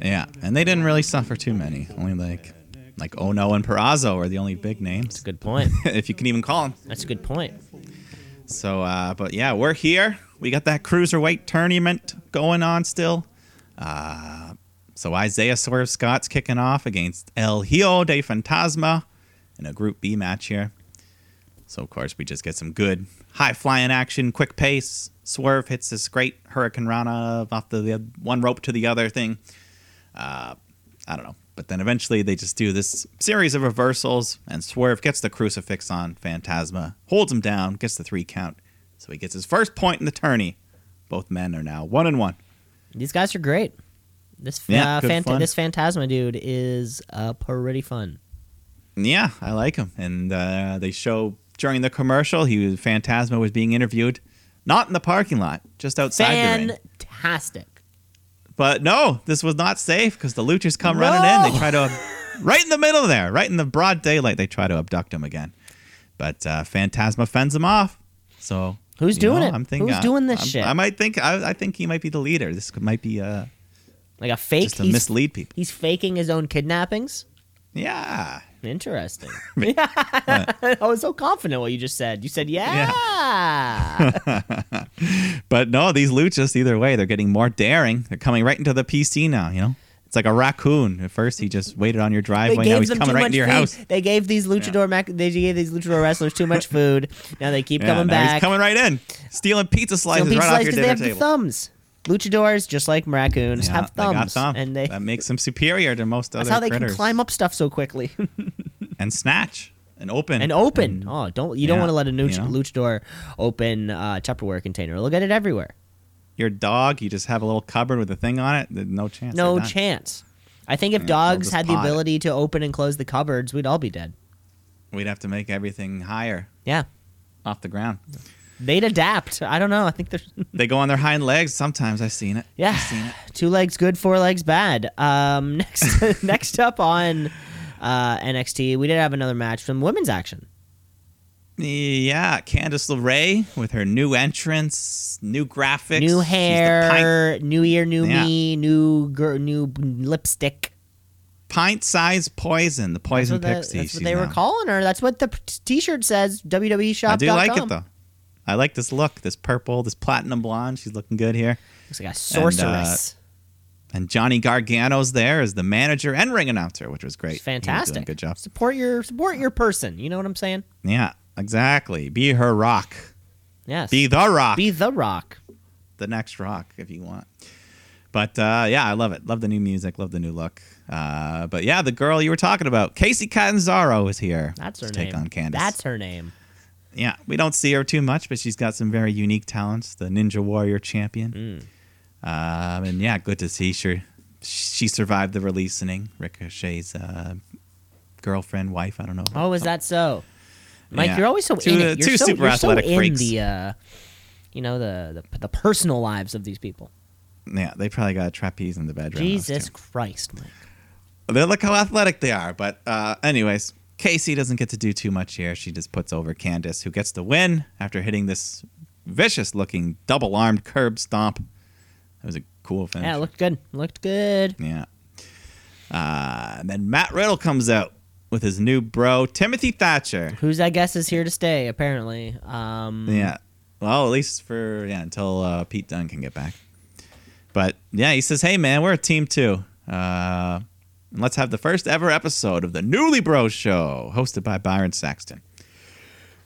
[SPEAKER 2] Yeah, and they didn't really suffer too many. Only like, like Ono and Perazzo are the only big names,
[SPEAKER 1] Good point.
[SPEAKER 2] if you can even call them.
[SPEAKER 1] That's a good point.
[SPEAKER 2] So, uh, but yeah, we're here. We got that cruiserweight tournament going on still. Uh, so Isaiah Swerve Scott's kicking off against El Hijo de Fantasma in a Group B match here. So of course we just get some good high flying action, quick pace. Swerve hits this great Hurricane Rana off the, the one rope to the other thing. Uh, I don't know. But then eventually they just do this series of reversals, and Swerve gets the crucifix on Phantasma, holds him down, gets the three count. So he gets his first point in the tourney. Both men are now one and one.
[SPEAKER 1] These guys are great. This
[SPEAKER 2] Yeah,
[SPEAKER 1] uh,
[SPEAKER 2] good
[SPEAKER 1] Phant-
[SPEAKER 2] fun.
[SPEAKER 1] this Phantasma dude is uh, pretty fun.
[SPEAKER 2] Yeah, I like him. And uh, they show during the commercial, he was, Phantasma was being interviewed, not in the parking lot, just outside the ring.
[SPEAKER 1] Fantastic.
[SPEAKER 2] But no, this was not safe because the Luchas come running in. They try to, right in the middle there, right in the broad daylight, they try to abduct him again. But uh, Phantasma fends him off. So
[SPEAKER 1] Who's
[SPEAKER 2] you
[SPEAKER 1] doing
[SPEAKER 2] know,
[SPEAKER 1] it?
[SPEAKER 2] I'm thinking
[SPEAKER 1] Who's
[SPEAKER 2] I-
[SPEAKER 1] doing this
[SPEAKER 2] I'm-
[SPEAKER 1] shit?
[SPEAKER 2] I might think I, I think he might be the leader. This could- might be uh,
[SPEAKER 1] Like a fake.
[SPEAKER 2] just to
[SPEAKER 1] he's,
[SPEAKER 2] mislead people.
[SPEAKER 1] he's faking his own kidnappings.
[SPEAKER 2] Yeah,
[SPEAKER 1] Interesting. I was so confident what you just said. You said yeah.
[SPEAKER 2] but no, these Luchas either way, they're getting more daring. They're coming right into the PC now. You know, it's like a raccoon. At first, he just waited on your
[SPEAKER 1] They
[SPEAKER 2] driveway.
[SPEAKER 1] gave
[SPEAKER 2] Now he's
[SPEAKER 1] them too
[SPEAKER 2] coming right
[SPEAKER 1] much
[SPEAKER 2] into your
[SPEAKER 1] food.
[SPEAKER 2] house.
[SPEAKER 1] They gave these luchador mac- they gave these luchador wrestlers too much food. Now they keep
[SPEAKER 2] Yeah,
[SPEAKER 1] coming
[SPEAKER 2] now
[SPEAKER 1] back.
[SPEAKER 2] He's coming right in, stealing pizza
[SPEAKER 1] Some
[SPEAKER 2] slices
[SPEAKER 1] people
[SPEAKER 2] right
[SPEAKER 1] slice
[SPEAKER 2] off your
[SPEAKER 1] 'cause
[SPEAKER 2] dinner
[SPEAKER 1] they have
[SPEAKER 2] table.
[SPEAKER 1] the thumbs. Luchadors, just like raccoons,
[SPEAKER 2] Yeah,
[SPEAKER 1] have
[SPEAKER 2] they
[SPEAKER 1] thumbs,
[SPEAKER 2] got thumb.
[SPEAKER 1] and they.
[SPEAKER 2] that makes them superior to most
[SPEAKER 1] that's
[SPEAKER 2] other
[SPEAKER 1] how they
[SPEAKER 2] critters.
[SPEAKER 1] can climb up stuff so quickly.
[SPEAKER 2] and snatch and open
[SPEAKER 1] and open. oh, don't you don't
[SPEAKER 2] Mm-hmm. yeah,
[SPEAKER 1] want to let a new
[SPEAKER 2] you know?
[SPEAKER 1] luchador open uh, Tupperware container. Look at it everywhere.
[SPEAKER 2] your dog. You just have a little cupboard with a thing on it. there's No chance.
[SPEAKER 1] no
[SPEAKER 2] they're done.
[SPEAKER 1] chance. I think if
[SPEAKER 2] they'll
[SPEAKER 1] dogs
[SPEAKER 2] just
[SPEAKER 1] had the
[SPEAKER 2] pot it.
[SPEAKER 1] ability to open and close the cupboards, we'd all be dead.
[SPEAKER 2] We'd have to make everything higher
[SPEAKER 1] Yeah,
[SPEAKER 2] off the ground.
[SPEAKER 1] they'd adapt. I don't know. I think there's
[SPEAKER 2] They go on their hind legs. Sometimes I've seen it.
[SPEAKER 1] yeah, two legs good, four legs bad. Um, next next up on uh, NXT, we did have another match from women's action.
[SPEAKER 2] Yeah, Candice LeRae with her new entrance, new graphics,
[SPEAKER 1] New
[SPEAKER 2] She's the
[SPEAKER 1] hair, new year, new
[SPEAKER 2] Yeah.
[SPEAKER 1] me, new girl, new lipstick.
[SPEAKER 2] pint, pint-sized poison, the poison
[SPEAKER 1] That's what, the-
[SPEAKER 2] pixie.
[SPEAKER 1] that's what
[SPEAKER 2] she's
[SPEAKER 1] they were
[SPEAKER 2] now.
[SPEAKER 1] calling her. That's what the p- T-shirt says. WWE shop.
[SPEAKER 2] I do like it though. I like this look, this purple, this platinum blonde. She's looking good here.
[SPEAKER 1] Looks like a sorceress.
[SPEAKER 2] And Johnny Gargano's there as the manager and ring announcer, which was great.
[SPEAKER 1] it's
[SPEAKER 2] He was doing
[SPEAKER 1] fantastic.
[SPEAKER 2] a Good job.
[SPEAKER 1] Support your support your person. You know what I'm saying?
[SPEAKER 2] Yeah, exactly. Be her rock.
[SPEAKER 1] Yes.
[SPEAKER 2] Be the rock.
[SPEAKER 1] Be the Rock.
[SPEAKER 2] the next rock if you want. But uh, yeah, I love it. Love the new music. Love the new look. Uh, but yeah, the girl you were talking about, Casey Catanzaro, is here.
[SPEAKER 1] That's
[SPEAKER 2] to
[SPEAKER 1] her
[SPEAKER 2] take
[SPEAKER 1] name.
[SPEAKER 2] on Candace.
[SPEAKER 1] That's her name.
[SPEAKER 2] yeah, we don't see her too much, but she's got some very unique talents. The Ninja Warrior
[SPEAKER 1] Mm.
[SPEAKER 2] champion. Um, and yeah, good to see she she survived the releasing. Ricochet's uh, girlfriend, wife. I don't know.
[SPEAKER 1] Oh, is that so? Mike,
[SPEAKER 2] Yeah.
[SPEAKER 1] you're always so
[SPEAKER 2] Two-
[SPEAKER 1] in it. You're
[SPEAKER 2] two
[SPEAKER 1] so,
[SPEAKER 2] super
[SPEAKER 1] you're
[SPEAKER 2] athletic
[SPEAKER 1] so in
[SPEAKER 2] freaks.
[SPEAKER 1] the, uh, you know, the, the the personal lives of these people.
[SPEAKER 2] Yeah, they probably got a trapeze in the bedroom. those two.
[SPEAKER 1] Jesus Christ, Mike.
[SPEAKER 2] They look how athletic they are. But uh, anyways, Casey doesn't get to do too much here. She just puts over Candace, who gets the win after hitting this vicious-looking double-armed curb stomp. That was a cool finish.
[SPEAKER 1] Yeah, it looked good. Looked good.
[SPEAKER 2] Yeah. Uh, and then Matt Riddle comes out with his new bro, Timothy Thatcher.
[SPEAKER 1] Who's I guess is here to stay. Apparently. Um,
[SPEAKER 2] Yeah. Well, at least for yeah until uh, Pete Dunne can get back. But yeah, he says, "Hey man, we're a team too. Uh, and let's have the first ever episode of the Newly Bro Show, hosted by Byron Saxton." So,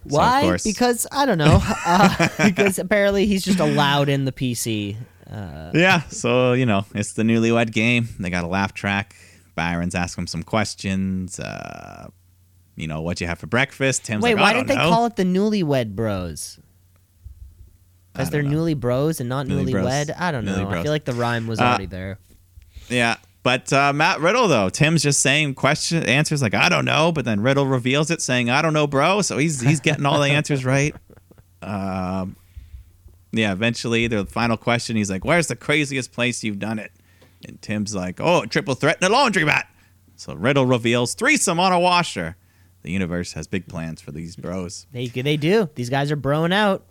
[SPEAKER 2] of
[SPEAKER 1] Why?
[SPEAKER 2] course-
[SPEAKER 1] because I don't know. Uh, because apparently he's just allowed in the PC.
[SPEAKER 2] yeah, so you know it's the newlywed game. They got a laugh track. Byron's asking him some questions. Uh, you know what you have for breakfast. Tim's
[SPEAKER 1] Wait,
[SPEAKER 2] like,
[SPEAKER 1] why
[SPEAKER 2] "I don't
[SPEAKER 1] didn't they
[SPEAKER 2] know."
[SPEAKER 1] call it the Newlywed Bros? Because they're newly bros and not
[SPEAKER 2] Newly bros.
[SPEAKER 1] newlywed. I don't
[SPEAKER 2] Newly
[SPEAKER 1] know. I
[SPEAKER 2] bros.
[SPEAKER 1] feel like the rhyme was
[SPEAKER 2] Uh,
[SPEAKER 1] already there.
[SPEAKER 2] Yeah. But uh, Matt Riddle though, Tim's just saying question answers like I don't know, but then Riddle reveals it saying I don't know, bro. So he's he's getting all the answers right. Um, yeah. Eventually, the final question, he's like, "Where's the craziest place you've done it?" And Tim's like, "Oh, triple threat in a laundromat." So Riddle reveals threesome on a washer. The universe has big plans for these bros.
[SPEAKER 1] They they do. These guys are broing out.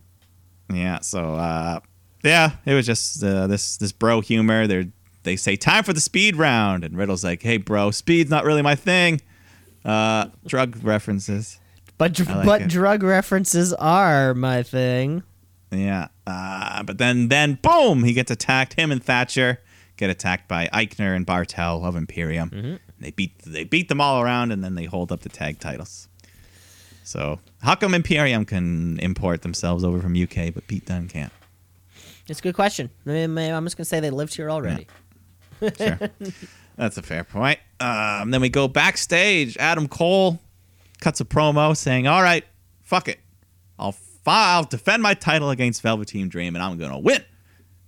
[SPEAKER 2] Yeah. So uh, yeah, it was just uh, this this bro humor. They they say time for the speed round, and Riddle's like, "Hey, bro, speed's not really my thing." Uh, drug references.
[SPEAKER 1] But dr-
[SPEAKER 2] I like
[SPEAKER 1] but
[SPEAKER 2] it.
[SPEAKER 1] drug references are my thing.
[SPEAKER 2] Yeah. Uh, but then then boom, he gets attacked. Him and Thatcher get attacked by Eichner and Bartel of Imperium. They beat they beat them all around, and then they hold up the tag titles. So how come Imperium can import themselves over from UK, but Pete Dunne can't?
[SPEAKER 1] It's a good question. I mean, I'm just gonna say they lived here already.
[SPEAKER 2] Sure. That's a fair point. Um, then we go backstage. Adam Cole cuts a promo saying, All right, fuck it. I'll, fi- I'll defend my title against Velveteen Dream and I'm going to win.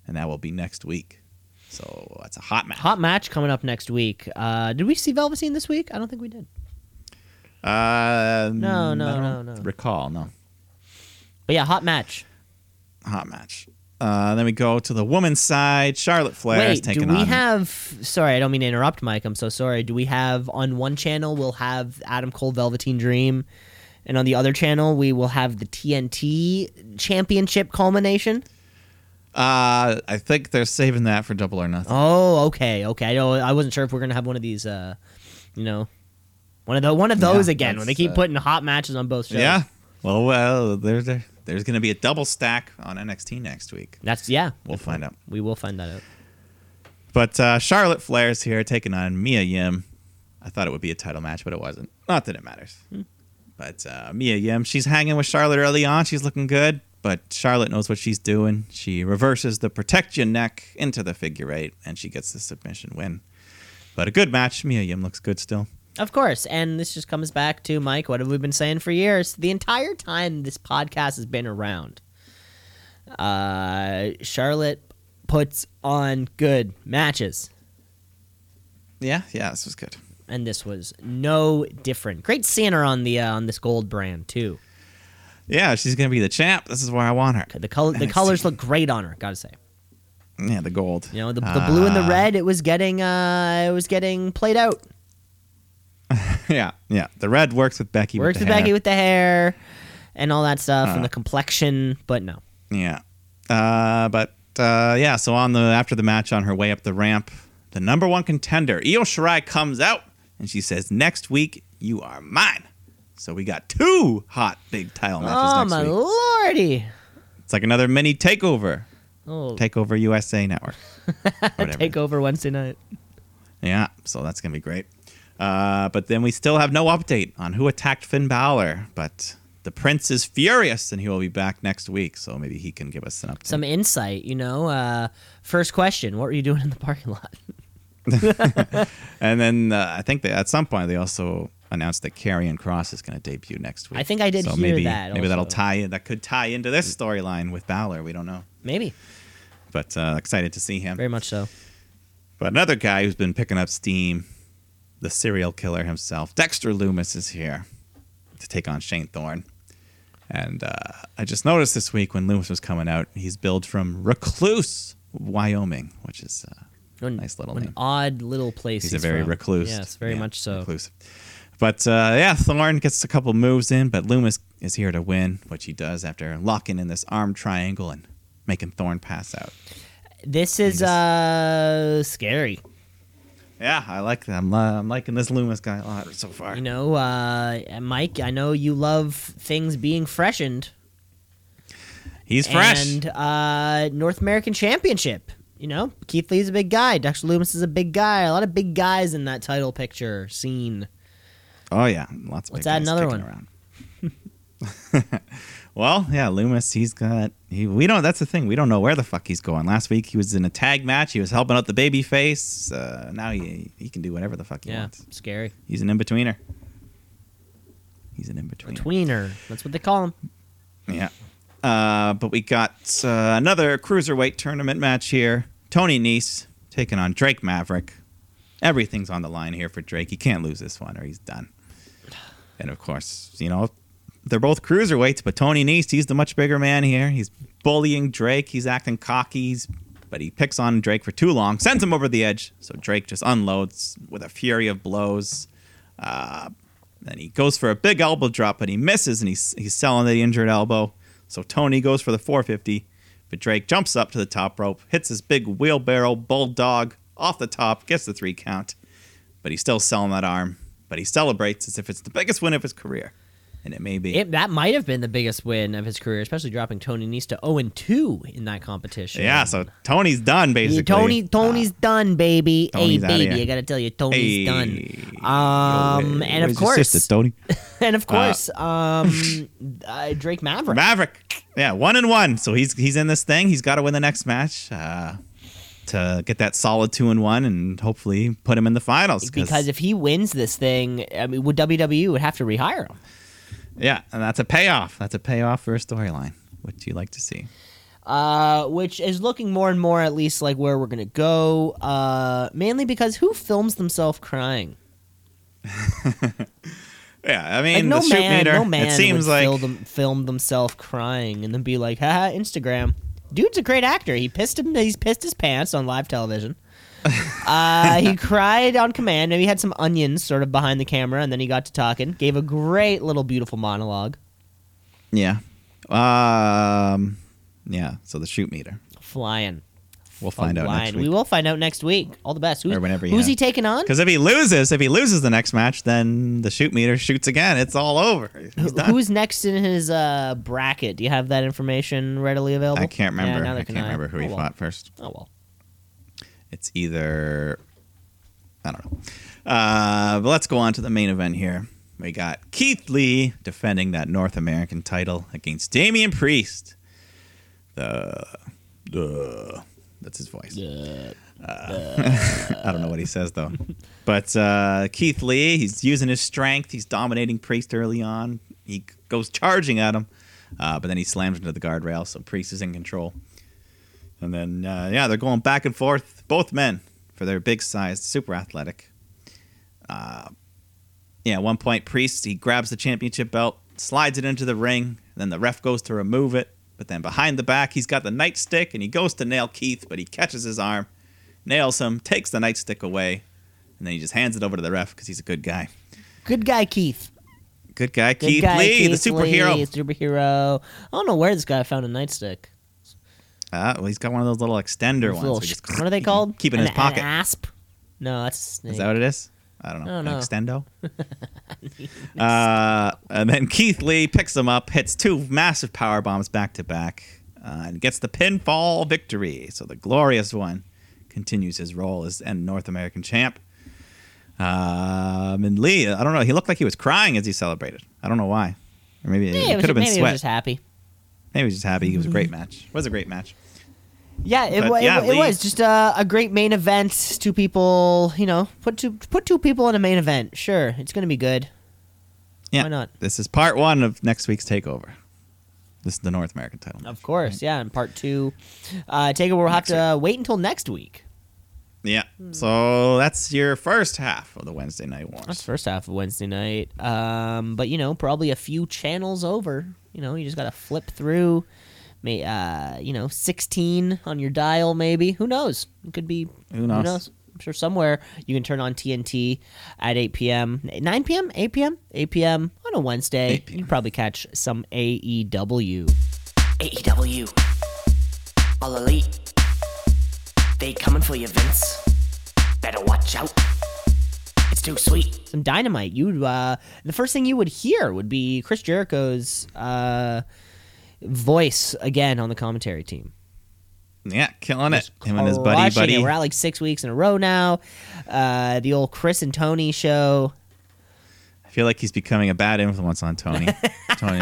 [SPEAKER 2] And that will be next week. So that's a hot match.
[SPEAKER 1] Hot match coming up next week. Uh, did we see Velveteen this week? I don't think we did.
[SPEAKER 2] Uh,
[SPEAKER 1] No, no,
[SPEAKER 2] I don't
[SPEAKER 1] no, no.
[SPEAKER 2] Recall, no.
[SPEAKER 1] But yeah, hot match.
[SPEAKER 2] Hot match. Uh, then we go to the woman's side. Charlotte Flair is
[SPEAKER 1] Wait, do
[SPEAKER 2] taking
[SPEAKER 1] we
[SPEAKER 2] on.
[SPEAKER 1] have? Sorry, I don't mean to interrupt, Mike. I'm so sorry. Do we have on one channel we'll have Adam Cole Velveteen Dream, and on the other channel we will have the TNT Championship culmination?
[SPEAKER 2] uh, I think they're saving that for Double or Nothing.
[SPEAKER 1] Oh, okay, okay. I know. I wasn't sure if we are gonna have one of these. Uh, you know, one of the one of those
[SPEAKER 2] Yeah,
[SPEAKER 1] again when they
[SPEAKER 2] that's,
[SPEAKER 1] keep
[SPEAKER 2] uh,
[SPEAKER 1] putting hot matches on both shows.
[SPEAKER 2] Yeah. Well, well, there's there's going to be a double stack on NXT next week.
[SPEAKER 1] that's yeah.
[SPEAKER 2] We'll find out.
[SPEAKER 1] We will find that out.
[SPEAKER 2] But uh, Charlotte Flair's here taking on Mia Yim. I thought it would be a title match, but it wasn't. Not that it matters. But uh, Mia Yim, she's hanging with Charlotte early on. She's looking good, but Charlotte knows what she's doing. She reverses the protect your neck into the figure eight, and she gets the submission win. But a good match. Mia Yim looks good still.
[SPEAKER 1] Of course, and this just comes back to Mike. What have we been saying for years? The entire time this podcast has been around, uh, Charlotte puts on good matches,
[SPEAKER 2] Yeah, yeah, this was good.
[SPEAKER 1] and this was no different. Great seeing her on the uh, on this gold brand too.
[SPEAKER 2] Yeah, she's gonna be the champ. This is where I want her.
[SPEAKER 1] The color the
[SPEAKER 2] NXT.
[SPEAKER 1] colors look great on her. Gotta say,
[SPEAKER 2] Yeah, the gold.
[SPEAKER 1] you know the, the blue and the
[SPEAKER 2] Ah.
[SPEAKER 1] red. It was getting uh, it was getting played out.
[SPEAKER 2] Yeah, yeah. The red works with Becky.
[SPEAKER 1] Works with
[SPEAKER 2] with the
[SPEAKER 1] Becky
[SPEAKER 2] hair. Ah.
[SPEAKER 1] with the hair and all that stuff, and the complexion. But no,
[SPEAKER 2] Yeah. Uh, but uh, yeah, so on the after the match, on her way up the ramp, the number one contender Io Shirai comes out. and she says, "Next week you are mine." So we got two hot big title matches
[SPEAKER 1] Oh
[SPEAKER 2] next
[SPEAKER 1] my
[SPEAKER 2] week.
[SPEAKER 1] lordy!
[SPEAKER 2] It's like another mini takeover.
[SPEAKER 1] Oh,
[SPEAKER 2] Takeover USA Network. Whatever.
[SPEAKER 1] take over Wednesday night.
[SPEAKER 2] Yeah, so that's gonna be great. Uh, but then we still have no update on who attacked Finn Balor. But the Prince is furious, and he will be back next week. So maybe he can give us an update.
[SPEAKER 1] Some insight, you know. Uh, first question: What were you doing in the parking lot?
[SPEAKER 2] and then uh, I think that at some point they also announced that Karrion Cross is going to debut next week.
[SPEAKER 1] I think I did
[SPEAKER 2] so
[SPEAKER 1] hear
[SPEAKER 2] maybe,
[SPEAKER 1] that
[SPEAKER 2] Maybe that'll
[SPEAKER 1] also.
[SPEAKER 2] tie in. That could tie into this storyline with Balor. We don't know,
[SPEAKER 1] Maybe,
[SPEAKER 2] but uh, excited to see him.
[SPEAKER 1] very much so.
[SPEAKER 2] But another guy who's been picking up steam, the serial killer himself, Dexter Loomis, is here to take on Shane Thorne. And uh, I just noticed this week when Loomis was coming out, he's billed from Recluse, Wyoming, which is uh, a
[SPEAKER 1] An-
[SPEAKER 2] nice little
[SPEAKER 1] an
[SPEAKER 2] name.
[SPEAKER 1] odd little place.
[SPEAKER 2] He's, a very
[SPEAKER 1] from.
[SPEAKER 2] recluse.
[SPEAKER 1] Yes, very
[SPEAKER 2] Yeah,
[SPEAKER 1] much so.
[SPEAKER 2] Recluse. But uh, yeah, Thorne gets a couple moves in, but Loomis is here to win, which he does after locking in this arm triangle and making Thorne pass out.
[SPEAKER 1] This is
[SPEAKER 2] just-
[SPEAKER 1] uh scary.
[SPEAKER 2] Yeah, I like that. I'm, li- I'm liking this Loomis guy a lot so far.
[SPEAKER 1] You know, uh, Mike. I know you love things being freshened.
[SPEAKER 2] He's fresh.
[SPEAKER 1] And uh, North American Championship. You know, Keith Lee's a big guy. Dexter Loomis is a big guy. A lot of big guys in that title picture scene.
[SPEAKER 2] oh yeah, lots of.
[SPEAKER 1] Let's
[SPEAKER 2] big
[SPEAKER 1] add
[SPEAKER 2] guys
[SPEAKER 1] another
[SPEAKER 2] kicking
[SPEAKER 1] one.
[SPEAKER 2] Around. well, yeah, Loomis. He's got. He, we don't. That's the thing. We don't know where the fuck he's going. Last week he was in a tag match. He was helping out the baby face. Uh, now he he can do whatever the fuck he
[SPEAKER 1] Yeah,
[SPEAKER 2] wants.
[SPEAKER 1] scary.
[SPEAKER 2] He's an in betweener. He's an in betweener.
[SPEAKER 1] Tweener. That's what they call him.
[SPEAKER 2] Yeah. Uh, but we got uh, another cruiserweight tournament match here. Tony Nese taking on Drake Maverick. Everything's on the line here for Drake. He can't lose this one or he's done. And of course, you know, they're both cruiserweights, but Tony Nese, he's the much bigger man here. He's bullying Drake. He's acting cocky. He's, but he picks on Drake for too long, sends him over the edge. So Drake just unloads with a fury of blows. Then he goes for a big elbow drop, but he misses, and he's he's selling the injured elbow. So Tony goes for the 450, but Drake jumps up to the top rope, hits his big wheelbarrow bulldog off the top, gets the three count, but he's still selling that arm. But he celebrates as if it's the biggest win of his career, and it may be.
[SPEAKER 1] It, that might have been the biggest win of his career, especially dropping Tony Nese to 0 2 in that competition.
[SPEAKER 2] yeah, so Tony's done
[SPEAKER 1] Yeah,
[SPEAKER 2] basically. uh,
[SPEAKER 1] Tony, Tony's done, baby.
[SPEAKER 2] Tony's
[SPEAKER 1] hey,
[SPEAKER 2] outta
[SPEAKER 1] baby,
[SPEAKER 2] here.
[SPEAKER 1] I gotta tell you, Tony's
[SPEAKER 2] Hey.
[SPEAKER 1] done. Um,
[SPEAKER 2] Hey,
[SPEAKER 1] and of
[SPEAKER 2] where's your
[SPEAKER 1] course,
[SPEAKER 2] sister, Tony Uh,
[SPEAKER 1] and of course, um, uh, Drake Maverick.
[SPEAKER 2] Maverick. Yeah, one and one. So he's he's in this thing. He's got to win the next match uh, to get that solid two and one, and hopefully put him in the finals.
[SPEAKER 1] because if he wins this thing, I mean, would WWE would have to rehire him?
[SPEAKER 2] yeah, and that's a payoff. That's a payoff for a storyline. What do you like to see?
[SPEAKER 1] Uh, which is looking more and more, at least, like where we're gonna go. Uh, mainly because who films themselves crying?
[SPEAKER 2] Yeah, I
[SPEAKER 1] Like
[SPEAKER 2] mean
[SPEAKER 1] no
[SPEAKER 2] the shoot
[SPEAKER 1] man,
[SPEAKER 2] meter.
[SPEAKER 1] no man
[SPEAKER 2] it seems
[SPEAKER 1] would
[SPEAKER 2] like
[SPEAKER 1] film, them, film themselves crying and then be like, "Haha, Instagram." Dude's a great actor. He pissed him. He's pissed his pants on live television. uh, he cried on command. Maybe he had some onions sort of behind the camera, and then he got to talking. Gave a great little beautiful monologue.
[SPEAKER 2] yeah, um, yeah. So the shoot meter.
[SPEAKER 1] Flying.
[SPEAKER 2] We'll find out
[SPEAKER 1] Online.
[SPEAKER 2] next
[SPEAKER 1] We
[SPEAKER 2] week.
[SPEAKER 1] will find out next week. All the best. Who's,
[SPEAKER 2] Or whenever you
[SPEAKER 1] who's
[SPEAKER 2] have-
[SPEAKER 1] he taking on?
[SPEAKER 2] Because if he loses, if he loses the next match, then the shoot meter shoots again. It's all over. He's done.
[SPEAKER 1] Who's next in his uh, bracket? Do you have that information readily available?
[SPEAKER 2] I can't
[SPEAKER 1] Yeah,
[SPEAKER 2] remember.
[SPEAKER 1] neither
[SPEAKER 2] I
[SPEAKER 1] can
[SPEAKER 2] can't remember who he
[SPEAKER 1] Oh, well.
[SPEAKER 2] fought first.
[SPEAKER 1] Oh well.
[SPEAKER 2] It's either I don't know. Uh, but let's go on to the main event here. We got Keith Lee defending that North American title against Damian Priest. The the that's his voice. Uh, I don't know what he says though. But uh, Keith Lee, he's using his strength. He's dominating Priest early on. He goes charging at him, uh, but then he slams into the guardrail. So Priest is in control. And then, uh, yeah, they're going back and forth, both men, for their big sized, super athletic. Uh, yeah, at one point, Priest, he grabs the championship belt, slides it into the ring, then the ref goes to remove it. But then behind the back, he's got the nightstick and he goes to nail Keith, but he catches his arm, nails him, takes the nightstick away, and then he just hands it over to the ref because he's a good guy.
[SPEAKER 1] Good guy, Keith.
[SPEAKER 2] Good guy,
[SPEAKER 1] Good
[SPEAKER 2] Keith
[SPEAKER 1] guy,
[SPEAKER 2] Lee,
[SPEAKER 1] Keith
[SPEAKER 2] the superhero.
[SPEAKER 1] Lee, superhero. I don't know where this guy found a nightstick.
[SPEAKER 2] Uh, well, he's got one of those little extender
[SPEAKER 1] Those
[SPEAKER 2] ones.
[SPEAKER 1] little
[SPEAKER 2] we
[SPEAKER 1] sh-
[SPEAKER 2] just-
[SPEAKER 1] what are they
[SPEAKER 2] he can
[SPEAKER 1] called?
[SPEAKER 2] Keep in
[SPEAKER 1] An-
[SPEAKER 2] his pocket.
[SPEAKER 1] An asp. No, that's a snake.
[SPEAKER 2] Is that what it is? I don't know.
[SPEAKER 1] I don't
[SPEAKER 2] an
[SPEAKER 1] know.
[SPEAKER 2] extendo. uh, and then Keith Lee picks him up, hits two massive power bombs back to back, uh, and gets the pinfall victory. So the glorious one continues his role as and North American champ. Um, and Lee, I don't know. He looked like he was crying as he celebrated. I don't know why, or maybe
[SPEAKER 1] Yeah,
[SPEAKER 2] it,
[SPEAKER 1] it was,
[SPEAKER 2] could have been
[SPEAKER 1] maybe it was
[SPEAKER 2] sweat.
[SPEAKER 1] just happy.
[SPEAKER 2] maybe he was just happy. It was a great match. It was a great match.
[SPEAKER 1] Yeah, it,
[SPEAKER 2] But,
[SPEAKER 1] wa- it
[SPEAKER 2] yeah,
[SPEAKER 1] wa- it
[SPEAKER 2] Lee-
[SPEAKER 1] was just uh, a, a great main event. Two people, you know, put two put two people in a main event. Sure, it's gonna be good.
[SPEAKER 2] Yeah.
[SPEAKER 1] Why not?
[SPEAKER 2] This is part one of next week's takeover. This is the North American title.
[SPEAKER 1] Of course,
[SPEAKER 2] Mm-hmm.
[SPEAKER 1] yeah. And part two, uh, Takeover will have
[SPEAKER 2] Next
[SPEAKER 1] to wait until next week.
[SPEAKER 2] Yeah.
[SPEAKER 1] Hmm.
[SPEAKER 2] So that's your first half of the Wednesday Night Wars.
[SPEAKER 1] That's first half of Wednesday night. Um, but you know, probably a few channels over. You know, you just gotta flip through. May uh, you know, sixteen on your dial, maybe. Who knows? It could be.
[SPEAKER 2] Who knows?
[SPEAKER 1] I'm sure somewhere you can turn on TNT at 8 p.m., 9 p.m., 8 p.m., 8 p.m. on a Wednesday.
[SPEAKER 2] 8
[SPEAKER 1] You can probably catch some E AEW.
[SPEAKER 3] AEW. E All elite. They coming for you, Vince. Better watch out. It's too sweet.
[SPEAKER 1] some dynamite. You uh, the first thing you would hear would be Chris Jericho's uh, voice again on the commentary team.
[SPEAKER 2] yeah, killing it. Him and his buddy
[SPEAKER 1] Crushing it.
[SPEAKER 2] buddy.
[SPEAKER 1] We're at like six weeks in a row now. Uh, the old Chris and Tony show.
[SPEAKER 2] I feel like he's becoming a bad influence on Tony. Tony.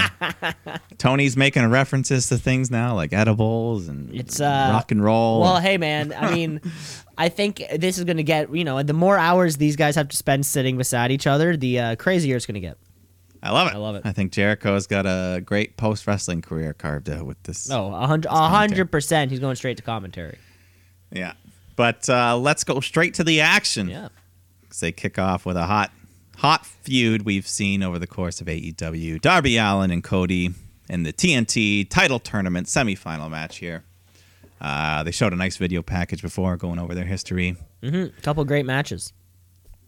[SPEAKER 2] Tony's making references to things now like edibles and
[SPEAKER 1] It's, uh,
[SPEAKER 2] rock and roll.
[SPEAKER 1] Well, hey man, I mean, I think this is gonna get you know the more hours these guys have to spend sitting beside each other, the uh, crazier it's gonna get.
[SPEAKER 2] I love it.
[SPEAKER 1] I love it.
[SPEAKER 2] I think Jericho's got a great post wrestling career carved out with this.
[SPEAKER 1] No, Oh, a hundred, a hundred percent. He's going straight to commentary.
[SPEAKER 2] Yeah. But uh, let's go straight to the action.
[SPEAKER 1] Yeah.
[SPEAKER 2] 'Cause they kick off with a hot, hot feud we've seen over the course of AEW. Darby Allen and Cody in the TNT title tournament semifinal match here. Uh, they showed a nice video package before going over their history.
[SPEAKER 1] hmm Couple great matches.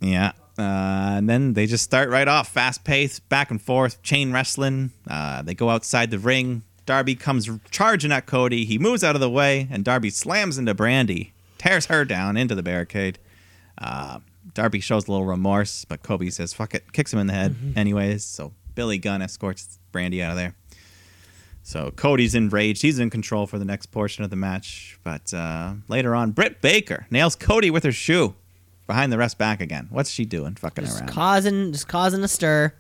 [SPEAKER 2] Yeah. Uh, and then they just start right off, fast paced, back and forth, chain wrestling. Uh, they go outside the ring. Darby comes charging at Cody. He moves out of the way, and Darby slams into Brandy, tears her down into the barricade. Uh, Darby shows a little remorse, but Kobe says, fuck it, kicks him in the head,
[SPEAKER 1] Mm-hmm.
[SPEAKER 2] anyways. So Billy Gunn escorts Brandy out of there. So Cody's enraged. He's in control for the next portion of the match. But uh, later on, Britt Baker nails Cody with her shoe behind the rest back again. What's she doing? Fucking
[SPEAKER 1] Just
[SPEAKER 2] around.
[SPEAKER 1] causing, just causing a stir.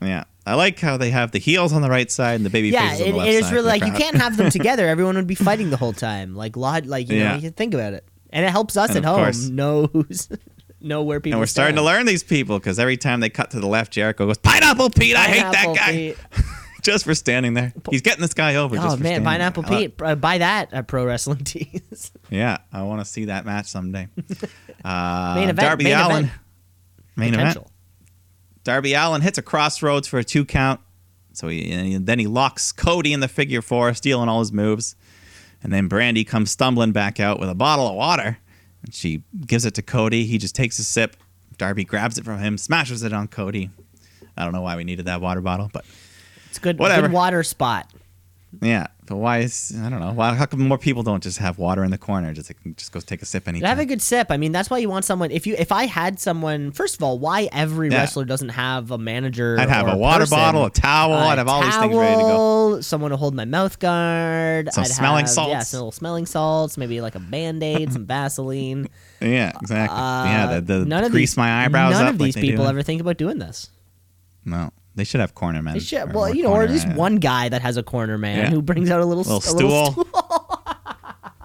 [SPEAKER 2] yeah. I like how they have the heels on the right side and the baby
[SPEAKER 1] yeah,
[SPEAKER 2] faces on
[SPEAKER 1] it,
[SPEAKER 2] the left
[SPEAKER 1] it is
[SPEAKER 2] side
[SPEAKER 1] really
[SPEAKER 2] for
[SPEAKER 1] like
[SPEAKER 2] the
[SPEAKER 1] you
[SPEAKER 2] crowd.
[SPEAKER 1] can't have them together. Everyone would be fighting the whole time. Like lot, like you
[SPEAKER 2] Yeah.
[SPEAKER 1] know, you think about it, and it helps us
[SPEAKER 2] And
[SPEAKER 1] at
[SPEAKER 2] of
[SPEAKER 1] home
[SPEAKER 2] course-
[SPEAKER 1] know who's know where people.
[SPEAKER 2] And we're starting to
[SPEAKER 1] stand.
[SPEAKER 2] learn these people because every time they cut to the left, Jericho goes, Pineapple Pete, I hate that
[SPEAKER 1] Pineapple
[SPEAKER 2] guy.
[SPEAKER 1] Pete.
[SPEAKER 2] Just for standing there. He's getting this guy over.
[SPEAKER 1] Oh
[SPEAKER 2] just for
[SPEAKER 1] man,
[SPEAKER 2] standing there.
[SPEAKER 1] Pineapple
[SPEAKER 2] I love-
[SPEAKER 1] Pete, uh, buy that at Pro Wrestling Tees.
[SPEAKER 2] Yeah, I want to see that match someday. Uh,
[SPEAKER 1] Main event,
[SPEAKER 2] Darby
[SPEAKER 1] main
[SPEAKER 2] Allen.
[SPEAKER 1] event.
[SPEAKER 2] Main event.
[SPEAKER 1] Potential.
[SPEAKER 2] Darby Allen hits a crossroads for a two count. So he and then he locks Cody in the figure four, stealing all his moves. And then Brandy comes stumbling back out with a bottle of water. And she gives it to Cody. He just takes a sip. Darby grabs it from him, smashes it on Cody. I don't know why we needed that water bottle, but
[SPEAKER 1] It's good.
[SPEAKER 2] Whatever.
[SPEAKER 1] Good water spot.
[SPEAKER 2] yeah. But why is I don't know why? How come more people don't just have water in the corner? Just just go take a sip anytime.
[SPEAKER 1] Have a good sip. I mean, that's why you want someone. If you, if I had someone, first of all, why every
[SPEAKER 2] Yeah.
[SPEAKER 1] wrestler doesn't have a manager?
[SPEAKER 2] I'd have
[SPEAKER 1] or
[SPEAKER 2] a water
[SPEAKER 1] person?
[SPEAKER 2] bottle, a towel.
[SPEAKER 1] Uh,
[SPEAKER 2] I'd have all these things ready to go.
[SPEAKER 1] towel, Someone to hold my mouth guard.
[SPEAKER 2] Some
[SPEAKER 1] I'd
[SPEAKER 2] smelling
[SPEAKER 1] have, Yeah,
[SPEAKER 2] salts.
[SPEAKER 1] some little smelling salts. Maybe like a band aid, some Vaseline.
[SPEAKER 2] Yeah, exactly.
[SPEAKER 1] Uh,
[SPEAKER 2] yeah, the, the
[SPEAKER 1] none of
[SPEAKER 2] grease
[SPEAKER 1] these,
[SPEAKER 2] my eyebrows
[SPEAKER 1] None
[SPEAKER 2] up
[SPEAKER 1] of
[SPEAKER 2] like
[SPEAKER 1] these
[SPEAKER 2] they do
[SPEAKER 1] people
[SPEAKER 2] in-
[SPEAKER 1] ever think about doing this.
[SPEAKER 2] No, they should have corner men.
[SPEAKER 1] They should-
[SPEAKER 2] or
[SPEAKER 1] well,
[SPEAKER 2] more
[SPEAKER 1] you know, or at
[SPEAKER 2] corner
[SPEAKER 1] least
[SPEAKER 2] men.
[SPEAKER 1] one guy that has a corner man
[SPEAKER 2] Yeah.
[SPEAKER 1] who brings out a little,
[SPEAKER 2] little
[SPEAKER 1] s- a
[SPEAKER 2] stool,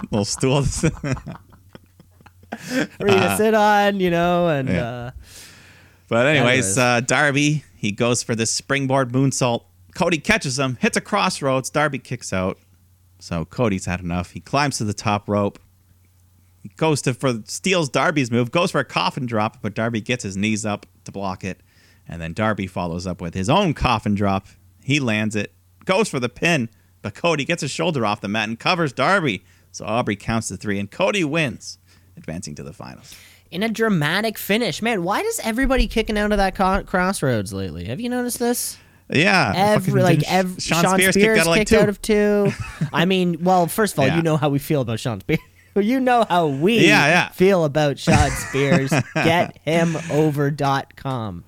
[SPEAKER 1] little stool
[SPEAKER 2] little stool.
[SPEAKER 1] for you to sit on, you know, and
[SPEAKER 2] Ah. yeah.
[SPEAKER 1] uh,
[SPEAKER 2] but
[SPEAKER 1] Anyways.
[SPEAKER 2] anyways, uh, Darby he goes for this springboard moonsault. Cody catches him, hits a crossroads. Darby kicks out. So Cody's had enough. He climbs to the top rope. He goes to for steals Darby's move, goes for a coffin drop, but Darby gets his knees up to block it, and then Darby follows up with his own coffin drop. He lands it, goes for the pin, but Cody gets his shoulder off the mat and covers Darby. So Aubrey counts to three, and Cody wins, advancing to the finals.
[SPEAKER 1] in a dramatic finish. Man, why does everybody kicking out of that co- crossroads lately? Have you noticed this?
[SPEAKER 2] Yeah,
[SPEAKER 1] Every
[SPEAKER 2] fucking
[SPEAKER 1] like
[SPEAKER 2] Sh-
[SPEAKER 1] every Sean, Spears, kicked, out,
[SPEAKER 2] like
[SPEAKER 1] of two. I mean, well, first of all,
[SPEAKER 2] Yeah.
[SPEAKER 1] you know how we feel about Sean Spears. But you know how we
[SPEAKER 2] Yeah, yeah.
[SPEAKER 1] feel about Shad Spears. GetHimOver.com.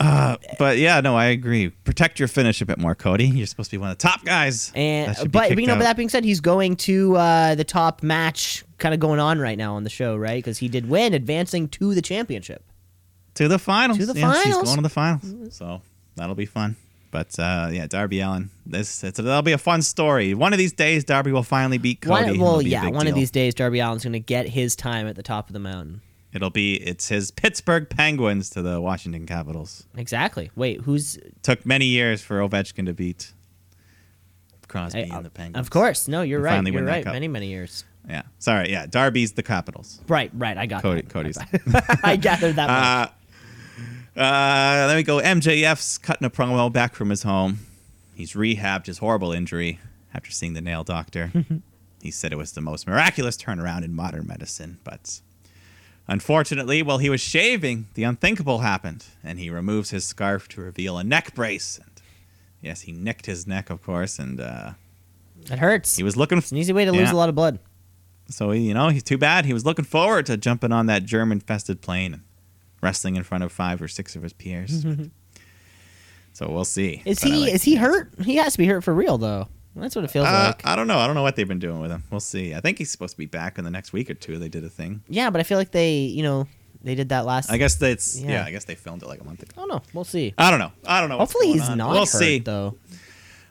[SPEAKER 2] Uh, But yeah, no, I agree. Protect your finish a bit more, Cody. You're supposed to be one of the top guys.
[SPEAKER 1] And
[SPEAKER 2] That should be
[SPEAKER 1] but, but you
[SPEAKER 2] kicked
[SPEAKER 1] know,
[SPEAKER 2] out.
[SPEAKER 1] but that being said, he's going to uh, the top match kind of going on right now on the show, right? Because he did win, advancing to the championship.
[SPEAKER 2] to the finals.
[SPEAKER 1] To the
[SPEAKER 2] yeah, She's
[SPEAKER 1] finals.
[SPEAKER 2] going to the finals. So that'll be fun. But uh, yeah, Darby Allen. This it's, that'll be a fun story. One of these days, Darby will finally beat Cody.
[SPEAKER 1] One,
[SPEAKER 2] and
[SPEAKER 1] well,
[SPEAKER 2] it'll be a
[SPEAKER 1] yeah,
[SPEAKER 2] big
[SPEAKER 1] one of
[SPEAKER 2] deal.
[SPEAKER 1] these days, Darby Allen's going to get his time at the top of the mountain.
[SPEAKER 2] It'll be it's his Pittsburgh Penguins to the Washington Capitals.
[SPEAKER 1] Exactly. Wait, who's
[SPEAKER 2] Took many years for Ovechkin to beat Crosby
[SPEAKER 1] I- uh,
[SPEAKER 2] and the Penguins.
[SPEAKER 1] Of course. No, you're
[SPEAKER 2] They
[SPEAKER 1] right.
[SPEAKER 2] finally
[SPEAKER 1] You're
[SPEAKER 2] win that
[SPEAKER 1] right.
[SPEAKER 2] cup.
[SPEAKER 1] Many, many years.
[SPEAKER 2] Yeah. Sorry. Yeah. Darby's the Capitals.
[SPEAKER 1] Right, right. I got
[SPEAKER 2] Cody.
[SPEAKER 1] that.
[SPEAKER 2] Cody's.
[SPEAKER 1] I gathered that one.
[SPEAKER 2] Uh, uh, let me go. MJF's cutting a promo back from his home. He's rehabbed his horrible injury after seeing the nail doctor.
[SPEAKER 1] Mm-hmm.
[SPEAKER 2] he said it was the most miraculous turnaround in modern medicine, but unfortunately, while he was shaving, the unthinkable happened, and he removes his scarf to reveal a neck brace. And yes, he nicked his neck, of course, and uh,
[SPEAKER 1] It hurts.
[SPEAKER 2] he was looking.
[SPEAKER 1] it's an easy way to lose a lot of blood.
[SPEAKER 2] So you know, he's too bad. He was looking forward to jumping on that germ-infested plane and wrestling in front of five or six of his peers. so we'll see.
[SPEAKER 1] Is
[SPEAKER 2] But I
[SPEAKER 1] he
[SPEAKER 2] like-
[SPEAKER 1] is he hurt? He has to be hurt for real though. That's what it feels
[SPEAKER 2] Uh,
[SPEAKER 1] like.
[SPEAKER 2] I don't know. I don't know what they've been doing with him. We'll see. I think he's supposed to be back in the next week or two. They did a thing.
[SPEAKER 1] Yeah, but I feel like they, you know, they did that last.
[SPEAKER 2] I guess that's yeah.
[SPEAKER 1] Yeah.
[SPEAKER 2] I guess they filmed it like a month ago.
[SPEAKER 1] I don't know. We'll see.
[SPEAKER 2] I don't know. I don't know. what's
[SPEAKER 1] Hopefully
[SPEAKER 2] going
[SPEAKER 1] he's
[SPEAKER 2] on.
[SPEAKER 1] not
[SPEAKER 2] We'll
[SPEAKER 1] hurt
[SPEAKER 2] see.
[SPEAKER 1] though.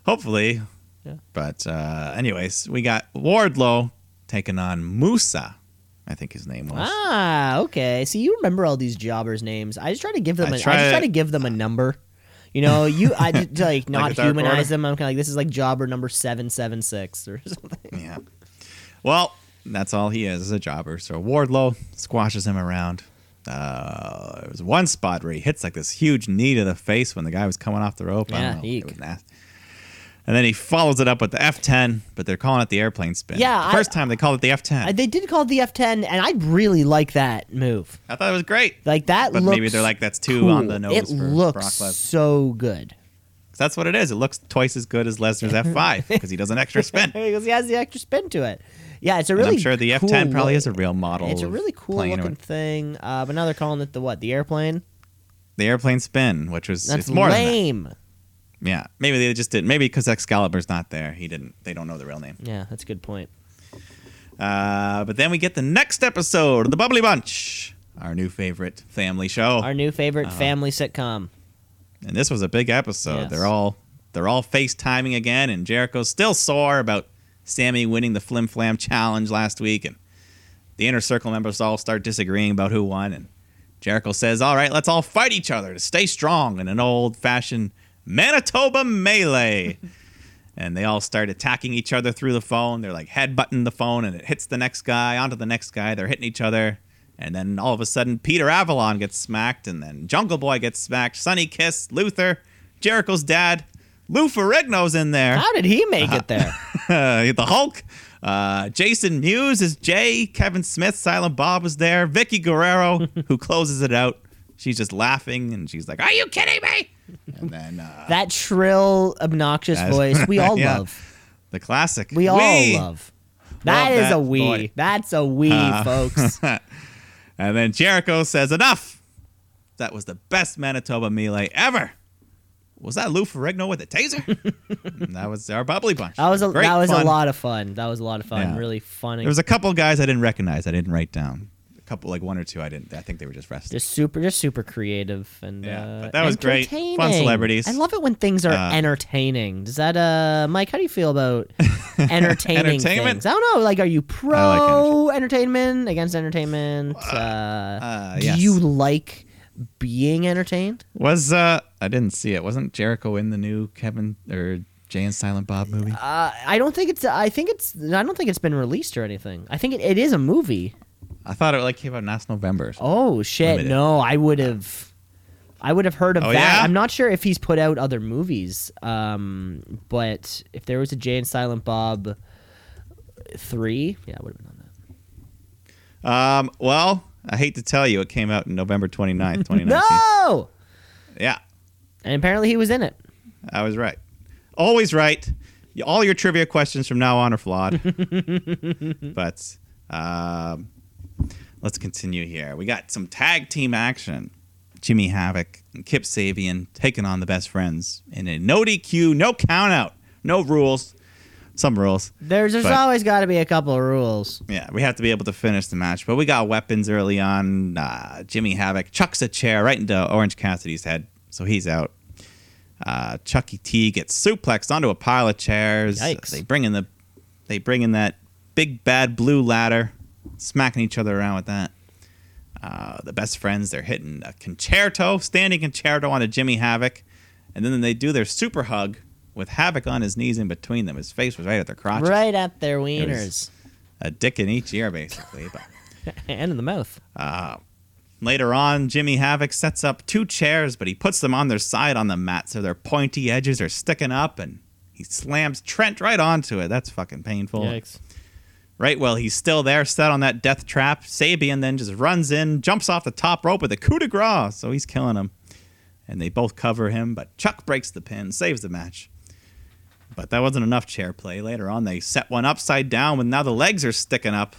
[SPEAKER 2] Hopefully.
[SPEAKER 1] Yeah.
[SPEAKER 2] But uh, anyways, we got Wardlow taking on Musa. I think his name was.
[SPEAKER 1] Ah, okay. See, you remember all these jobbers' names. I just try to give them.
[SPEAKER 2] I
[SPEAKER 1] A, I
[SPEAKER 2] try-
[SPEAKER 1] just try to give them a number. You know, you I just like not
[SPEAKER 2] the Dark
[SPEAKER 1] humanize
[SPEAKER 2] Order?
[SPEAKER 1] them. I'm kind of like this is like jobber number seven seven six or something.
[SPEAKER 2] Yeah. Well, that's all he is, is a jobber. So Wardlow squashes him around. Uh, there was one spot where he hits like this huge knee to the face when the guy was coming off the rope. I
[SPEAKER 1] Yeah,
[SPEAKER 2] don't know.
[SPEAKER 1] eek.
[SPEAKER 2] It was nasty. And then he follows it up with the F10, but they're calling it the airplane spin.
[SPEAKER 1] Yeah,
[SPEAKER 2] The
[SPEAKER 1] I-
[SPEAKER 2] first time they called it the F10.
[SPEAKER 1] Uh,
[SPEAKER 2] I,
[SPEAKER 1] They did call it the F10, and I really like that move.
[SPEAKER 2] thought it was great.
[SPEAKER 1] Like that.
[SPEAKER 2] But maybe
[SPEAKER 1] looks
[SPEAKER 2] they're like, that's too
[SPEAKER 1] cool.
[SPEAKER 2] on the nose
[SPEAKER 1] It
[SPEAKER 2] for
[SPEAKER 1] looks
[SPEAKER 2] Brock Lesnar.
[SPEAKER 1] so good.
[SPEAKER 2] 'Cause That's what it is. It looks twice as good as Lesnar's F5 because he does an extra spin. And
[SPEAKER 1] because he has the extra spin to it. Yeah, it's a really.
[SPEAKER 2] I'm sure the F10
[SPEAKER 1] cool
[SPEAKER 2] probably
[SPEAKER 1] look-
[SPEAKER 2] is a real model.
[SPEAKER 1] It's a
[SPEAKER 2] of
[SPEAKER 1] really cool
[SPEAKER 2] plane or
[SPEAKER 1] looking thing, uh, but now they're calling it the what? The airplane.
[SPEAKER 2] The airplane spin, which was
[SPEAKER 1] That's
[SPEAKER 2] it's more than that.
[SPEAKER 1] lame.
[SPEAKER 2] Yeah, maybe they just didn't. Maybe because Excalibur's not there, he didn't. They don't know the real name.
[SPEAKER 1] Yeah, that's a good point.
[SPEAKER 2] Uh, but then we get the next episode of the Bubbly Bunch, our new favorite family show,
[SPEAKER 1] Our new favorite
[SPEAKER 2] Uh-huh.
[SPEAKER 1] family sitcom.
[SPEAKER 2] and this was a big episode.
[SPEAKER 1] Yes.
[SPEAKER 2] They're all they're all FaceTiming again, and Jericho's still sore about Sammy winning the Flim Flam Challenge last week, and the Inner Circle members all start disagreeing about who won, and Jericho says, "All right, let's all fight each other to stay strong in an old-fashioned Manitoba melee." and they all start attacking each other through the phone. They're like headbutting the phone, and it hits the next guy onto the next guy. They're hitting each other, and then all of a sudden, Peter Avalon gets smacked, and then Jungle Boy gets smacked. Sonny Kiss, Luther, Jericho's dad, Lou Ferrigno's in there.
[SPEAKER 1] How did he make it there?
[SPEAKER 2] Uh-huh. the Hulk, uh, Jason Mewes is Jay, Kevin Smith, Silent Bob is there, Vicky Guerrero, who closes it out. She's just laughing, and she's like, "Are you kidding me?" And then uh,
[SPEAKER 1] that shrill, obnoxious
[SPEAKER 2] That's-
[SPEAKER 1] voice we all
[SPEAKER 2] yeah.
[SPEAKER 1] love.
[SPEAKER 2] the classic.
[SPEAKER 1] We all love. That
[SPEAKER 2] Love
[SPEAKER 1] is
[SPEAKER 2] that
[SPEAKER 1] a we.
[SPEAKER 2] boy. Uh-huh.
[SPEAKER 1] That's a we, folks.
[SPEAKER 2] And then Jericho says, Enough! That was the best Manitoba melee ever. Was that Lou Ferrigno with a taser? And that was our bubbly bunch.
[SPEAKER 1] That was a
[SPEAKER 2] Great
[SPEAKER 1] that was
[SPEAKER 2] fun.
[SPEAKER 1] a lot of fun. That was a lot of fun.
[SPEAKER 2] Yeah.
[SPEAKER 1] Really fun.
[SPEAKER 2] There was a couple guys I didn't recognize. I didn't write down. A couple, like one or two, I didn't. I think they were just wrestling.
[SPEAKER 1] just super, just super creative and
[SPEAKER 2] Yeah,
[SPEAKER 1] uh,
[SPEAKER 2] but that was great. Fun
[SPEAKER 1] entertaining.
[SPEAKER 2] celebrities.
[SPEAKER 1] I love it when things are
[SPEAKER 2] Uh,
[SPEAKER 1] entertaining. Does that, uh, Mike? How do you feel about entertaining
[SPEAKER 2] Entertainment?
[SPEAKER 1] things? I don't know. Like, are you
[SPEAKER 2] like
[SPEAKER 1] pro entertainment against entertainment? Uh,
[SPEAKER 2] uh,
[SPEAKER 1] do
[SPEAKER 2] yes.
[SPEAKER 1] you like being entertained?
[SPEAKER 2] Was uh, I didn't see it. Wasn't Jericho in the new Kevin or Jay and Silent Bob movie?
[SPEAKER 1] Uh, I don't think it's. I think it's. I don't think it's been released or anything. I think it, it is a movie.
[SPEAKER 2] I thought it like came out last November. or something.
[SPEAKER 1] Oh shit!
[SPEAKER 2] Limited.
[SPEAKER 1] No, I would have. I would have heard of
[SPEAKER 2] Oh,
[SPEAKER 1] that.
[SPEAKER 2] yeah?
[SPEAKER 1] I'm not sure if he's put out other movies, um, but if there was a Jay and Silent Bob three, yeah, I would have been on that. oh.
[SPEAKER 2] Um, well, I hate to tell you, it came out in November 29th, 2019.
[SPEAKER 1] No,
[SPEAKER 2] Yeah.
[SPEAKER 1] and apparently he was in it.
[SPEAKER 2] I was right. Always right. Y- All your trivia questions from now on are flawed. but Um, let's continue here. We got some tag team action. Jimmy Havoc and Kip Sabian taking on the best friends in a no DQ, no count out, no rules. Some rules.
[SPEAKER 1] There's there's
[SPEAKER 2] But-
[SPEAKER 1] always got to be a couple of rules.
[SPEAKER 2] Yeah, we have to be able to finish the match, but we got weapons early on. Uh, Jimmy Havoc chucks a chair right into Orange Cassidy's head, so he's out. Uh, Chucky T gets suplexed onto a pile of chairs.
[SPEAKER 1] Yikes.
[SPEAKER 2] They bring in the, they bring in that big bad blue ladder, smacking each other around with that. Uh, the best friends they're hitting a concerto, standing concerto onto Jimmy Havoc, and then they do their super hug with Havoc on his knees in between them. His face was right at their crotch.
[SPEAKER 1] Right at their wieners
[SPEAKER 2] A dick in each ear, basically. But
[SPEAKER 1] and in the mouth.
[SPEAKER 2] Later on, Jimmy Havoc sets up two chairs, but he puts them on their side on the mat so their pointy edges are sticking up and he slams Trent right onto it. That's fucking painful.
[SPEAKER 1] Yikes.
[SPEAKER 2] Right, well, he's still there, set on that death trap. Sabian then just runs in, jumps off the top rope with a coup de grace, so he's killing him. And they both cover him, but Chuck breaks the pin, saves the match. But that wasn't enough chair play. Later on, they set one upside down, when now the legs are sticking up,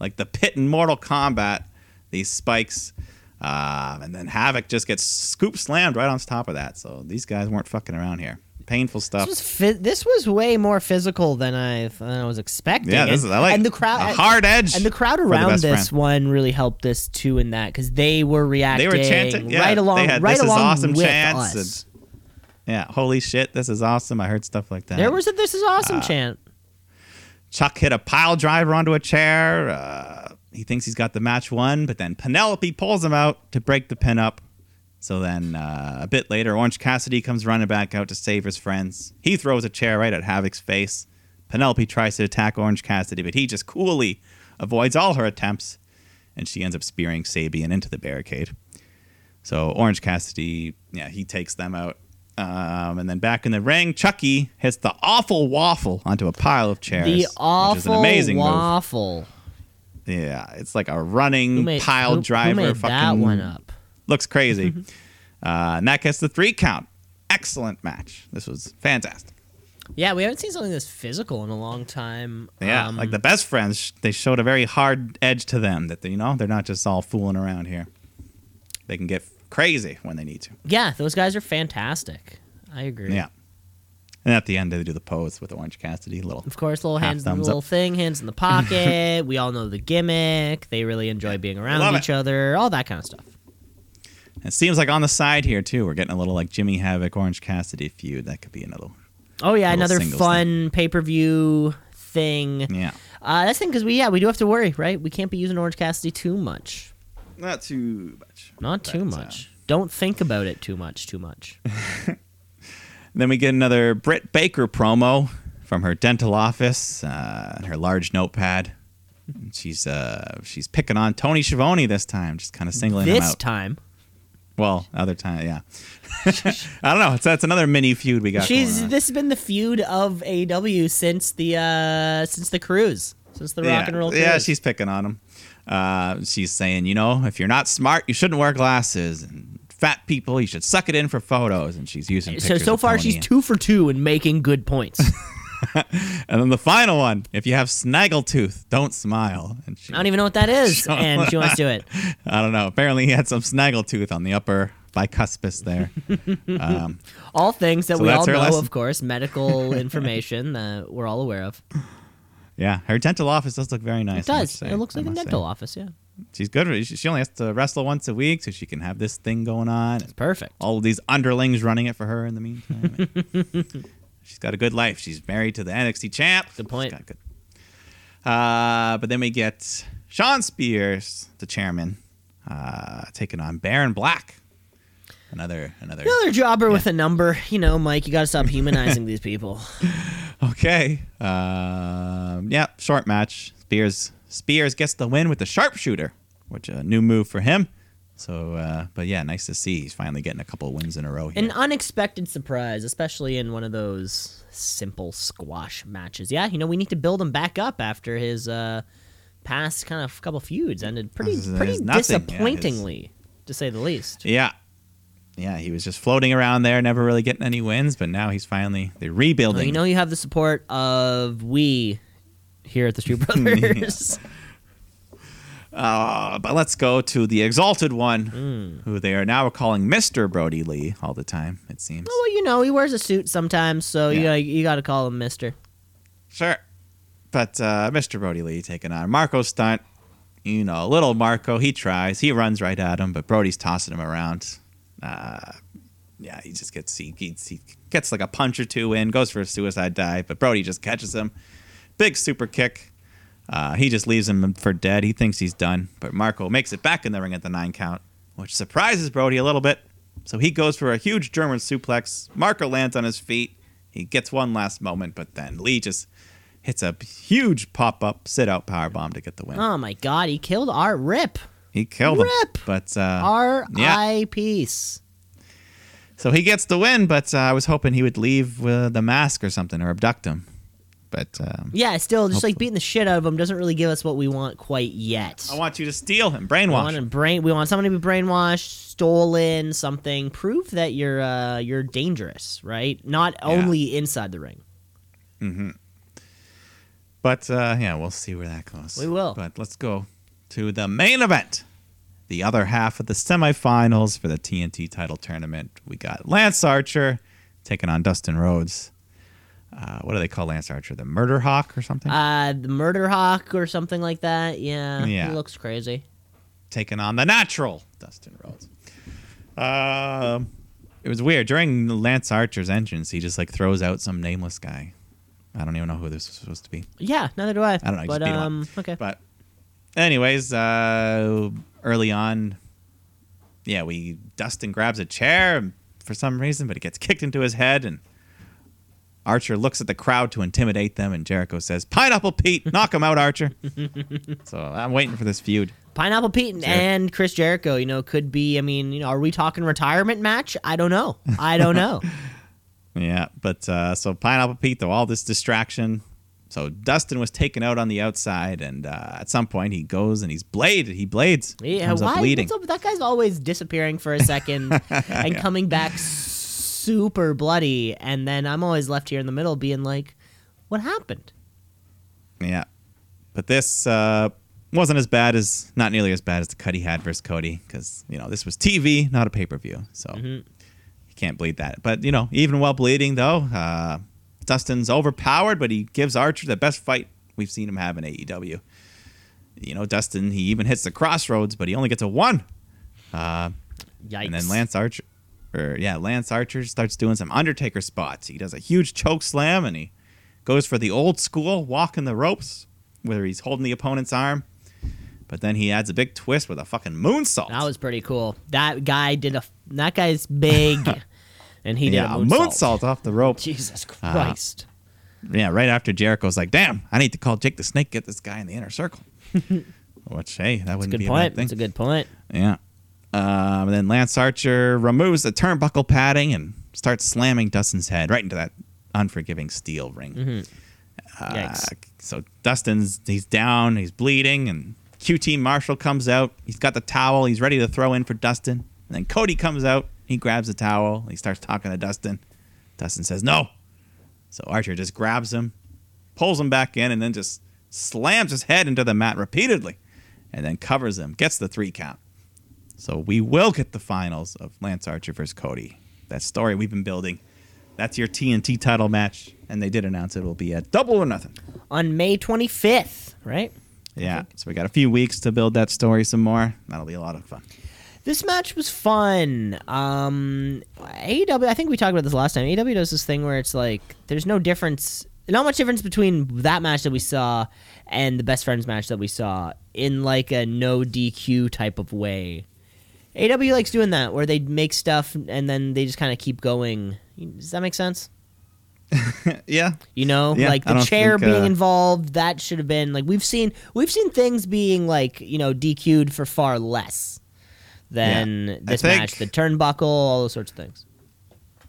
[SPEAKER 2] like the pit in Mortal Kombat. These spikes, um, and then Havoc just gets scoop slammed right on top of that. So these guys weren't fucking around here. Painful stuff.
[SPEAKER 1] This was, fi- this was way more physical than I than I was expecting.
[SPEAKER 2] Yeah, this
[SPEAKER 1] And-
[SPEAKER 2] is, I like
[SPEAKER 1] and the crowd
[SPEAKER 2] a hard edge
[SPEAKER 1] and the crowd
[SPEAKER 2] for the
[SPEAKER 1] around
[SPEAKER 2] best
[SPEAKER 1] this
[SPEAKER 2] friend.
[SPEAKER 1] one really helped this too in that because they were reacting.
[SPEAKER 2] chanting, yeah,
[SPEAKER 1] right along,
[SPEAKER 2] they had,
[SPEAKER 1] right
[SPEAKER 2] "This is
[SPEAKER 1] along
[SPEAKER 2] awesome
[SPEAKER 1] with
[SPEAKER 2] chants,"
[SPEAKER 1] us.
[SPEAKER 2] Yeah, holy shit, this is awesome. I heard stuff like that.
[SPEAKER 1] there was a "This is
[SPEAKER 2] uh,
[SPEAKER 1] awesome" chant.
[SPEAKER 2] Chuck hit a pile driver onto a chair. Uh, he thinks he's got the match won, but then Penelope pulls him out to break the pin up. So then uh, a bit later, Orange Cassidy comes running back out to save his friends. He throws a chair right at Havoc's face. Penelope tries to attack Orange Cassidy, but he just coolly avoids all her attempts, and she ends up spearing Sabian into the barricade. So Orange Cassidy, yeah, he takes them out. Um, and then back in the ring, Chucky hits the awful waffle onto a pile of chairs.
[SPEAKER 1] The
[SPEAKER 2] which is
[SPEAKER 1] awful
[SPEAKER 2] an amazing move.
[SPEAKER 1] waffle.
[SPEAKER 2] Yeah, it's like a
[SPEAKER 1] Who
[SPEAKER 2] running
[SPEAKER 1] made,
[SPEAKER 2] pile
[SPEAKER 1] who,
[SPEAKER 2] driver.
[SPEAKER 1] Who made
[SPEAKER 2] fucking
[SPEAKER 1] that one up? Mm-hmm.
[SPEAKER 2] Looks crazy. uh, and that gets the three count. Excellent match. This was fantastic.
[SPEAKER 1] Yeah, we haven't seen something this physical in a long time.
[SPEAKER 2] Yeah,
[SPEAKER 1] Um,
[SPEAKER 2] like the best friends, sh- they showed a very hard edge to them that they, you know they're not just all fooling around here. They can get crazy when they need to.
[SPEAKER 1] yeah, those guys are fantastic. I agree.
[SPEAKER 2] Yeah. And at the end, they do the pose with Orange Cassidy. Little
[SPEAKER 1] Of course, little
[SPEAKER 2] Half
[SPEAKER 1] hands in the
[SPEAKER 2] thumbs
[SPEAKER 1] little
[SPEAKER 2] up.
[SPEAKER 1] thing, hands in the pocket. we all know the gimmick. They really enjoy being
[SPEAKER 2] Love
[SPEAKER 1] around
[SPEAKER 2] it.
[SPEAKER 1] each other, all that kind of stuff.
[SPEAKER 2] It seems like on the side here too, we're getting a little like Jimmy Havoc, Orange Cassidy feud. That could be another. one.
[SPEAKER 1] Oh yeah,
[SPEAKER 2] Little
[SPEAKER 1] another
[SPEAKER 2] singles
[SPEAKER 1] fun pay per view thing.
[SPEAKER 2] Yeah,
[SPEAKER 1] Uh, that's the thing because we yeah we do have to worry right. We can't be using Orange Cassidy too much.
[SPEAKER 2] not too much.
[SPEAKER 1] Not too
[SPEAKER 2] That's, uh,
[SPEAKER 1] much. Don't think about it too much. Too much.
[SPEAKER 2] Then we get another Britt Baker promo from her dental office uh, and her large notepad. And She's uh, she's picking on Tony Schiavone this time, just kind of singling him
[SPEAKER 1] this
[SPEAKER 2] out.
[SPEAKER 1] time
[SPEAKER 2] well, other time, yeah. I don't know. It's, that's another mini feud we got.
[SPEAKER 1] she's
[SPEAKER 2] going on.
[SPEAKER 1] this has been the feud of AEW since the uh since the cruise since the rock
[SPEAKER 2] yeah.
[SPEAKER 1] and roll cruise.
[SPEAKER 2] Yeah, she's picking on him. Uh, she's saying, you know, if you're not smart, you shouldn't wear glasses. And fat people, you should suck it in for photos. And she's using
[SPEAKER 1] so
[SPEAKER 2] pictures
[SPEAKER 1] so
[SPEAKER 2] of
[SPEAKER 1] far
[SPEAKER 2] Tony.
[SPEAKER 1] she's two for two and making good points.
[SPEAKER 2] And then the final one: if you have snaggletooth, don't smile. And she,
[SPEAKER 1] I don't even know what that is, and she wants to do it.
[SPEAKER 2] I don't know. Apparently, he had some snaggletooth on the upper bicuspis there. um,
[SPEAKER 1] All things that
[SPEAKER 2] So
[SPEAKER 1] we
[SPEAKER 2] that's
[SPEAKER 1] all
[SPEAKER 2] her
[SPEAKER 1] know,
[SPEAKER 2] lesson.
[SPEAKER 1] of course, medical information that we're all aware of.
[SPEAKER 2] yeah, her dental office does look very nice.
[SPEAKER 1] It does.
[SPEAKER 2] I must say.
[SPEAKER 1] it looks
[SPEAKER 2] I
[SPEAKER 1] like a
[SPEAKER 2] must
[SPEAKER 1] dental
[SPEAKER 2] say.
[SPEAKER 1] office. Yeah,
[SPEAKER 2] She's good. with- She she only has to wrestle once a week, so she can have this thing going on.
[SPEAKER 1] perfect.
[SPEAKER 2] all of these underlings running it for her in the meantime. she's got a good life. She's married to the NXT champ.
[SPEAKER 1] Good point.
[SPEAKER 2] She's got good- Uh, but then we get Sean Spears, the chairman, uh, taking on Baron Black. Another, another.
[SPEAKER 1] Another jobber with a number. You know, Mike, you got to stop humanizing these people.
[SPEAKER 2] Okay. Um, yeah, short match. Spears Spears gets the win with the sharpshooter, which a new move for him. So, uh, but yeah, nice to see he's finally getting a couple wins in a row here.
[SPEAKER 1] An unexpected surprise, especially in one of those simple squash matches. Yeah, you know, we need to build him back up after his uh, past kind of couple feuds ended pretty,
[SPEAKER 2] His- his
[SPEAKER 1] pretty
[SPEAKER 2] nothing, yeah, his-
[SPEAKER 1] disappointingly, to say the least.
[SPEAKER 2] Yeah. Yeah, he was just floating around there, never really getting any wins, but now he's finally they're rebuilding.
[SPEAKER 1] Well, you know, you have the support of we here at the Street Brothers.
[SPEAKER 2] Uh, but let's go to the exalted one, who they are now calling Mr. Brody Lee all the time, it seems.
[SPEAKER 1] Oh, Well, you know, he wears a suit sometimes, so
[SPEAKER 2] Yeah.
[SPEAKER 1] you gotta, you gotta call him Mister.
[SPEAKER 2] Sure. But uh, Mr. Brody Lee taking on Marco Stunt. You know, little Marco, he tries. He runs right at him, but Brody's tossing him around. Uh, yeah, he just gets he, he, he gets like a punch or two in, goes for a suicide dive, but Brody just catches him. Big super kick. Uh, he just leaves him for dead. He thinks he's done, but Marco makes it back in the ring at the nine count, which surprises Brody a little bit. So he goes for a huge German suplex. Marco lands on his feet. He gets one last moment, but then Lee just hits a huge pop up sit out power bomb to get the win.
[SPEAKER 1] Oh my God, he killed our Rip.
[SPEAKER 2] he killed
[SPEAKER 1] Rip!
[SPEAKER 2] him, but uh,
[SPEAKER 1] R
[SPEAKER 2] yeah.
[SPEAKER 1] I peace.
[SPEAKER 2] So he gets the win, but uh, I was hoping he would leave with the mask or something or abduct him. But um,
[SPEAKER 1] Yeah, still just like beating the shit out of him doesn't really give us what we want quite yet.
[SPEAKER 2] I want you to steal him,
[SPEAKER 1] We
[SPEAKER 2] brainwash
[SPEAKER 1] want, a
[SPEAKER 2] him.
[SPEAKER 1] brain, we want someone to be brainwashed, stolen, something. Prove that you're uh, you're dangerous, right? Not only inside the ring.
[SPEAKER 2] But uh, yeah, we'll see where that goes.
[SPEAKER 1] We will.
[SPEAKER 2] But let's go to the main event. The other half of the semifinals for the TNT title tournament. We got Lance Archer taking on Dustin Rhodes. Uh, what do they call Lance Archer? The Murder Hawk or something?
[SPEAKER 1] Uh, the Murder Hawk or something like that. Yeah,
[SPEAKER 2] Yeah.
[SPEAKER 1] he looks crazy.
[SPEAKER 2] taking on the natural Dustin Rhodes. Um, it was weird during Lance Archer's entrance. He just like throws out some nameless guy. I don't even know who this was supposed to be.
[SPEAKER 1] Yeah, neither do I.
[SPEAKER 2] I don't know. I
[SPEAKER 1] But
[SPEAKER 2] just beat him up.
[SPEAKER 1] um, okay.
[SPEAKER 2] But anyways, uh, early on, yeah, we Dustin grabs a chair for some reason, but it gets kicked into his head, and Archer looks at the crowd to intimidate them, and Jericho says, "Pineapple Pete, knock him out, Archer." so I'm waiting for this feud.
[SPEAKER 1] Pineapple Pete and Chris Jericho, you know, could be. I mean, you know, are we talking retirement match? I don't know. I don't know.
[SPEAKER 2] Yeah, but uh, so Pineapple Pete, though, all this distraction. So Dustin was taken out on the outside, and uh, at some point he goes and he's bladed. He blades.
[SPEAKER 1] Yeah,
[SPEAKER 2] comes
[SPEAKER 1] why?
[SPEAKER 2] up bleeding.
[SPEAKER 1] What's up? with That guy's always disappearing for a second and coming back super bloody, and then I'm always left here in the middle being like, "What happened?"
[SPEAKER 2] Yeah, but this uh, wasn't as bad as, not nearly as bad as the cut he had versus Cody, because you know this was TV, not a pay per view, so
[SPEAKER 1] Mm-hmm.
[SPEAKER 2] you can't bleed that. But you know, even while bleeding though, uh, Dustin's overpowered, but he gives Archer the best fight we've seen him have in AEW. You know, Dustin, he even hits the crossroads, but he only gets a one.
[SPEAKER 1] Yikes!
[SPEAKER 2] And then Lance Archer, or yeah, Lance Archer starts doing some Undertaker spots. He does a huge choke slam and he goes for the old school walk in the ropes, where he's holding the opponent's arm. But then he adds a big twist with a fucking moonsault.
[SPEAKER 1] that was pretty cool. That guy did a. That guy's big, and he did
[SPEAKER 2] yeah, Uh,
[SPEAKER 1] a moonsault.
[SPEAKER 2] off the rope.
[SPEAKER 1] Jesus Christ!
[SPEAKER 2] Yeah, right after Jericho's like, "Damn, I need to call Jake the Snake, get this guy in the inner circle." Which hey, that wouldn't
[SPEAKER 1] good
[SPEAKER 2] be a
[SPEAKER 1] point.
[SPEAKER 2] bad thing.
[SPEAKER 1] That's a good point.
[SPEAKER 2] Yeah. Um, and then Lance Archer removes the turnbuckle padding and starts slamming Dustin's head right into that unforgiving steel ring.
[SPEAKER 1] Yikes!
[SPEAKER 2] Uh, so Dustin's he's down, he's bleeding, and QT Marshall comes out. He's got the towel. He's ready to throw in for Dustin. And then Cody comes out. He grabs the towel. He starts talking to Dustin. Dustin says no. So Archer just grabs him, pulls him back in, and then just slams his head into the mat repeatedly, and then covers him. Gets the three count. So we will get the finals of Lance Archer versus Cody. That story we've been building. That's your TNT title match, and they did announce it will be at double or nothing.
[SPEAKER 1] On May 25th, right?
[SPEAKER 2] Yeah. So we got a few weeks to build that story some more. That'll be a lot of fun.
[SPEAKER 1] This match was fun. Um, AEW, I think we talked about this last time. AEW does this thing where it's like there's no difference, not much difference between that match that we saw and the best friends match that we saw in like a no DQ type of way. AEW likes doing that where they make stuff and then they just kind of keep going. Does that make sense?
[SPEAKER 2] Yeah.
[SPEAKER 1] You know,
[SPEAKER 2] Yeah,
[SPEAKER 1] like
[SPEAKER 2] I
[SPEAKER 1] the
[SPEAKER 2] don't
[SPEAKER 1] chair
[SPEAKER 2] think, uh,
[SPEAKER 1] being involved, that should have been like we've seen we've seen things being like, you know, DQ'd for far less than
[SPEAKER 2] Yeah, I
[SPEAKER 1] this
[SPEAKER 2] think-
[SPEAKER 1] match, the turnbuckle, all those sorts of things.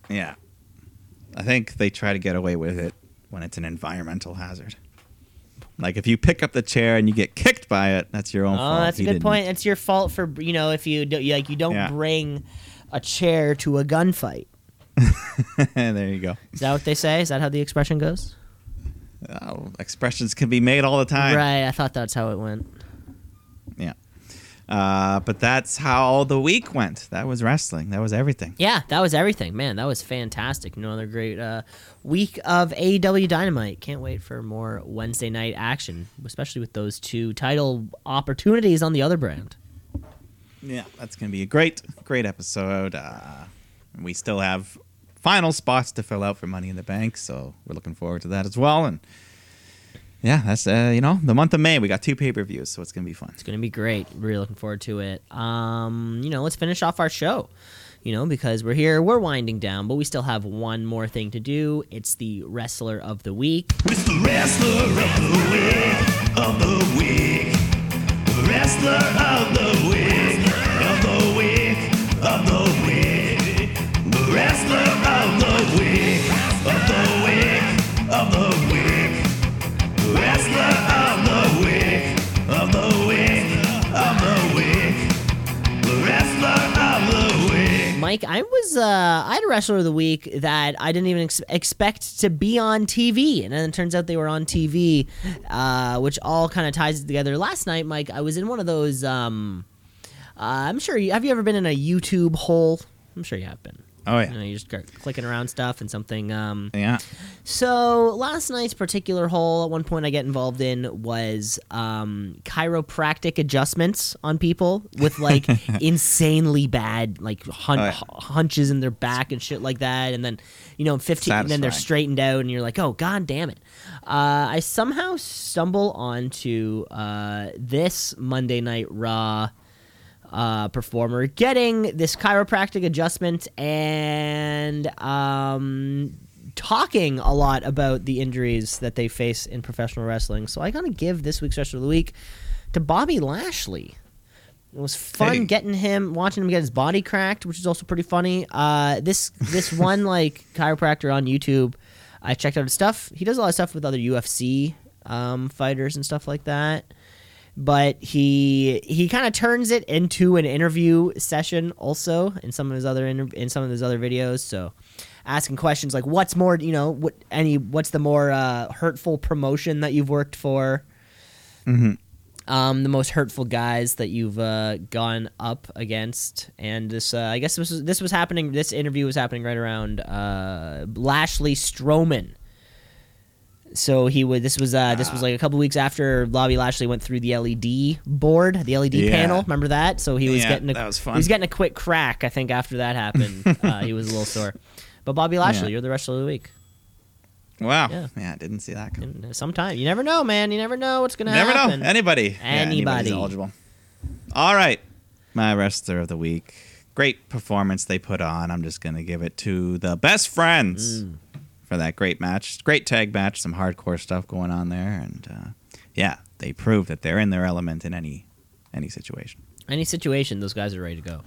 [SPEAKER 2] Yeah. I think they try to get away with it when it's an environmental hazard. Like if you pick up the chair and you get kicked by it, that's your own fault.
[SPEAKER 1] Oh, that's a
[SPEAKER 2] He
[SPEAKER 1] good
[SPEAKER 2] didn't.
[SPEAKER 1] point. That's your fault for, you know, if you do, like you don't
[SPEAKER 2] Yeah.
[SPEAKER 1] bring a chair to a gunfight.
[SPEAKER 2] there you go.
[SPEAKER 1] Is that what they say? Is that how the expression goes?
[SPEAKER 2] Oh, expressions can be made all the time.
[SPEAKER 1] right, I thought that's how it went.
[SPEAKER 2] Yeah. Uh, but that's how the week went. That was wrestling. That was everything.
[SPEAKER 1] Yeah, that was everything, man. That was fantastic. Another great uh, week of AEW Dynamite. Can't wait for more Wednesday night action, especially with those two title opportunities on the other brand.
[SPEAKER 2] Yeah, that's gonna be a great, great episode. Uh, we still have final spots to fill out for Money in the Bank, so we're looking forward to that as well. And yeah, that's uh, you know the month of May. We got two pay per views, so it's gonna be fun.
[SPEAKER 1] It's gonna be great. Really looking forward to it. Um, you know, let's finish off our show. You know, because we're here, we're winding down, but we still have one more thing to do. It's the wrestler of the week.
[SPEAKER 4] It's the wrestler of the week, of the week. Wrestler of the week, of the week, of the week. The wrestler of the week, of the week, of the week. Wrestler of the week, of the week, of the week. The wrestler of the week.
[SPEAKER 1] Mike, I was uh, I had a wrestler of the week that I didn't even ex- expect to be on TV, and then it turns out they were on TV, uh, which all kind of ties it together. Last night, Mike, I was in one of those. Um, uh, I'm sure. You, have you ever been in a YouTube hole? I'm sure you have been.
[SPEAKER 2] Oh
[SPEAKER 1] You
[SPEAKER 2] yeah,
[SPEAKER 1] know, you just start clicking around stuff and something. Um,
[SPEAKER 2] yeah.
[SPEAKER 1] so last night's particular hole, at one point I get involved in was um, chiropractic adjustments on people with like insanely bad like hun-
[SPEAKER 2] Oh, yeah.
[SPEAKER 1] h- hunches in their back and shit like that, and then you know fifteen, and then they're
[SPEAKER 2] Satisfying.
[SPEAKER 1] straightened out, and you're like, oh god damn it! Uh, I somehow stumble onto uh, this Monday Night Raw uh, performer getting this chiropractic adjustment and um, talking a lot about the injuries that they face in professional wrestling. So I gotta give this week's wrestler of the week to Bobby Lashley. It was fun
[SPEAKER 2] Hey.
[SPEAKER 1] getting him, watching him get his body cracked, which is also pretty funny. Uh, this this one like chiropractor on YouTube, I checked out his stuff. He does a lot of stuff with other UFC um, fighters and stuff like that but he he kind of turns it into an interview session also in some of his other inter- in some of his other videos so asking questions like what's more you know what any what's the more uh, hurtful promotion that you've worked for um, the most hurtful guys that you've uh, gone up against, and this uh, I guess this was this was happening. This interview was happening right around uh, Lashley Strowman. So he would. This was uh, this was like a couple weeks after Bobby Lashley went through the LED board, the LED
[SPEAKER 2] Yeah.
[SPEAKER 1] panel. Remember that? So he was
[SPEAKER 2] Yeah,
[SPEAKER 1] getting a,
[SPEAKER 2] that was fun.
[SPEAKER 1] He was getting a quick crack, I think, after that happened. uh, he was a little sore. But Bobby Lashley,
[SPEAKER 2] Yeah.
[SPEAKER 1] you're the wrestler of the week.
[SPEAKER 2] Wow.
[SPEAKER 1] Yeah.
[SPEAKER 2] Yeah, I didn't see that coming.
[SPEAKER 1] And uh, sometime you never know, man. You never know what's gonna
[SPEAKER 2] Never
[SPEAKER 1] happen.
[SPEAKER 2] know. Anybody. Yeah, anybody's
[SPEAKER 1] Anybody.
[SPEAKER 2] eligible. All right. My wrestler of the week. Great performance they put on. I'm just going to give it to the best friends
[SPEAKER 1] Mm.
[SPEAKER 2] for that great match. Great tag match. Some hardcore stuff going on there. And uh, yeah, they proved that they're in their element in any any situation.
[SPEAKER 1] Any situation, those guys are ready to go.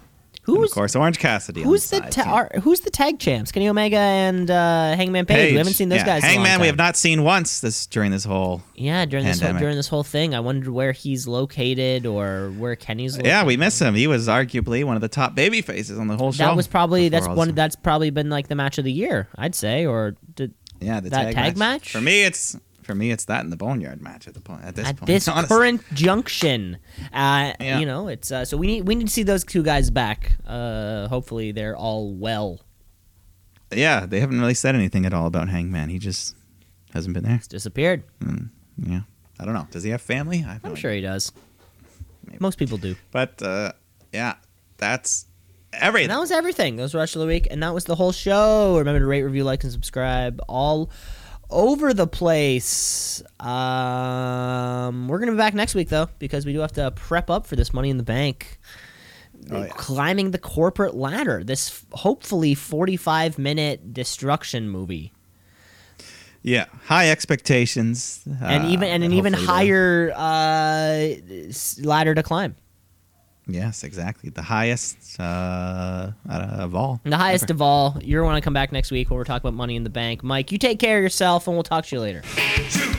[SPEAKER 1] Who
[SPEAKER 2] And
[SPEAKER 1] was
[SPEAKER 2] of course, Orange Cassidy. on
[SPEAKER 1] Who's the
[SPEAKER 2] side,
[SPEAKER 1] ta-
[SPEAKER 2] too.
[SPEAKER 1] are, who's the tag champs? Kenny Omega and uh, Hangman Page.
[SPEAKER 2] Page.
[SPEAKER 1] We haven't seen those
[SPEAKER 2] Yeah,
[SPEAKER 1] guys. in a long
[SPEAKER 2] Hangman, we have
[SPEAKER 1] time.
[SPEAKER 2] not seen once this during this whole.
[SPEAKER 1] Yeah, during this whole,
[SPEAKER 2] Pandemic.
[SPEAKER 1] during this whole thing, I wondered where he's located or where Kenny's. Located.
[SPEAKER 2] Yeah, we miss him. He was arguably one of the top baby faces on the whole show.
[SPEAKER 1] That was probably
[SPEAKER 2] before
[SPEAKER 1] that's
[SPEAKER 2] all this
[SPEAKER 1] one that's probably been like the match of the year, I'd say. Or did,
[SPEAKER 2] Yeah, the
[SPEAKER 1] That
[SPEAKER 2] tag,
[SPEAKER 1] tag
[SPEAKER 2] match.
[SPEAKER 1] match?
[SPEAKER 2] For me, it's for me, it's that in the boneyard match at the point. At this
[SPEAKER 1] at
[SPEAKER 2] point,
[SPEAKER 1] this
[SPEAKER 2] honestly.
[SPEAKER 1] current junction, uh,
[SPEAKER 2] Yeah.
[SPEAKER 1] you know, it's uh, so we need we need to see those two guys back. Uh, hopefully, they're all well.
[SPEAKER 2] yeah, they haven't really said anything at all about Hangman. He just hasn't been there.
[SPEAKER 1] Disappeared.
[SPEAKER 2] Yeah, I don't know. Does he have family? I have no
[SPEAKER 1] I'm
[SPEAKER 2] idea.
[SPEAKER 1] sure he does. Most people do.
[SPEAKER 2] But uh, yeah, that's everything.
[SPEAKER 1] And that was everything. That was Rush of the Week, and that was the whole show. Remember to rate, review, like, and subscribe all over the place. Um, we're gonna be back next week though, because we do have to prep up for this Money in the Bank.
[SPEAKER 2] Oh, yeah.
[SPEAKER 1] Climbing the corporate ladder. This f- hopefully forty-five minute destruction movie,
[SPEAKER 2] yeah, high expectations,
[SPEAKER 1] and
[SPEAKER 2] uh,
[SPEAKER 1] even and an
[SPEAKER 2] hopefully
[SPEAKER 1] even
[SPEAKER 2] they'll-
[SPEAKER 1] higher uh, s- ladder to climb.
[SPEAKER 2] Yes, exactly. The highest uh, out of all.
[SPEAKER 1] The highest of all. You're going to come back next week when we're talking about Money in the Bank. Mike, you take care of yourself, and we'll talk to you later.
[SPEAKER 4] Two